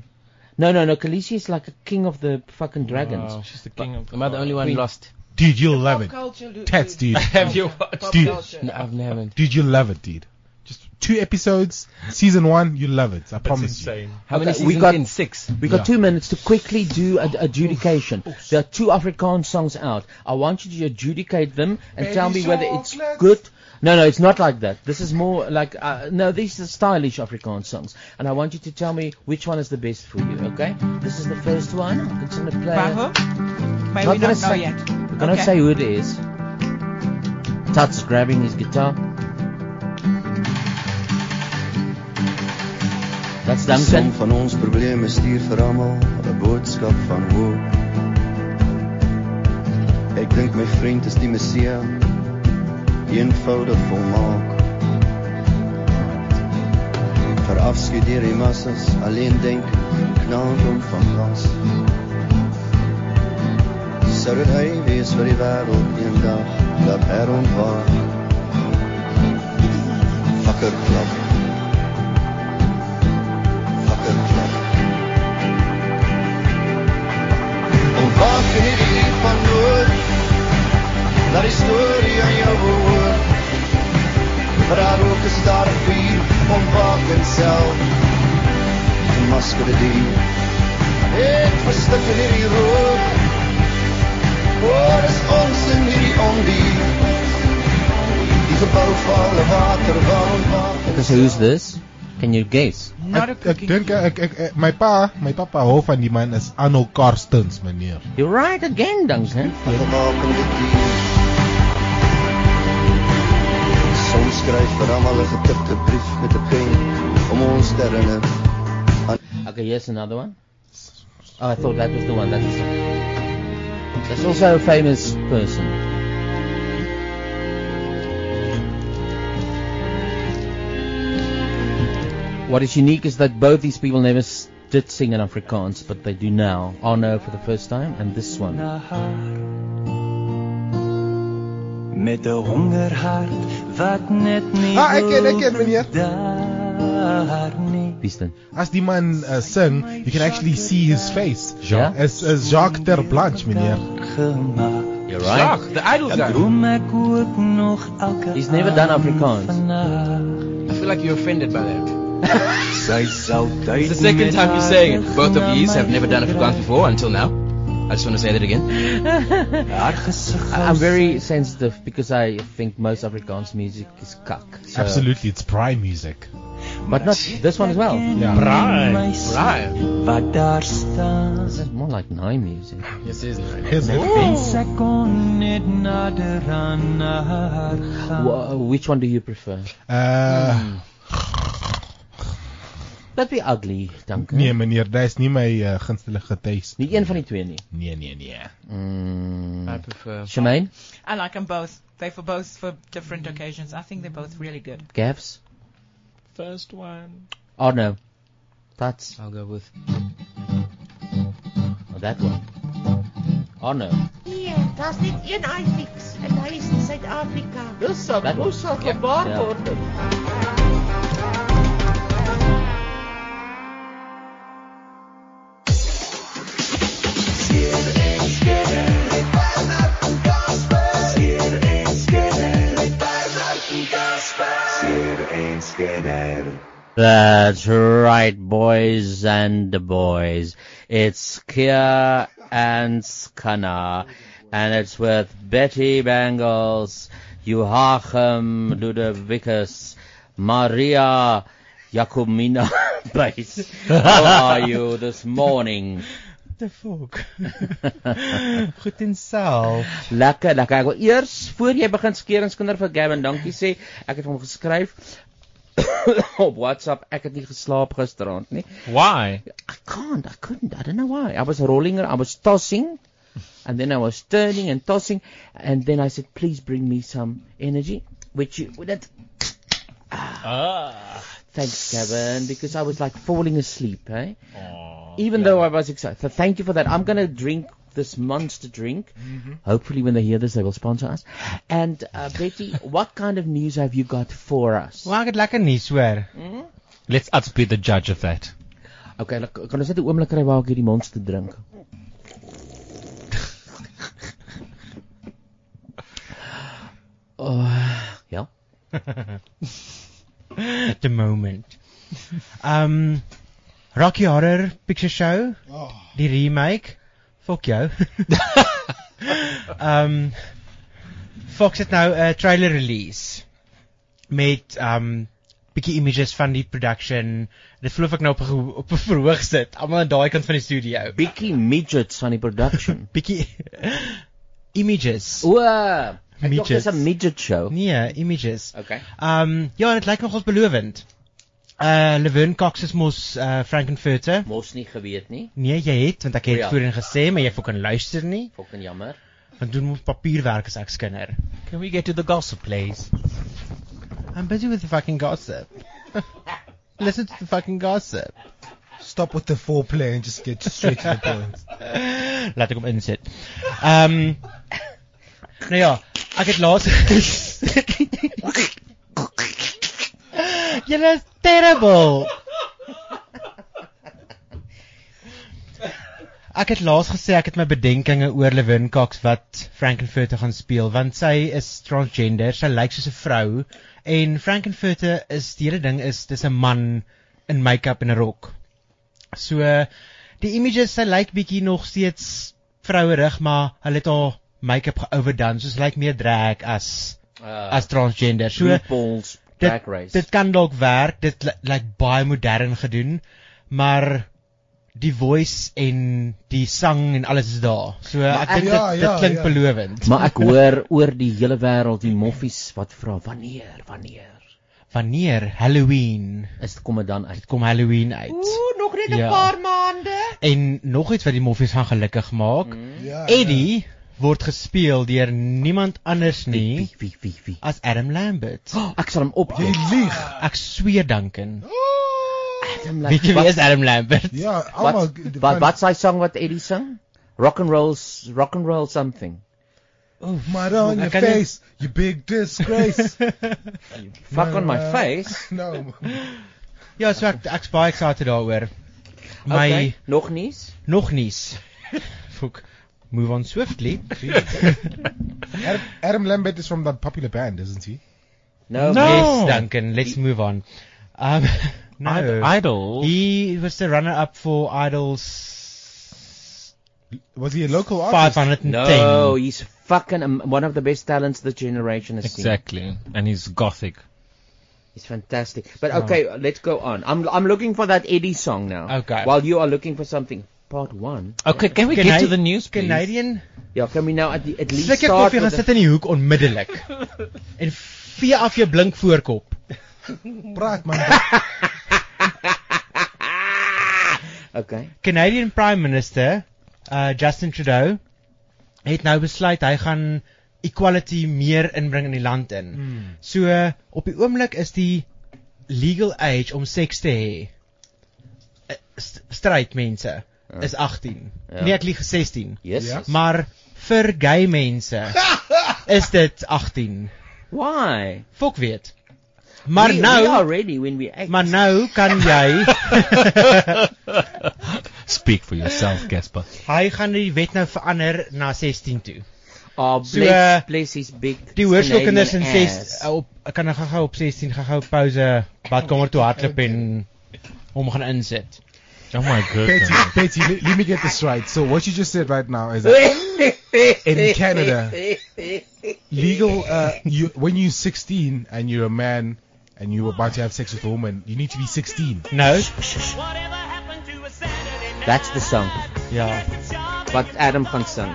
Speaker 4: No, no, no. Khaleesi is like a king of the fucking dragons.
Speaker 6: she's the king of
Speaker 4: Am I the only one
Speaker 17: lost?
Speaker 8: Dude, you'll love it.
Speaker 7: culture, Lu-
Speaker 8: Tats,
Speaker 7: Lu-
Speaker 8: dude.
Speaker 6: Have you watched
Speaker 8: dude,
Speaker 7: culture. No,
Speaker 17: I've never.
Speaker 8: Dude, you'll love it, dude. Just two episodes, season one, you'll love it. I promise
Speaker 6: you.
Speaker 17: How many
Speaker 4: Okay,
Speaker 17: seasons
Speaker 4: we got,
Speaker 17: in six?
Speaker 4: We got
Speaker 8: Yeah.
Speaker 4: two minutes to quickly do ad- adjudication. There are two Afrikaans songs out. I want you to adjudicate them and tell me
Speaker 8: Baby
Speaker 4: whether it's good. No, no, it's not like that. This is more like uh, no. These are stylish Afrikaans songs, and I want you to tell me which one is the best for you. Okay? This is the first one. It's in the play.
Speaker 7: Baho? May
Speaker 4: Not gonna
Speaker 7: we not know
Speaker 4: say-
Speaker 7: yet.
Speaker 4: We're gonna
Speaker 7: Okay.
Speaker 4: say who it is. Tuts grabbing his guitar. Dat's
Speaker 22: Die som
Speaker 4: Duncan.
Speaker 22: van ons probleme stuur vir almal 'n boodskap van hoop. Ek dink my vriend is die Messia, eenvoudig volmaak. Verafskeid deur die massas, alleen denk, knaagdom van gas. Sou dit hy wees vir die wêreld eendag dat her ontwaar. Fakker klap. Fakker klap.
Speaker 5: Ontwaak in hierdie uur van nood. Laat die storie aan jou behoor.
Speaker 22: Raar ook is daar een vuur ontwaken self Die maskerde dier
Speaker 5: Ek verstik in hierdie rook. Hoor is ons in hierdie ondier. Die gebou val water van ontwaak.
Speaker 4: Okay, so who's this? Can you guess?
Speaker 8: Ek, ek dink ek, ek, ek my pa, my pappa hou van die man is Arno Karstens, meneer.
Speaker 4: You're right again, Duncan.
Speaker 22: Soms er skryf vir almal 'n getipte brief met 'n pen om ons te herinner
Speaker 4: Uh, Okay, here's another one. Oh, I thought that was the one. That's, that's also a famous person. What is unique is that both these people never s- did sing in Afrikaans, but they do now. Arno for the first time, and this one.
Speaker 23: Met 'n hongerhart wat net nie
Speaker 8: Ah, ek ken, ek ken, meneer.
Speaker 4: Wiesden.
Speaker 8: As die man uh, sing, you can actually see his face.
Speaker 4: Ja.
Speaker 8: Jacques. As, as Jacques Ter Blanche, meneer.
Speaker 4: You're right. Jacques,
Speaker 11: the idol
Speaker 23: Ja,
Speaker 11: guy.
Speaker 4: He's never done Afrikaans.
Speaker 11: I feel like you're offended by that.
Speaker 23: It's
Speaker 11: the second time you're saying it. Both of you have never done Afrikaans before until now. I just want to say that again.
Speaker 4: I- I'm very sensitive because I think most Afrikaans music is kak. So.
Speaker 8: Absolutely, it's prime music.
Speaker 4: But not this one as well.
Speaker 8: Yeah. Braai.
Speaker 4: Braai. But daar staan. This is more like Nye music.
Speaker 11: Yes, it is.
Speaker 4: Wha- which one do you prefer?
Speaker 8: Uh,
Speaker 4: That'd be ugly, dank
Speaker 8: nee, meneer, dat is niet mijn uh, gunstelige taste.
Speaker 4: Niet één van die twee, niet?
Speaker 8: Nee, nee, nee.
Speaker 4: Mm.
Speaker 8: I
Speaker 11: prefer.
Speaker 4: Shemaine?
Speaker 7: I like them both. They for both for different occasions. I think they're both really good.
Speaker 4: Gavs?
Speaker 6: First one.
Speaker 4: Oh no. That's.
Speaker 11: I'll go with.
Speaker 4: Oh, that one. Oh no.
Speaker 5: Hier, daar's net een iFix en hy is in Suid-Afrika.
Speaker 4: Dis sal
Speaker 5: That
Speaker 4: mos sal gebaar word. That's right, boys and the boys. It's Kia and Skana, and it's with Betty Bangles, Joachim Ludovicus, Maria Jacomina Bates. How are you this morning?
Speaker 24: the fuck? Goed en self.
Speaker 4: Lekker, lekker. Ek wil eers voor jy begin skeringskinder vir Gavin dankie sê. Ek het hom geskryf op WhatsApp. Ek het nie geslaap gisteraand nie.
Speaker 6: Why?
Speaker 4: I can't. I couldn't. I don't know why. I was rolling around. I was tossing. And then I was turning and tossing. And then I said, please bring me some energy. Which you, that,
Speaker 6: Ah.
Speaker 4: Thanks, Gavin, because I was like falling asleep, eh? Even though I was excited. So thank you for that. I'm going to drink this monster drink. Hopefully, when they hear this, they will sponsor us. And uh, Betty, what kind of news have you got for us?
Speaker 24: Waar het lekker nuus hoor.
Speaker 6: Let's us be the judge of that.
Speaker 4: Okay, look, kan ons net 'n oomblik kry waar ek hierdie monster drink? Oh, ja.
Speaker 24: The moment. Um Rocky Horror Picture Show,
Speaker 5: Oh.
Speaker 24: die remake. Fok jou. um Fox het nou 'n trailer release met um bietjie images van die production. Dit voel of ek nou op 'n geho- op 'n verhoog sit, almal aan daai kant van die studio.
Speaker 4: Bietjie midgets van die production.
Speaker 24: bietjie images.
Speaker 4: O, ek dink
Speaker 24: Midgets.
Speaker 4: dis 'n midget show.
Speaker 24: Nee, images.
Speaker 4: Okay.
Speaker 24: Um ja, en dit lyk nogals belovend. Uh Laverne Cox is mos uh Frankenfurter.
Speaker 4: Mos nie geweet nie.
Speaker 24: Nee, jy het want ek het
Speaker 4: Ja.
Speaker 24: ja. voorheen gesê, maar jy fucking luister nie.
Speaker 4: Fucking jammer.
Speaker 24: Want doen moet papierwerk as ek skinder. Can we get to the gossip please? I'm busy with the fucking gossip. Listen to the fucking gossip.
Speaker 8: Stop with the foreplay and just get straight to the point.
Speaker 24: Laat ek hom insit. Ehm um, nou ja, ek het laas Julle is terrible. Ek het laas gesê ek het my bedenkinge oor Lewin Cox wat Frankenfurter gaan speel want sy is transgender, sy lyk soos 'n vrou en Frankenfurter is die hele ding is dis 'n man in make-up en 'n rok. So die images sy lyk bietjie nog steeds vrouerig, maar hulle het haar make-up geoverdone, soos lyk meer drag as
Speaker 4: Uh,
Speaker 24: as transgender. So
Speaker 4: RuPaul's Drag Race.
Speaker 24: Dit kan dalk werk, dit ly- lyk baie modern gedoen, maar die voice en die sang en alles is daar. So
Speaker 4: Maar
Speaker 24: ek
Speaker 4: ek-
Speaker 24: dink
Speaker 4: Ja,
Speaker 24: dit,
Speaker 4: ja,
Speaker 24: dit klink
Speaker 4: ja.
Speaker 24: belovend.
Speaker 4: Maar ek hoor oor die hele wêreld die moffies wat vra wanneer, wanneer.
Speaker 24: wanneer Halloween
Speaker 4: is dit kom dit dan uit. Dit
Speaker 24: kom Halloween uit.
Speaker 18: Oeh, nog net 'n
Speaker 24: Ja.
Speaker 18: paar maande.
Speaker 24: En nog iets wat die moffies gaan gelukkig maak.
Speaker 4: Mm.
Speaker 18: Ja,
Speaker 24: Eddie word gespeel deur niemand anders nie as Adam Lambert.
Speaker 4: Oh, ek sal hom op. Ah. Oh.
Speaker 24: Jy lieg. Ek sweer Duncan.
Speaker 4: Adam
Speaker 24: Weet jy wie is Adam Lambert?
Speaker 8: Ja,
Speaker 4: Wat wat wat sy song wat Eddie sing? Rock and roll rock and roll something.
Speaker 8: Oh, mud on
Speaker 4: I
Speaker 8: your
Speaker 4: can't-
Speaker 8: face, you big disgrace. Uh,
Speaker 4: Fuck on my
Speaker 24: eh,
Speaker 4: face.
Speaker 8: no.
Speaker 24: Ja, so ek ek's baie excited daaroor. My
Speaker 4: Okay, nog nuus?
Speaker 24: nog nuus. Fok. Move on swiftly.
Speaker 8: Adam, Adam Lambert is from that popular band, isn't he?
Speaker 24: Yes, Duncan. Let's move on. Um, no.
Speaker 8: Id-
Speaker 24: Idol. He was the runner-up for Idols.
Speaker 8: Was he a local
Speaker 24: artist? 510.
Speaker 4: No, he's fucking um, one of the best talents the generation has seen.
Speaker 6: Exactly. And he's gothic.
Speaker 4: It's fantastic. But
Speaker 6: Oh.
Speaker 4: okay, let's go on. I'm I'm looking for that Eddie song now.
Speaker 6: Okay.
Speaker 4: While you are looking for something, part one.
Speaker 6: Okay, can we get to the news, please?
Speaker 24: Canadian?
Speaker 4: Yeah, can we now at, the, at least
Speaker 24: Slik ek
Speaker 4: start
Speaker 24: koffie gaan
Speaker 4: with
Speaker 24: sit in die hoek onmiddellik. en vee af jou blink voorkop.
Speaker 8: Praat man.
Speaker 4: Okay.
Speaker 24: Canadian Prime Minister uh Justin Trudeau het nou besluit hy gaan equality meer inbring in die land in.
Speaker 5: Hmm.
Speaker 24: So uh, op die oomblik is die legal age om seks te hê uh, st- stryd mense is 18.
Speaker 5: Ja.
Speaker 24: Nee, ek lieg 16.
Speaker 5: Jesus.
Speaker 24: Maar vir gay mense is dit 18.
Speaker 4: Why?
Speaker 24: Fok weet. Maar
Speaker 4: we,
Speaker 24: nou
Speaker 4: we are ready when we act.
Speaker 24: Maar nou kan jy
Speaker 6: Speak for yourself, Casper.
Speaker 24: Hy gaan die wet nou verander na 16 toe.
Speaker 4: Oh,
Speaker 24: So,
Speaker 4: bless,
Speaker 24: eh,
Speaker 4: bless his big
Speaker 24: Die hoërskoolkinders in
Speaker 4: Canadian
Speaker 24: 6
Speaker 4: ass.
Speaker 24: op kan ek gou op 16 gou pouse badkamer toe hardloop en hom gaan insit.
Speaker 6: Oh my
Speaker 8: Betty, Betty, let, let me get this right. So what you just said right now is that in Canada, legal uh, you, when you're 16 and you're a man and you're about to have sex with a woman, you need to be 16.
Speaker 24: No.
Speaker 4: That's the song.
Speaker 24: Yeah.
Speaker 4: But Adam van sing.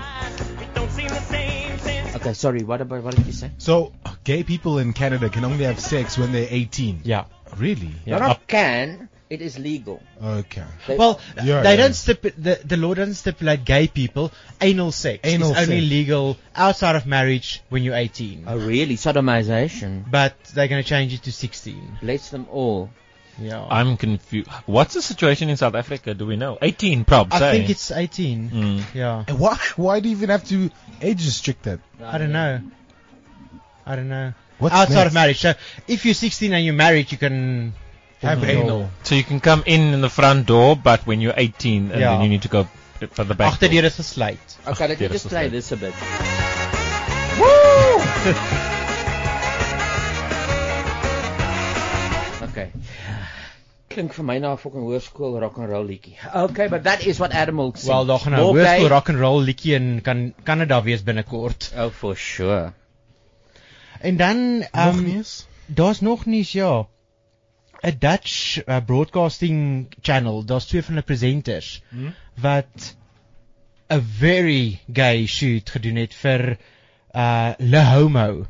Speaker 4: Okay, sorry. What about what did you say?
Speaker 8: So gay people in Canada can only have sex when they're 18.
Speaker 24: Yeah.
Speaker 8: Really?
Speaker 4: Yeah. Not can. It is legal.
Speaker 8: Okay.
Speaker 4: They-
Speaker 24: Well,
Speaker 8: Yeah,
Speaker 24: they
Speaker 8: yeah.
Speaker 24: don't stip- the, the law doesn't stipulate gay people. Anal sex
Speaker 8: Anal
Speaker 24: is only
Speaker 8: sex.
Speaker 24: legal outside of marriage when you're 18.
Speaker 4: Oh, really? Sodomization.
Speaker 24: But they're going to change it to 16.
Speaker 4: Bless them all.
Speaker 24: Yeah.
Speaker 6: I'm confused. What's the situation in South Africa? Do we know? 18, probably.
Speaker 24: I think it's 18.
Speaker 6: Mm.
Speaker 24: Yeah.
Speaker 8: And why? Why do you even have to age restrict that?
Speaker 24: I don't know. I don't know.
Speaker 8: What's
Speaker 24: outside
Speaker 8: next?
Speaker 24: of marriage. So if you're 16 and you're married, you can
Speaker 8: Have anal.
Speaker 6: So you can come in in the front door, but when you're 18, and
Speaker 24: Yeah.
Speaker 6: then you need to go for the back.
Speaker 24: Agter deur is gesluit.
Speaker 4: Okay, let me
Speaker 6: Agterdeur is
Speaker 4: just play
Speaker 6: gesluit.
Speaker 4: this a bit. Okay. Klink vir my na 'n fucking hoërskool rock and roll liedjie. Okay, but that is what Adam Wilk sing.
Speaker 24: Wel, daar gaan nou
Speaker 4: More
Speaker 24: hoor
Speaker 4: gay-
Speaker 24: vir rock and roll liedjie in kan Kanada wees binnekort.
Speaker 4: Oh for sure.
Speaker 24: En dan um, Daar's nog nie ja. 'n Dutch uh, broadcasting channel, daar's twee van hulle presenters
Speaker 5: Hmm.
Speaker 24: wat 'n very gay shoot gedoen het vir uh Le Homo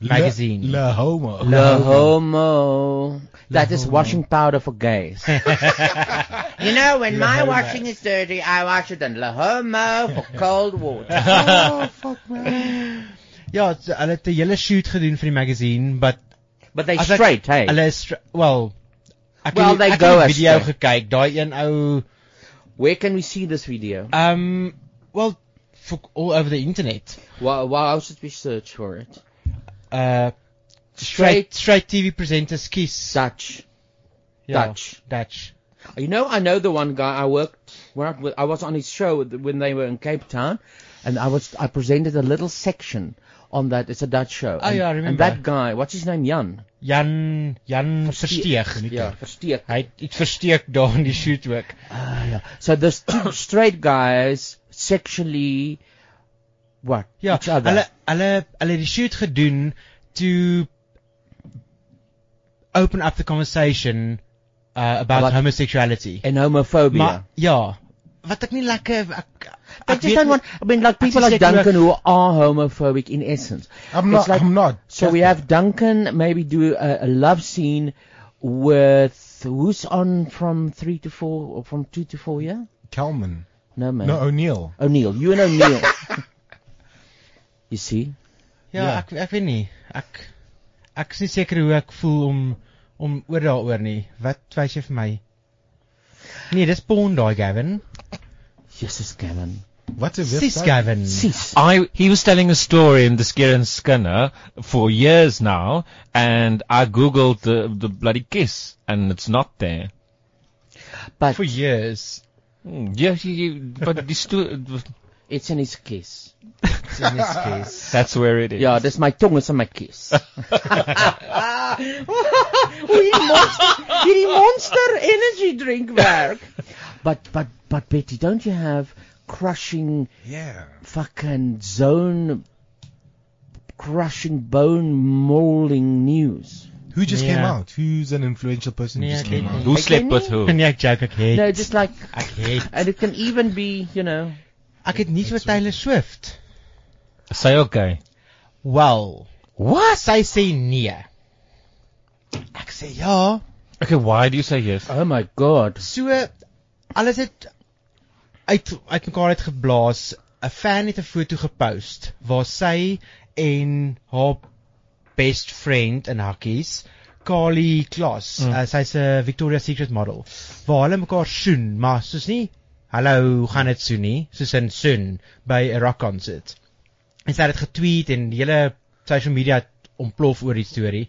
Speaker 24: magazine.
Speaker 8: Le Homo.
Speaker 4: La homo. That is washing powder for gays.
Speaker 12: You know, when
Speaker 4: La
Speaker 12: my
Speaker 4: homo.
Speaker 12: washing is dirty, I wash it in La Homo for cold water.
Speaker 24: Oh,
Speaker 12: fuck
Speaker 24: Ja, so hulle het 'n hele shoot gedoen vir die magazine, but
Speaker 4: but they
Speaker 24: as ek-
Speaker 4: straight, hey?
Speaker 24: Hulle is stra- well ek
Speaker 4: Well,
Speaker 24: het
Speaker 4: they
Speaker 24: die- ek
Speaker 4: go
Speaker 24: het
Speaker 4: as
Speaker 24: die video
Speaker 4: straight.
Speaker 24: gekyk, daai een ou
Speaker 4: Where can we see this video?
Speaker 24: um well for all over the internet.
Speaker 4: Why, why how should we search for it?
Speaker 24: Uh straight straight TV presenters kies
Speaker 4: Dutch. Dutch.
Speaker 24: Dutch.
Speaker 4: You know, I know the one guy I worked worked with. I was on his show with- when they were in Cape Town, and I was I presented a little section on that. It's a Dutch show.
Speaker 24: Oh,
Speaker 4: and,
Speaker 24: yeah, I
Speaker 4: And
Speaker 24: remember.
Speaker 4: that guy, what's his name? Jan.
Speaker 24: Jan Jan Versteeg.
Speaker 4: Ja, Versteeg.
Speaker 24: Hy het iets versteek daar in die shoot ook.
Speaker 4: Ah, ja. So there's two straight guys sexually, what?
Speaker 24: Ja,
Speaker 4: each other.
Speaker 24: hulle hulle hulle het die shoot gedoen to open up the conversation uh, about,
Speaker 4: About-
Speaker 24: homosexuality
Speaker 4: en homophobia.
Speaker 24: Maar ja, wat ek nie lekker ek
Speaker 4: They
Speaker 8: Ek
Speaker 4: just
Speaker 8: weet
Speaker 4: don't
Speaker 8: nie-
Speaker 4: want. I mean, like
Speaker 8: Ek
Speaker 4: people
Speaker 8: is
Speaker 4: like
Speaker 8: seker-
Speaker 4: Duncan who are homophobic in essence.
Speaker 8: I'm
Speaker 4: It's
Speaker 8: not-
Speaker 4: like-
Speaker 8: I'm not.
Speaker 4: So we have Duncan maybe do a, a love scene with who's on from three to four or from two to four, yeah?
Speaker 8: Kelman.
Speaker 4: No man.
Speaker 8: No, O'Neill.
Speaker 4: O'Neill. You and O'Neill. you see?
Speaker 24: Ja,
Speaker 4: Ja.
Speaker 24: ek ek weet nie. Ek ek is nie seker hoe ek voel om om oor daaroor nie. Wat wys jy vir my? Nee, dis Pond daai Gavin.
Speaker 4: Jesus Gavin.
Speaker 8: Wat
Speaker 24: is Sis Gavin.
Speaker 6: I he was telling a story in the Skinner and Skinner for years now, and I googled the the bloody kiss, and it's not there.
Speaker 4: But
Speaker 6: for years. Hmm, Yeah, he- he- but this too,
Speaker 4: it's in his kiss.
Speaker 6: It's
Speaker 4: in his kiss.
Speaker 6: That's where it is.
Speaker 4: Yeah, that's my tongue is in my kiss. Hoe hierdie monster, hierdie monster energy drink werk. But but but Betty, don't you have crushing
Speaker 8: Yeah.
Speaker 4: fucking zone crushing bone molding news?
Speaker 8: Who just came out? Who's an influential person who
Speaker 4: Nee,
Speaker 8: just
Speaker 4: ek
Speaker 8: came
Speaker 4: weet
Speaker 8: out?
Speaker 4: nie. Who Ek slept weet with nie. who?
Speaker 24: Nee, ek joke, ek het.
Speaker 4: No, just like
Speaker 24: ek het.
Speaker 4: and it can even be, you know,
Speaker 24: Ek het nuus oor Taylor Swift.
Speaker 6: Say okay.
Speaker 24: Wel. Wat? Sy sê nee. Ek sê ja.
Speaker 6: Okay, why do you say yes?
Speaker 4: Oh my god.
Speaker 24: So uh, alles het uit uitmekaar uitgeblaas. 'n Fan het 'n foto gepost waar sy en haar best friend in hakkies, Carly Kloss,
Speaker 4: Hmm.
Speaker 11: Mm.
Speaker 24: mm. uh, sy's 'n Victoria's Secret model, waar hulle mekaar soen, maar soos nie hallo hoe gaan dit soen nie, soos in soen by 'n rock concert. En sy het dit getweet en die hele social media het ontplof oor die storie.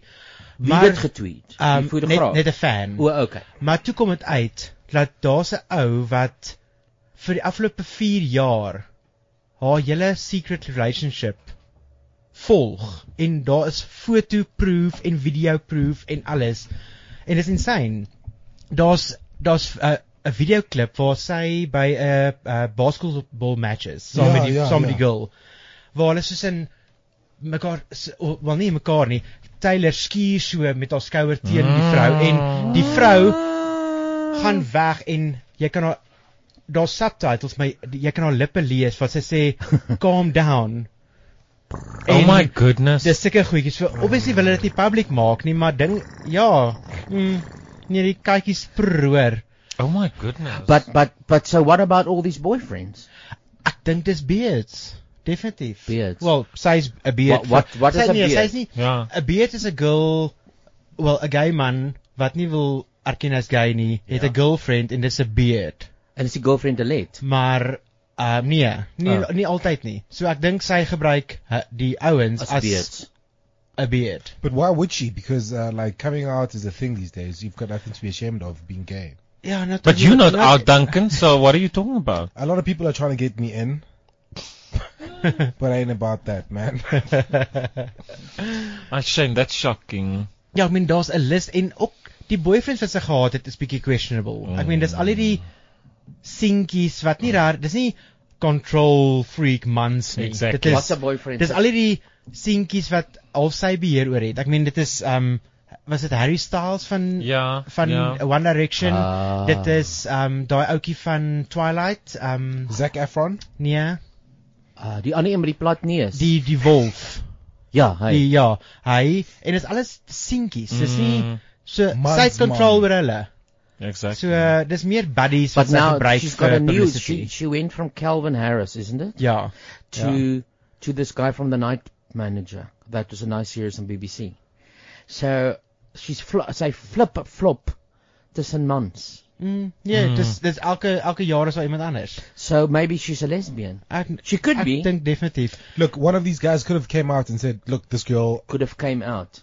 Speaker 4: Wie het dit getweet? Die
Speaker 24: Um,
Speaker 4: fotograaf?
Speaker 24: net net 'n fan.
Speaker 4: O, okay.
Speaker 24: Maar toe kom dit uit dat daar's 'n ou wat vir die afgelope 4 jaar haar hele secret relationship volg en daar is foto proof en video proof en alles. En dit is insane. Daar's daar's 'n 'n videoklip waar sy by 'n uh, basketball matches saam
Speaker 11: Ja,
Speaker 24: met die
Speaker 11: ja,
Speaker 24: saam met
Speaker 11: ja.
Speaker 24: die girl waar hulle soos in mekaar s- o- wel nie mekaar nie. Taylor skuur so met haar skouer teen die vrou en die vrou gaan weg en jy kan haar daar subtitles my jy kan haar lippe lees wat sy sê calm down.
Speaker 6: Oh my goodness.
Speaker 24: Dis sulke goedjies. So obviously wil hulle dit nie public maak nie, maar ding ja, mm, nee die katjies proor.
Speaker 6: Oh my goodness.
Speaker 4: But but but so what about all these boyfriends?
Speaker 24: Ek dink dis beards. Definitief.
Speaker 4: Beards.
Speaker 24: Well, sy's 'n beard.
Speaker 4: What what, what
Speaker 24: sy,
Speaker 4: is a
Speaker 24: nee,
Speaker 4: beard?
Speaker 24: Sy's nie
Speaker 6: Ja.
Speaker 24: 'n beard is 'n girl wel 'n gay man wat nie wil erken as gay nie, het 'n girlfriend en dis 'n beard.
Speaker 4: Ja. En is die girlfriend allet?
Speaker 24: Maar um, nee, nie
Speaker 4: Oh.
Speaker 24: oh. nie altyd nie. So ek dink sy gebruik uh, die ouens as, a beard.
Speaker 8: But why would she? Because uh, like coming out is a thing these days. You've got nothing to be ashamed of being gay.
Speaker 24: Yeah, not
Speaker 6: But you're not out, Duncan. So what are you talking about?
Speaker 8: A lot of people are trying to get me in, but I ain't about that, man.
Speaker 6: My shame. That's shocking.
Speaker 24: Ja, ek meen daar's 'n lys en ook die boyfriends wat sy gehad het is bietjie questionable. Ek meen dis al hierdie seentjies wat nie daar, dis nie control freak mans nie.
Speaker 4: Exactly.
Speaker 24: Dit is
Speaker 4: Wat 'n boyfriend
Speaker 24: Dis
Speaker 4: is-
Speaker 24: al hierdie seentjies wat al sy beheer oor het. Ek meen dit is um was dit Harry Styles van
Speaker 6: Ja,
Speaker 24: van
Speaker 6: ja.
Speaker 24: One Direction?
Speaker 6: Ah.
Speaker 24: Dit is um daai ouetjie van Twilight, um
Speaker 8: Zac Efron?
Speaker 24: Nee.
Speaker 4: Uh die ander een met die plat neus.
Speaker 24: Die die wolf.
Speaker 4: Ja, hy.
Speaker 24: Die, ja, hy en dit is alles seentjies. Dis nie
Speaker 4: Mm.
Speaker 24: so
Speaker 4: Mans,
Speaker 24: sy het control oor hulle.
Speaker 6: Exactly.
Speaker 24: So uh, dis meer buddies
Speaker 4: But
Speaker 24: wat sy
Speaker 4: now
Speaker 24: gebruik
Speaker 4: she's got a
Speaker 24: vir
Speaker 4: new. She,
Speaker 24: publicity.
Speaker 4: she went from Calvin Harris, isn't it?
Speaker 24: Yeah.
Speaker 4: To to this guy from the Night Manager. That was a nice series on BBC. So she's fl- sy flip flop tussen mans.
Speaker 24: Mm, yeah,
Speaker 4: Mm.
Speaker 24: dis dis elke elke jaar is daar iemand anders.
Speaker 4: So maybe she's a lesbian. she could be.
Speaker 24: think definitive.
Speaker 8: Look, one of these guys could have came out and said, "Look, this girl
Speaker 4: could have came out."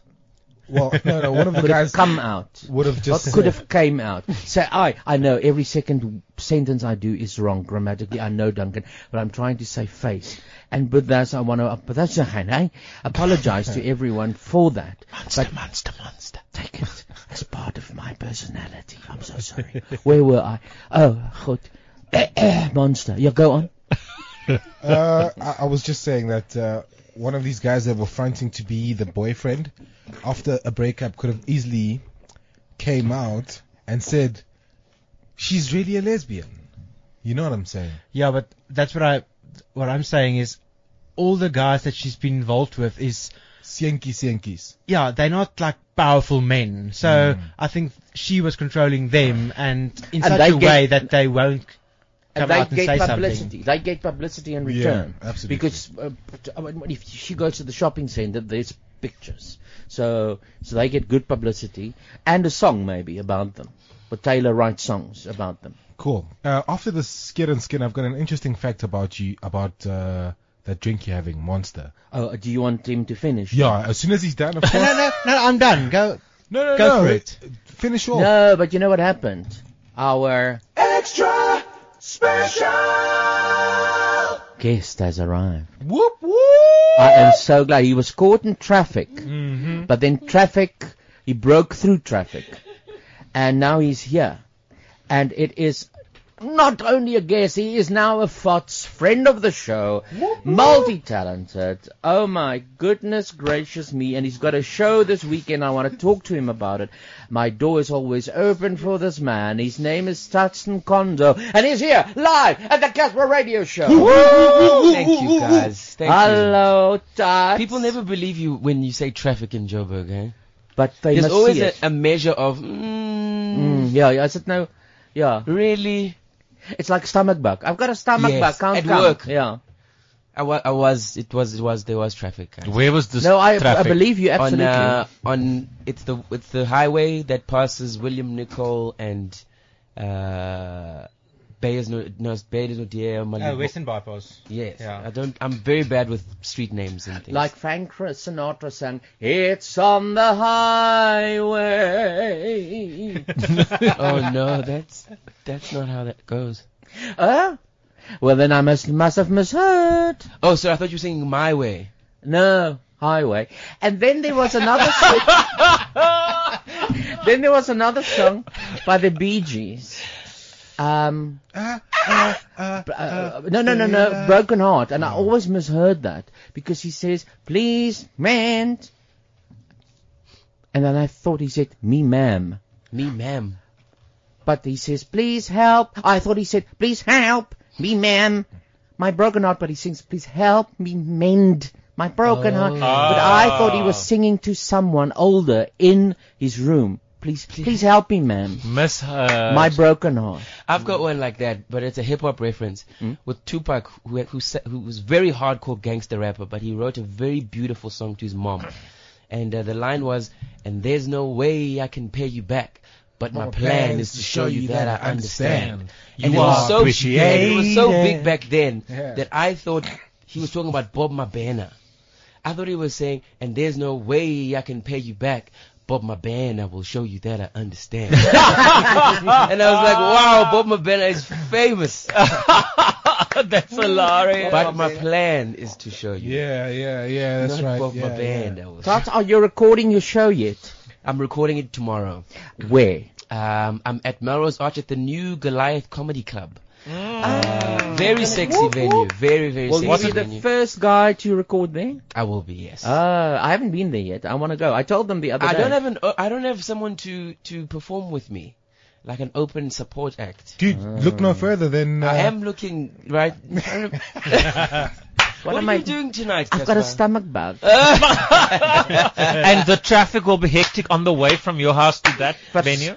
Speaker 8: Well, no, no. One of the
Speaker 4: could
Speaker 8: guys
Speaker 4: have come out.
Speaker 8: would have just
Speaker 4: What could
Speaker 8: said-
Speaker 4: have came out. So I, I know every second sentence I do is wrong grammatically. I know Duncan, but I'm trying to say face. And with that, I want to. But that's a hand. I apologize to everyone for that. Monster, monster, monster. Take it as part of my personality. I'm so sorry. Where were I? Oh, good. monster. Yeah, go on.
Speaker 8: uh, I, I was just saying that uh, one of these guys that were fronting to be the boyfriend after a breakup could have easily came out and said, "She's really a lesbian." You know what I'm saying?
Speaker 24: Yeah, but that's what I what I'm saying is all the guys that she's been involved with is
Speaker 8: sienki sienkis.
Speaker 24: Yeah, they're not like powerful men. So I think she was controlling them and in
Speaker 4: And
Speaker 24: such
Speaker 4: they
Speaker 24: a way
Speaker 4: get-
Speaker 24: that they won't
Speaker 4: And
Speaker 24: come
Speaker 4: they
Speaker 24: out and say
Speaker 4: get
Speaker 24: something.
Speaker 4: publicity. They get publicity in
Speaker 24: Yeah,
Speaker 4: return.
Speaker 24: absolutely.
Speaker 4: Because uh, p- I mean, if she goes to the shopping centre, there's pictures. So so they get good publicity and a song maybe about them. But Taylor writes songs about them.
Speaker 8: Cool. Uh, after the skin and skin, I've got an interesting fact about you about uh, that drink you're having, Monster.
Speaker 4: Oh, uh, do you want him to finish?
Speaker 8: Yeah, as soon as he's done, of course.
Speaker 24: no, no, I'm done. Go.
Speaker 8: No, no,
Speaker 4: go
Speaker 8: no.
Speaker 4: for it.
Speaker 8: Finish off.
Speaker 4: No, but you know what happened? Our
Speaker 5: Extra special.
Speaker 4: guest has arrived.
Speaker 8: Whoop whoop.
Speaker 4: I am so glad he was caught in traffic,
Speaker 5: Mhm.
Speaker 4: but then traffic, he broke through traffic, and now he's here, and it is not only a guest, he is now a FOTS friend of the show, multi-talented. Oh my goodness gracious me! And he's got a show this weekend. I want to talk to him about it. My door is always open for this man. His name is Tatsun Kondo, and he's here live at the Casper Radio Show.
Speaker 17: Thank you guys. Thank you.
Speaker 4: Hello, Tats.
Speaker 17: People never believe you when you say traffic in Joburg, eh?
Speaker 4: But they
Speaker 17: There's
Speaker 4: must
Speaker 17: always
Speaker 4: see
Speaker 17: a,
Speaker 4: it.
Speaker 17: a measure of. Mm,
Speaker 4: Mm, yeah, yeah, I said no. Yeah.
Speaker 17: Really?
Speaker 4: It's like stomach bug. I've got a stomach
Speaker 17: yes,
Speaker 4: bug. Can't
Speaker 17: at
Speaker 4: come.
Speaker 17: work.
Speaker 4: Yeah.
Speaker 17: I, wa- I was. It was. It was. There was traffic. guys.
Speaker 6: Where was this No, I- I traffic? believe you absolutely.
Speaker 17: On, uh, on it's the it's the highway that passes William Nicol and uh, Bayers no no it's Bayers no dear
Speaker 6: Oh,
Speaker 24: Uh, Western Bypass.
Speaker 17: Yes.
Speaker 24: Yeah.
Speaker 17: I don't. I'm very bad with street names and things.
Speaker 4: Like Frank Sinatra sang, "It's on the highway."
Speaker 17: oh no, that's that's not how that goes.
Speaker 4: Huh? Well, then I must must have misheard.
Speaker 17: Oh, so I thought you were singing "My Way."
Speaker 4: No, highway. And then there was another song. then there was another song by the Bee Gees. Um, uh, no, no, no, no, Broken Heart. And I
Speaker 17: Mm.
Speaker 4: always misheard that because he says, please, man. And then I thought he said, me, ma'am.
Speaker 17: Me, ma'am.
Speaker 4: But he says, please help. I thought he said, please help me, ma'am. My broken heart, but he sings, please help me mend my broken heart.
Speaker 17: Oh.
Speaker 4: But I
Speaker 5: Ah.
Speaker 4: thought he was singing to someone older in his room. Please, please, help me, ma'am.
Speaker 6: Miss her.
Speaker 4: My broken heart.
Speaker 17: I've got one like that, but it's a hip hop reference with Tupac, who had- who sa- who was very hardcore gangster rapper, but he wrote a very beautiful song to his mom, and uh, the line was, "And there's no way I can pay you back." But my
Speaker 24: My
Speaker 17: plan is to show you that I understand.
Speaker 24: You
Speaker 17: and it
Speaker 24: are
Speaker 17: was so and it was so
Speaker 24: appreciated.
Speaker 17: big back then
Speaker 24: Yeah.
Speaker 17: that I thought he was talking about Bob Mabena. I thought he was saying, and there's no way I can pay you back, but my band, I will show you that I understand. and I was like, wow, Bob Mabena is famous.
Speaker 6: That's hilarious.
Speaker 17: But my plan is to show you.
Speaker 8: Yeah, yeah, yeah, that's
Speaker 17: Not
Speaker 8: right.
Speaker 17: Bob
Speaker 8: Yeah,
Speaker 17: Mabena.
Speaker 8: yeah.
Speaker 17: I will-
Speaker 4: Tats, are you recording your show yet?
Speaker 17: I'm recording it tomorrow.
Speaker 4: Where?
Speaker 17: Um, I'm at Melrose Arch at the new Goliath Comedy Club. Uh, very sexy venue. Very, very
Speaker 4: Will you
Speaker 17: sexy
Speaker 4: be the
Speaker 17: venue.
Speaker 4: first guy to record there?
Speaker 17: I will be, yes.
Speaker 4: Uh, I haven't been there yet. I want to go. I told them the other
Speaker 17: I
Speaker 4: day.
Speaker 17: don't have an. o- I don't have someone to to perform with me, like an open support act.
Speaker 8: Dude,
Speaker 4: Ah.
Speaker 8: look no further than. Uh,
Speaker 17: I am looking right. what
Speaker 8: What
Speaker 17: am
Speaker 8: am I-
Speaker 17: I doing tonight?
Speaker 4: I've got a
Speaker 17: Casper?
Speaker 4: stomach bug.
Speaker 6: and the traffic will be hectic on the way from your house to that venue.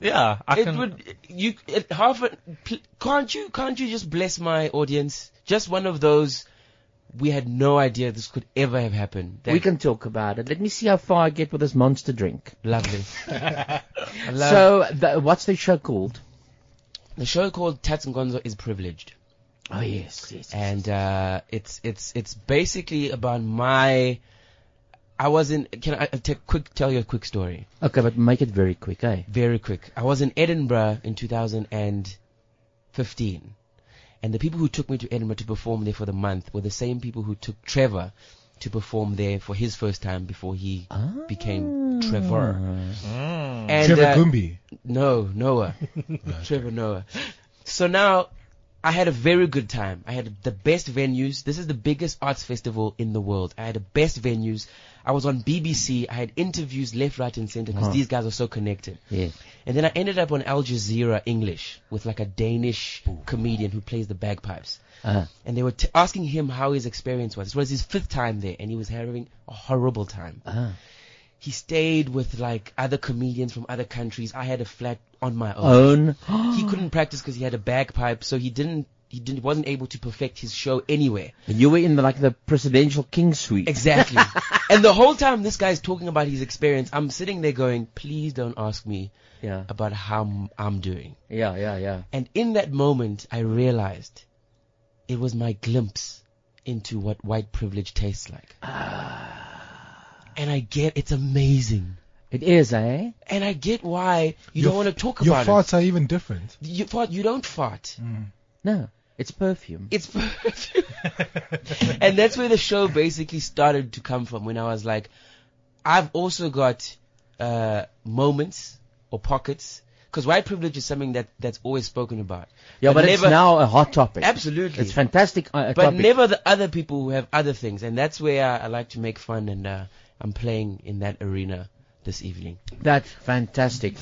Speaker 6: Yeah, I
Speaker 17: it
Speaker 6: can.
Speaker 17: would. You it, half. a- pl- Can't you? Can't you just bless my audience? Just one of those. We had no idea this could ever have happened.
Speaker 4: We can talk about it. Let me see how far I get with this monster drink.
Speaker 17: Lovely. I love-
Speaker 4: so, the, what's the show called?
Speaker 17: The show called Tats and Gonzo is privileged.
Speaker 4: Oh yes, yes.
Speaker 17: And uh, it's it's it's basically about my. I was in. Can I uh, t- quick tell you a quick story?
Speaker 4: Okay, but make it very quick, eh?
Speaker 17: Very quick. I was in Edinburgh in 2015, and the people who took me to Edinburgh to perform there for the month were the same people who took Trevor to perform there for his first time before he
Speaker 4: Ah.
Speaker 17: became Trevor.
Speaker 8: Mm.
Speaker 17: And,
Speaker 8: Trevor
Speaker 17: uh,
Speaker 8: Gumby.
Speaker 17: No, Noah. Trevor Noah. So now I had a very good time. I had the best venues. This is the biggest arts festival in the world. I had the best venues. I was on BBC. I had interviews left, right, and center because
Speaker 4: Wow.
Speaker 17: these guys are so connected.
Speaker 4: Uh-huh. Yeah.
Speaker 17: And then I ended up on Al Jazeera English with like a Danish comedian who plays the bagpipes.
Speaker 4: Uh-huh.
Speaker 17: And they were t- asking him how his experience was. It was his fifth time there, and he was having a horrible time.
Speaker 4: Uh-huh.
Speaker 17: He stayed with like other comedians from other countries. I had a flat on my own. he couldn't practice because he had a bagpipe, so he didn't. He didn't, wasn't able to perfect his show anywhere.
Speaker 4: And you were in the, like the presidential king suite.
Speaker 17: Exactly. and the whole time this guy's talking about his experience, I'm sitting there going, please don't ask me about how m- I'm doing.
Speaker 4: Yeah, yeah, yeah.
Speaker 17: And in that moment, I realized it was my glimpse into what white privilege tastes like.
Speaker 4: Ah.
Speaker 17: and I get it's amazing.
Speaker 4: It is, eh?
Speaker 17: And I get why you don't want to talk
Speaker 8: your
Speaker 17: about
Speaker 8: Your farts
Speaker 17: it.
Speaker 8: are even different.
Speaker 17: You fart. You don't fart.
Speaker 4: No, it's perfume.
Speaker 17: Mm. It's perfume. and that's where the show basically started to come from. When I was like, I've also got uh, moments or pockets because white privilege is something that that's always spoken about.
Speaker 4: Yeah, but, it's
Speaker 17: never-
Speaker 4: now a hot topic.
Speaker 17: Absolutely.
Speaker 4: It's fantastic. Uh,
Speaker 17: but
Speaker 4: topic.
Speaker 17: never the other people who have other things, and that's where I, I like to make fun, and uh, I'm playing in that arena this evening.
Speaker 4: That's fantastic.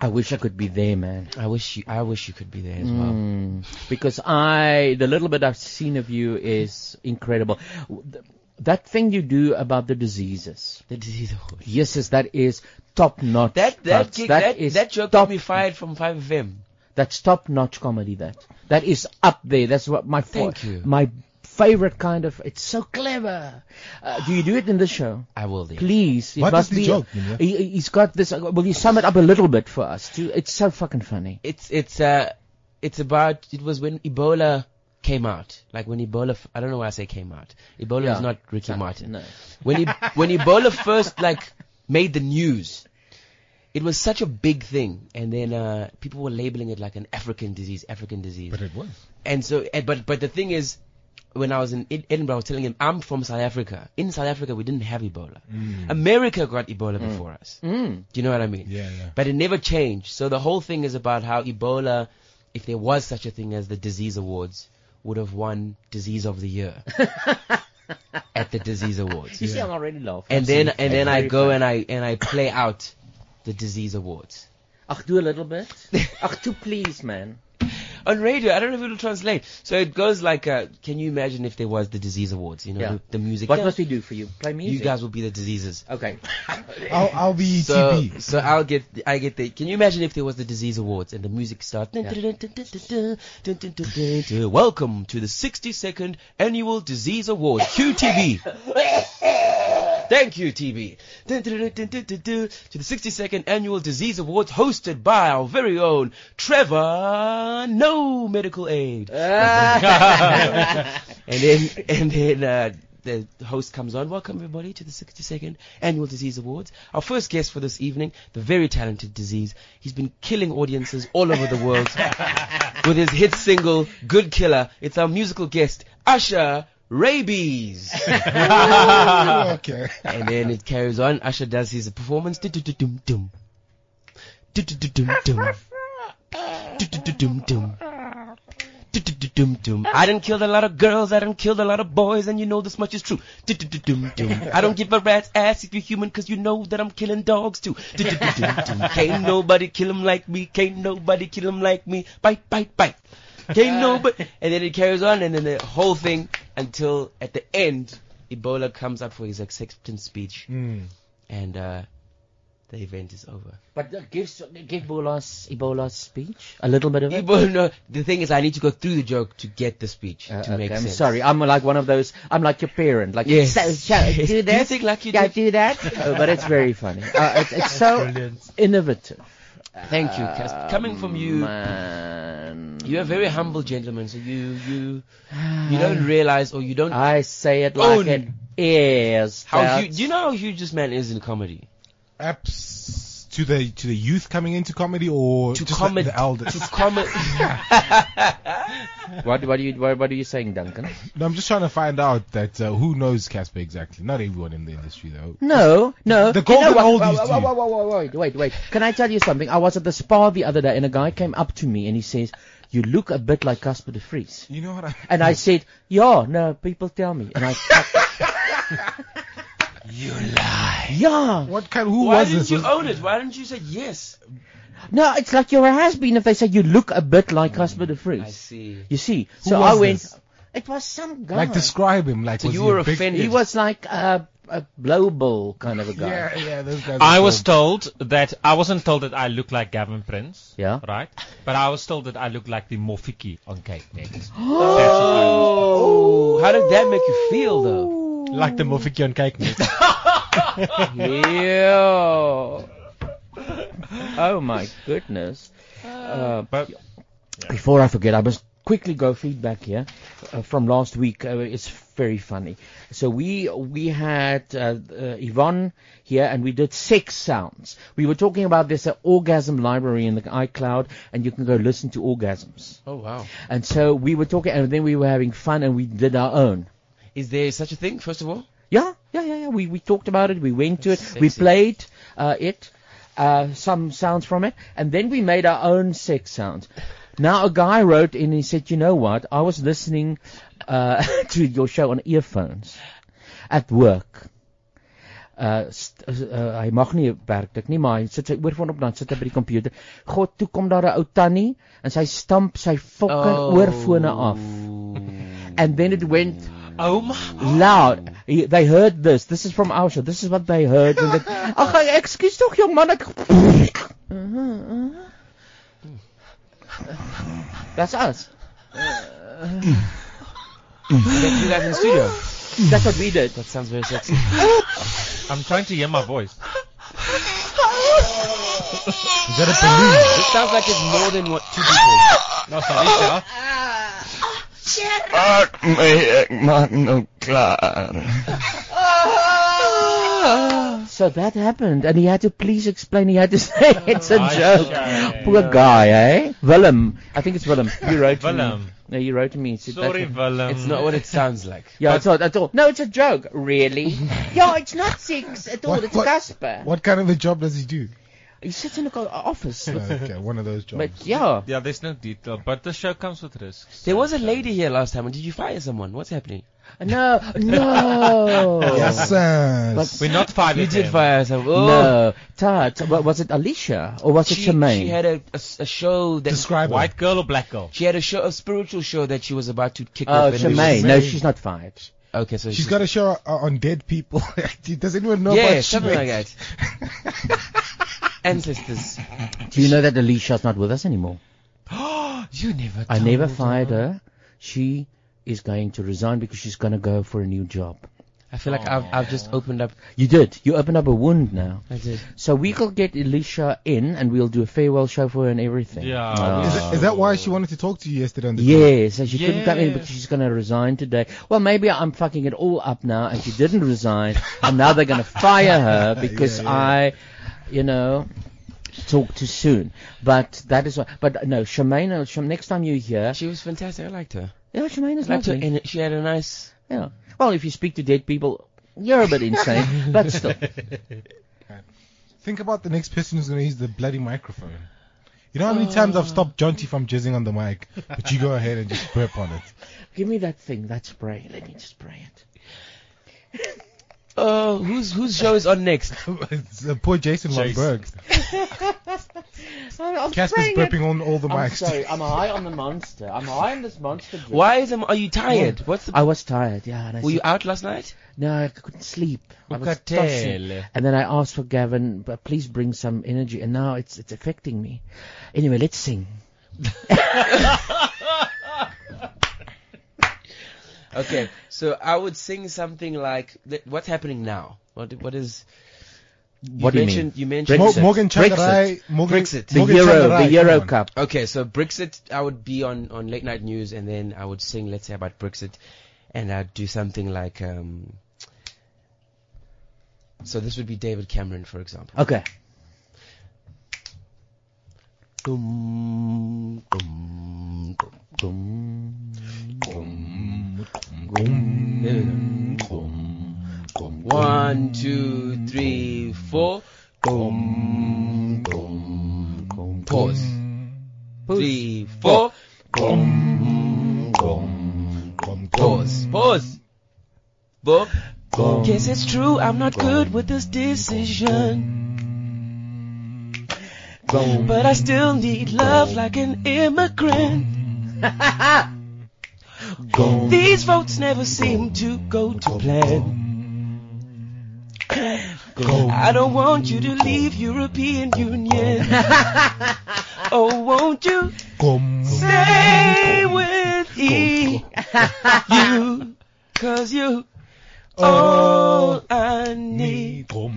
Speaker 4: I wish I could be there, man.
Speaker 17: I wish you. I wish you could be there as
Speaker 4: Mm. well. Because I, the little bit I've seen of you is incredible. W- th- That thing you do about the diseases.
Speaker 17: The disease.
Speaker 4: Yes, yes, that is top notch.
Speaker 17: That that
Speaker 4: That's-
Speaker 17: gig,
Speaker 4: that
Speaker 17: that,
Speaker 4: is
Speaker 17: that joke got me fired from Five FM.
Speaker 4: That's top notch comedy. That that is up there. That's what my fa-
Speaker 17: Thank you.
Speaker 4: my favorite kind of. It's so clever. Uh, do you do it in the show?
Speaker 17: I will. Dear.
Speaker 4: Please. It
Speaker 17: What
Speaker 4: must
Speaker 17: is the
Speaker 4: be,
Speaker 17: joke, Nina?
Speaker 4: He, he's got this. uh, Will you sum it up a little bit for us? Too? It's so fucking funny.
Speaker 17: It's it's uh it's about it was when Ebola came out. Like when Ebola, f- I don't know why I say came out. Ebola
Speaker 4: Yeah.
Speaker 17: is not Ricky Martin. When e- when Ebola first like made the news, it was such a big thing, and then uh, people were labeling it like an African disease, African disease. But
Speaker 8: it was.
Speaker 17: And so, and- but but the thing is, when I was in Ed- Edinburgh, I was telling him I'm from South Africa. In South Africa, we didn't have Ebola.
Speaker 8: Mm.
Speaker 17: America got Ebola
Speaker 4: Mm.
Speaker 17: before us.
Speaker 4: Mm.
Speaker 17: Do you know what I mean?
Speaker 8: Yeah, yeah.
Speaker 17: But it never changed. So the whole thing is about how Ebola, if there was such a thing as the disease awards, would have won disease of the year at the disease awards.
Speaker 4: You see, I'm already laughing.
Speaker 17: And then and then I
Speaker 4: Very
Speaker 17: go
Speaker 4: funny.
Speaker 17: and I and I play out the disease awards.
Speaker 4: Ach, do a little bit. Ach, do please, man.
Speaker 17: On radio, I don't know if it'll translate. So it goes like, uh, can you imagine if there was the disease awards? You know,
Speaker 4: Yeah.
Speaker 17: the, the music.
Speaker 4: What must we do for you? Play music?
Speaker 17: You guys will be the diseases.
Speaker 4: Okay.
Speaker 8: I'll, I'll be
Speaker 17: So,
Speaker 8: TB.
Speaker 17: so I'll get, I get the. Can you imagine if there was the disease awards and the music starts? Welcome to the 62nd annual disease awards, QTB. Thank you, TB. To the 62nd annual disease awards hosted by our very own Trevor No Medical Aid.
Speaker 5: Ah.
Speaker 17: and then, and then, uh, the host comes on. Welcome everybody to the 62nd Annual Disease Awards. Our first guest for this evening, the very talented Disease. He's been killing audiences all over the world with his hit single "Good Killer." It's our musical guest, Usher Rabies.
Speaker 8: Okay.
Speaker 17: And then it carries on. Usher does his performance. Du-du-du-dum-dum. Du-du-du-dum-dum. Du-du-du-dum-dum. Du-du-du-dum-dum. I done killed a lot of girls, I done killed a lot of boys, and you know this much is true. Du-du-du-dum-dum. I don't give a rat's ass if you're human, cause you know that I'm killing dogs too. Du-du-du-dum-dum. Can't nobody kill 'em like me, can't nobody kill 'em like me. Bite, bite, bite. Can't nobody. And then it carries on, and then the whole thing until at the end, Ebola comes up for his acceptance speech, and uh, the event is over.
Speaker 4: But uh, give give Bolas Ebola's speech. A little bit of it?
Speaker 17: Ebola. No, the thing is, I need to go through the joke to get the speech to
Speaker 4: Uh, Okay,
Speaker 17: make
Speaker 4: I'm
Speaker 17: sense.
Speaker 4: sorry. I'm like one of those. I'm like your parent. Like
Speaker 17: Yes.
Speaker 4: so, so,
Speaker 17: Yes.
Speaker 4: do
Speaker 17: You
Speaker 4: this.
Speaker 17: think like you
Speaker 4: yeah,
Speaker 17: did-
Speaker 4: do that. Uh, but it's very funny. Uh, it, it's so innovative. Uh,
Speaker 17: Thank you, Casper. Coming from you,
Speaker 4: man.
Speaker 17: You're a very humble gentleman, so you you you don't realize or you don't.
Speaker 4: I say it like
Speaker 17: own
Speaker 4: it is.
Speaker 17: How
Speaker 4: that-
Speaker 17: huge? Do you know how huge this man is in comedy?
Speaker 8: Apps to the to the youth coming into comedy or to just the-
Speaker 17: comedy-
Speaker 8: the elders.
Speaker 17: to comedy.
Speaker 4: What what are you what, what are you saying, Duncan?
Speaker 8: No, I'm just trying to find out that uh, who knows Casper exactly. Not everyone in the industry though.
Speaker 4: No, no.
Speaker 8: The
Speaker 4: You know
Speaker 8: golden
Speaker 4: what?
Speaker 8: oldies
Speaker 4: Wait,
Speaker 8: do.
Speaker 4: wait, wait, wait, wait, wait, wait. Can I tell you something? I was at the spa the other day, and a guy came up to me and he says, you look a bit like Casper de Vries.
Speaker 8: You know what I?
Speaker 4: And I said, yeah, no, people tell me. And I,
Speaker 8: you lie.
Speaker 4: Yeah.
Speaker 8: What kind? Who
Speaker 4: Why
Speaker 8: was
Speaker 4: didn't
Speaker 8: this?
Speaker 4: you
Speaker 8: Was-
Speaker 4: own
Speaker 17: it? Why didn't you say yes?
Speaker 4: no, it's like you're a has-been if they say you look a bit like Casper de Vries. I
Speaker 17: see.
Speaker 4: You see.
Speaker 8: Who
Speaker 4: so I
Speaker 8: was
Speaker 4: went, "Oh,
Speaker 8: this?
Speaker 4: it was some guy.
Speaker 8: Like describe him. Like was he a big-
Speaker 4: He was like a, a blowball kind of a guy.
Speaker 8: Yeah, yeah. Those guys.
Speaker 6: I
Speaker 8: are
Speaker 6: was
Speaker 8: dumb.
Speaker 6: told that I wasn't told that I look like Gavin Prince.
Speaker 4: Yeah.
Speaker 6: Right. But I was told that I look like the Mofiki on Cape Next.
Speaker 17: Oh, how did that make you feel though?
Speaker 25: Like the Mofiki on cake mix.
Speaker 4: yeah. Oh my goodness. Uh,
Speaker 6: but
Speaker 4: before I forget, I must quickly go feedback here uh, from last week. Uh, it's very funny. So we we had uh, uh, Yvonne here, and we did sex sounds. We were talking about this uh, orgasm library in the iCloud, and you can go listen to orgasms.
Speaker 17: Oh wow.
Speaker 4: And so we were talking, and then we were having fun, and we did our own.
Speaker 17: Is there such a thing? First of all,
Speaker 4: Yeah, yeah, yeah, yeah. We we talked about it. We went to it. We played uh, it, uh, some sounds from it, and then we made our own sex sounds. Now a guy wrote in and he said, "You know what? I was listening uh, to your show on earphones at work." Uh, st- uh, hy mag nie werk dit nie, maar hy sit sy oorfoon op dan sit hy by die komputer. God, toe kom daar 'n ou tannie en sy stamp sy fucking
Speaker 17: Oh.
Speaker 4: oorfone af. And then it went
Speaker 17: Oh my.
Speaker 4: loud. He- They heard this. This is from our show. This is what they heard. And they, Ag, ekskuus tog jong man, ek That's us.
Speaker 17: They do that in the studio.
Speaker 4: That's what we did.
Speaker 17: That sounds very sexy.
Speaker 6: I'm trying to hear my voice.
Speaker 17: Is that a balloon? It sounds like it's more than what two people.
Speaker 6: No, sorry.
Speaker 5: Maak my ek maak nou klaar.
Speaker 4: So that happened, and he had to please explain. He had to say it's a
Speaker 6: I
Speaker 4: joke.
Speaker 6: see.
Speaker 4: Poor guy, eh? Willem, I think it's Willem. You wrote to me.
Speaker 6: Willem.
Speaker 4: No, you wrote to me. and said
Speaker 6: Sorry,
Speaker 4: that-
Speaker 6: Willem.
Speaker 17: It's not what it sounds like.
Speaker 4: Yeah, it's not at all. No, it's a joke. Really? yeah, it's not sex at all.
Speaker 8: What-
Speaker 4: it's
Speaker 8: what-
Speaker 4: Casper.
Speaker 8: What kind of a job does he do? Oh,
Speaker 4: He sits in the co- uh, office.
Speaker 8: okay, one of those jobs.
Speaker 4: but yeah.
Speaker 6: Yeah, there's no detail, but the show comes with risks.
Speaker 17: There was a lady here last time. and Did you fire someone? What's happening?
Speaker 4: No, no.
Speaker 8: Yes, sir.
Speaker 4: But-
Speaker 6: We're not five.
Speaker 17: You did fire someone. Oh.
Speaker 4: No, Tad, wa- was it Alicia or was
Speaker 17: She,
Speaker 4: it Shemaine?
Speaker 17: she had a, a s- a show that
Speaker 8: Describe her.
Speaker 6: White girl or black girl?
Speaker 17: she had a show a spiritual show that she was about to kick
Speaker 4: oh,
Speaker 17: off. and it was-
Speaker 4: Shemaine. No, she's not fired.
Speaker 17: Okay, so
Speaker 8: She's got a show uh, on dead people. does anyone know
Speaker 17: yeah,
Speaker 8: about
Speaker 17: something
Speaker 8: Shemay?
Speaker 17: like that. Ancestors.
Speaker 4: Do you know that Alicia's not with us anymore?
Speaker 17: You never.
Speaker 4: I never fired her. She is going to resign because she's going to go for a new job.
Speaker 17: I feel like I've, I've just opened up.
Speaker 4: You did. You opened up a wound now.
Speaker 17: I did.
Speaker 4: So we could get Alicia in and we'll do a farewell show for her and everything.
Speaker 6: Yeah.
Speaker 17: Um,
Speaker 8: Is, that- is that why she wanted to talk to you yesterday on the show?
Speaker 4: Oh. Yeah, so she couldn't come in because she's going to resign today. Well, maybe I'm fucking it all up now and she didn't resign and now they're going to fire her because I, you know, talk too soon. But that is what, but no, Shemaine, uh, Shem, next time you're here,
Speaker 17: She was fantastic. I liked her.
Speaker 4: yeah, Shemaine is
Speaker 17: I liked her,
Speaker 4: lovely.
Speaker 17: and she had a nice.
Speaker 4: yeah. Well, if you speak to dead people, you're a bit insane, but still.
Speaker 8: Think about the next person who's going to use the bloody microphone. You know how many times I've stopped Jonty from jizzing on the mic, but you go ahead and just burp on it.
Speaker 4: Give me that thing, that spray. Let me just spray it.
Speaker 17: Oh, whose whose show is on next?
Speaker 8: It's, uh, poor Jason Von
Speaker 6: Jason.
Speaker 8: Berg.
Speaker 4: I'm
Speaker 8: Casper's burping on all the
Speaker 4: I'm
Speaker 8: mics.
Speaker 4: sorry, I'm high on the monster. I'm high on this monster. drink.
Speaker 17: Why is him? Are you tired? What's the?
Speaker 4: I was tired, yeah. And I
Speaker 17: Were you
Speaker 4: said,
Speaker 17: out last night?
Speaker 4: no, I couldn't sleep. I was tossing.
Speaker 17: Ukatele.
Speaker 4: And then I asked for Gavin, "But please bring some energy. And now it's it's affecting me. Anyway, let's sing.
Speaker 17: Okay, so I would sing something like, th- "What's happening now? What what is?"
Speaker 4: What do you mean?
Speaker 17: mentioned, you mentioned
Speaker 8: Mo-
Speaker 4: Brexit.
Speaker 8: Morgan Changarai.
Speaker 4: Brexit.
Speaker 8: Morgan,
Speaker 17: Brexit.
Speaker 4: The
Speaker 8: Morgan
Speaker 4: Euro,
Speaker 8: Changarai,
Speaker 4: the Euro
Speaker 8: come on.
Speaker 4: Cup.
Speaker 17: Okay, so Brexit, I would be on, on late night news, and then I would sing, let's say, about Brexit, and I'd do something like, um, so this would be David Cameron, for example.
Speaker 4: Okay.
Speaker 17: Dum, dum, dum, dum, dum, dum. There we go. One, two, three, four. Dum, dum, dum. Pause. Three, four.
Speaker 11: Boom. Yes, it's true. I'm not good with this decision. But I still need love like an immigrant. These votes never seem to go to plan. I don't want you to leave European Union. oh, won't you stay with E? you, cause you all I need.
Speaker 17: oh,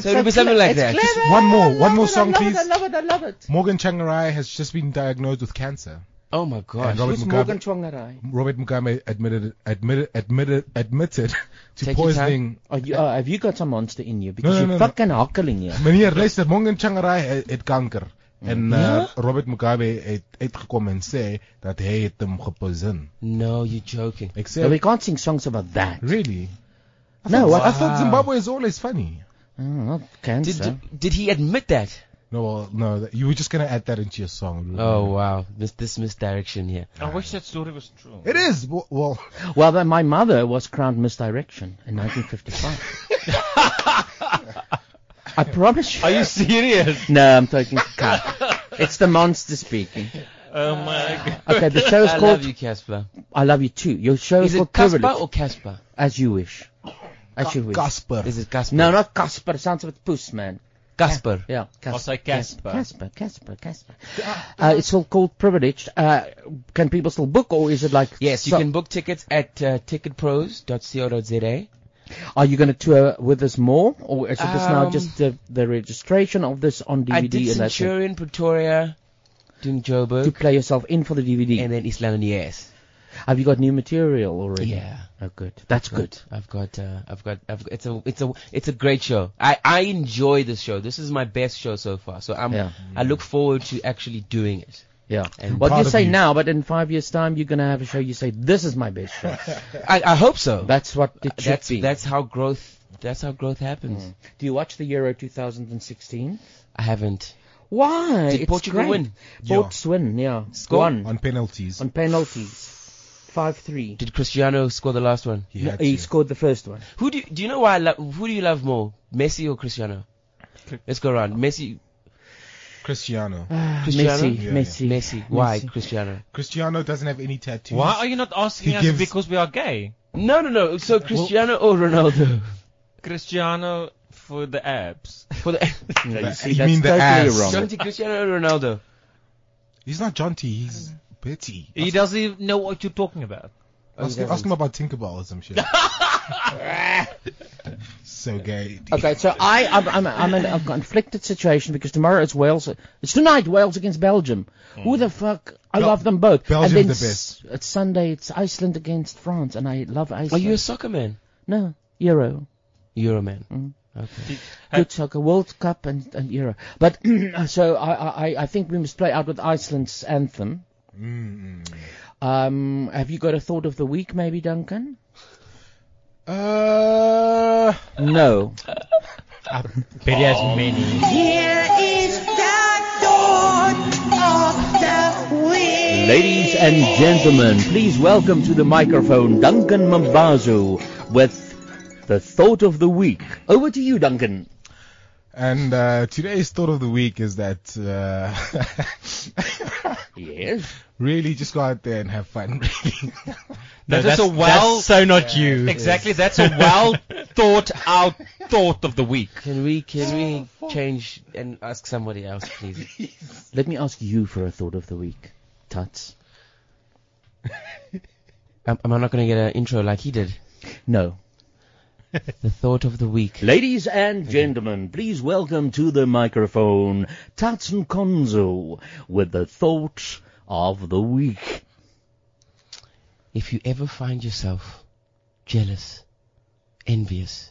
Speaker 11: so it'll be something like that.
Speaker 8: Just one more, one more song,
Speaker 11: I love it,
Speaker 8: please.
Speaker 11: I love it, I love it.
Speaker 8: Morgan Changarai has just been diagnosed with cancer.
Speaker 17: Oh my gosh.
Speaker 8: And Robert
Speaker 17: Who's
Speaker 8: Mugabe,
Speaker 17: Morgan Tsvangirai?
Speaker 8: Robert Mugabe admitted admitted admitted admitted to
Speaker 4: Take your
Speaker 8: poisoning.
Speaker 4: time. Are you, uh, have you got some monster in you?
Speaker 8: No,
Speaker 4: Because
Speaker 8: no,
Speaker 4: you're
Speaker 8: no, no.
Speaker 4: fucking hakkeling hier.
Speaker 8: Meneer, luister, Morgan Changarai het, het kanker.
Speaker 4: Mm.
Speaker 8: En uh,
Speaker 4: Ja?
Speaker 8: Robert Mugabe het uitgekom en sê dat hy het hem gepoison.
Speaker 17: No, you're joking.
Speaker 8: Ek sê
Speaker 4: So we can't sing songs about that.
Speaker 8: Really? I
Speaker 4: No,
Speaker 8: thought,
Speaker 4: what-
Speaker 8: I thought
Speaker 4: Wow. Oh,
Speaker 8: Zimbabwe is always funny.
Speaker 4: not
Speaker 17: Did, did he admit that?
Speaker 8: No, well, no, that- you were just gonna add that into your song.
Speaker 17: Oh wow, this, this misdirection here.
Speaker 6: I wish that story was true.
Speaker 8: It is. Well, well,
Speaker 4: Well, then my mother was crowned misdirection in 1955. I promise you.
Speaker 6: Are you serious?
Speaker 4: No, I'm talking cut. It's the monster speaking.
Speaker 11: Oh my god.
Speaker 4: Okay, the show is
Speaker 11: I
Speaker 4: called.
Speaker 11: love you, Casper.
Speaker 4: I love you too. Your show
Speaker 11: Is
Speaker 4: is
Speaker 11: it
Speaker 4: called
Speaker 11: Casper
Speaker 4: Privilege.
Speaker 11: or Casper?
Speaker 4: As you wish. As you wish.
Speaker 8: Casper.
Speaker 4: Is it Casper? No, not Casper. Sounds a bit puss, man.
Speaker 17: Casper.
Speaker 4: Yeah.
Speaker 6: I'll say Casper.
Speaker 4: Casper, Casper, Casper. Uh, it's all called Privileged. Uh, can people still book or is it like.
Speaker 17: Yes, you
Speaker 4: so-
Speaker 17: can book tickets at uh, ticketpros.co.za.
Speaker 4: Are you going to tour with us more or is it just now
Speaker 17: Um,
Speaker 4: just the, the registration of this on DVD
Speaker 17: I did
Speaker 4: and that's it?
Speaker 17: Centurion, Pretoria, doing Joburg.
Speaker 4: to play yourself in for the DVD.
Speaker 17: And then East London, yes.
Speaker 4: Have you got new material already?
Speaker 17: Yeah.
Speaker 4: Oh, good. That's good.
Speaker 17: I've got, uh, I've got, I've got, it's a, it's a, it's a great show. I, I enjoy this show. This is my best show so far. So I'm,
Speaker 4: Yeah.
Speaker 17: I look forward to actually doing it.
Speaker 4: Yeah.
Speaker 17: And
Speaker 4: What you
Speaker 17: Part of
Speaker 4: say
Speaker 17: you.
Speaker 4: now, but in five years' time, you're going to have a show. You say, "This is my best show."
Speaker 17: I, I hope so.
Speaker 4: That's what it should
Speaker 17: that's,
Speaker 4: be. Mm.
Speaker 17: that's how growth, that's how growth happens.
Speaker 4: Do you watch the Euro 2016?
Speaker 17: I haven't.
Speaker 4: Why?
Speaker 17: Did
Speaker 4: It's
Speaker 17: Portugal
Speaker 4: great.
Speaker 17: win?
Speaker 8: Yeah.
Speaker 4: Ports win. Yeah.
Speaker 17: Score?
Speaker 4: Won.
Speaker 8: on penalties.
Speaker 4: on penalties, five three.
Speaker 17: Did Cristiano score the last one?
Speaker 8: He had
Speaker 4: he
Speaker 8: to.
Speaker 4: scored the first one.
Speaker 17: Who do you, do you know why I love, who do you love more? Messi or Cristiano? Let's go around. Messi,
Speaker 8: Cristiano.
Speaker 17: Cristiano?
Speaker 4: Ah, Messi,
Speaker 8: Yeah,
Speaker 4: Messi,
Speaker 17: Messi. Why
Speaker 4: Messi.
Speaker 17: Cristiano?
Speaker 8: Cristiano doesn't have any tattoos.
Speaker 6: Why are you not asking
Speaker 8: He
Speaker 6: us
Speaker 8: gives-
Speaker 6: because we are gay?
Speaker 17: No, no, no. So Cristiano or Ronaldo?
Speaker 6: Cristiano for the abs.
Speaker 17: For the,
Speaker 4: No,
Speaker 8: But
Speaker 4: see,
Speaker 8: you
Speaker 4: that's
Speaker 8: mean the
Speaker 4: totally
Speaker 8: ass.
Speaker 4: wrong.
Speaker 17: Jonty Cristiano or Ronaldo?
Speaker 8: He's not Jaunty, he's Betty.
Speaker 6: He doesn't even know what you're talking about.
Speaker 8: Ask, him, ask him about Tinkerbell or some shit. so gay.
Speaker 4: Okay, so I, I'm, I'm, I'm in a conflicted situation because tomorrow it's Wales. It's tonight Wales against Belgium. Who the fuck? I
Speaker 8: Hmm. Bel-
Speaker 4: love them both.
Speaker 8: Belgium's
Speaker 4: and then
Speaker 8: the
Speaker 4: s- It's Sunday. It's Iceland against France, and I love Iceland.
Speaker 17: Are you a soccer man?
Speaker 4: no Euro?
Speaker 17: You're a man.
Speaker 4: Mm-hmm.
Speaker 17: Okay.
Speaker 4: Good soccer, World Cup and, and Euro. But so I, I, I- I think we must play out with Iceland's anthem.
Speaker 8: Mm-hmm.
Speaker 4: Um, have you got a thought of the week, maybe, Duncan?
Speaker 8: Uh,
Speaker 4: No.
Speaker 6: But he has many.
Speaker 5: Here is the dawn of the week.
Speaker 4: Ladies and gentlemen, please welcome to the microphone Duncan Mambazo with the thought of the week. Over to you, Duncan.
Speaker 8: and uh, today's thought of the week is that uh,
Speaker 4: Yes.
Speaker 8: really just go out there and have fun. Really.
Speaker 6: That is
Speaker 26: that's,
Speaker 6: a well
Speaker 26: that's so not you.
Speaker 6: Exactly, that's a well thought out thought of the week.
Speaker 17: Can we
Speaker 4: Oh,
Speaker 17: can we change and ask somebody else, please?
Speaker 4: Let me ask you for a thought of the week, Tuts.
Speaker 17: am, am I not going to get an intro like he did?
Speaker 4: No.
Speaker 17: The thought of the week.
Speaker 4: Ladies and gentlemen, please welcome to the microphone Tuts Nkonzo with the thought of the week.
Speaker 17: If you ever find yourself jealous, envious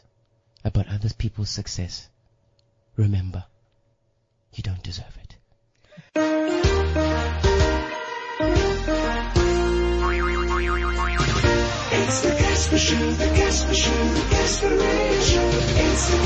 Speaker 17: about other people's success, remember, you don't deserve it.
Speaker 5: It's the Casper Show, the Casper Show, the Casper Radio Show. It's the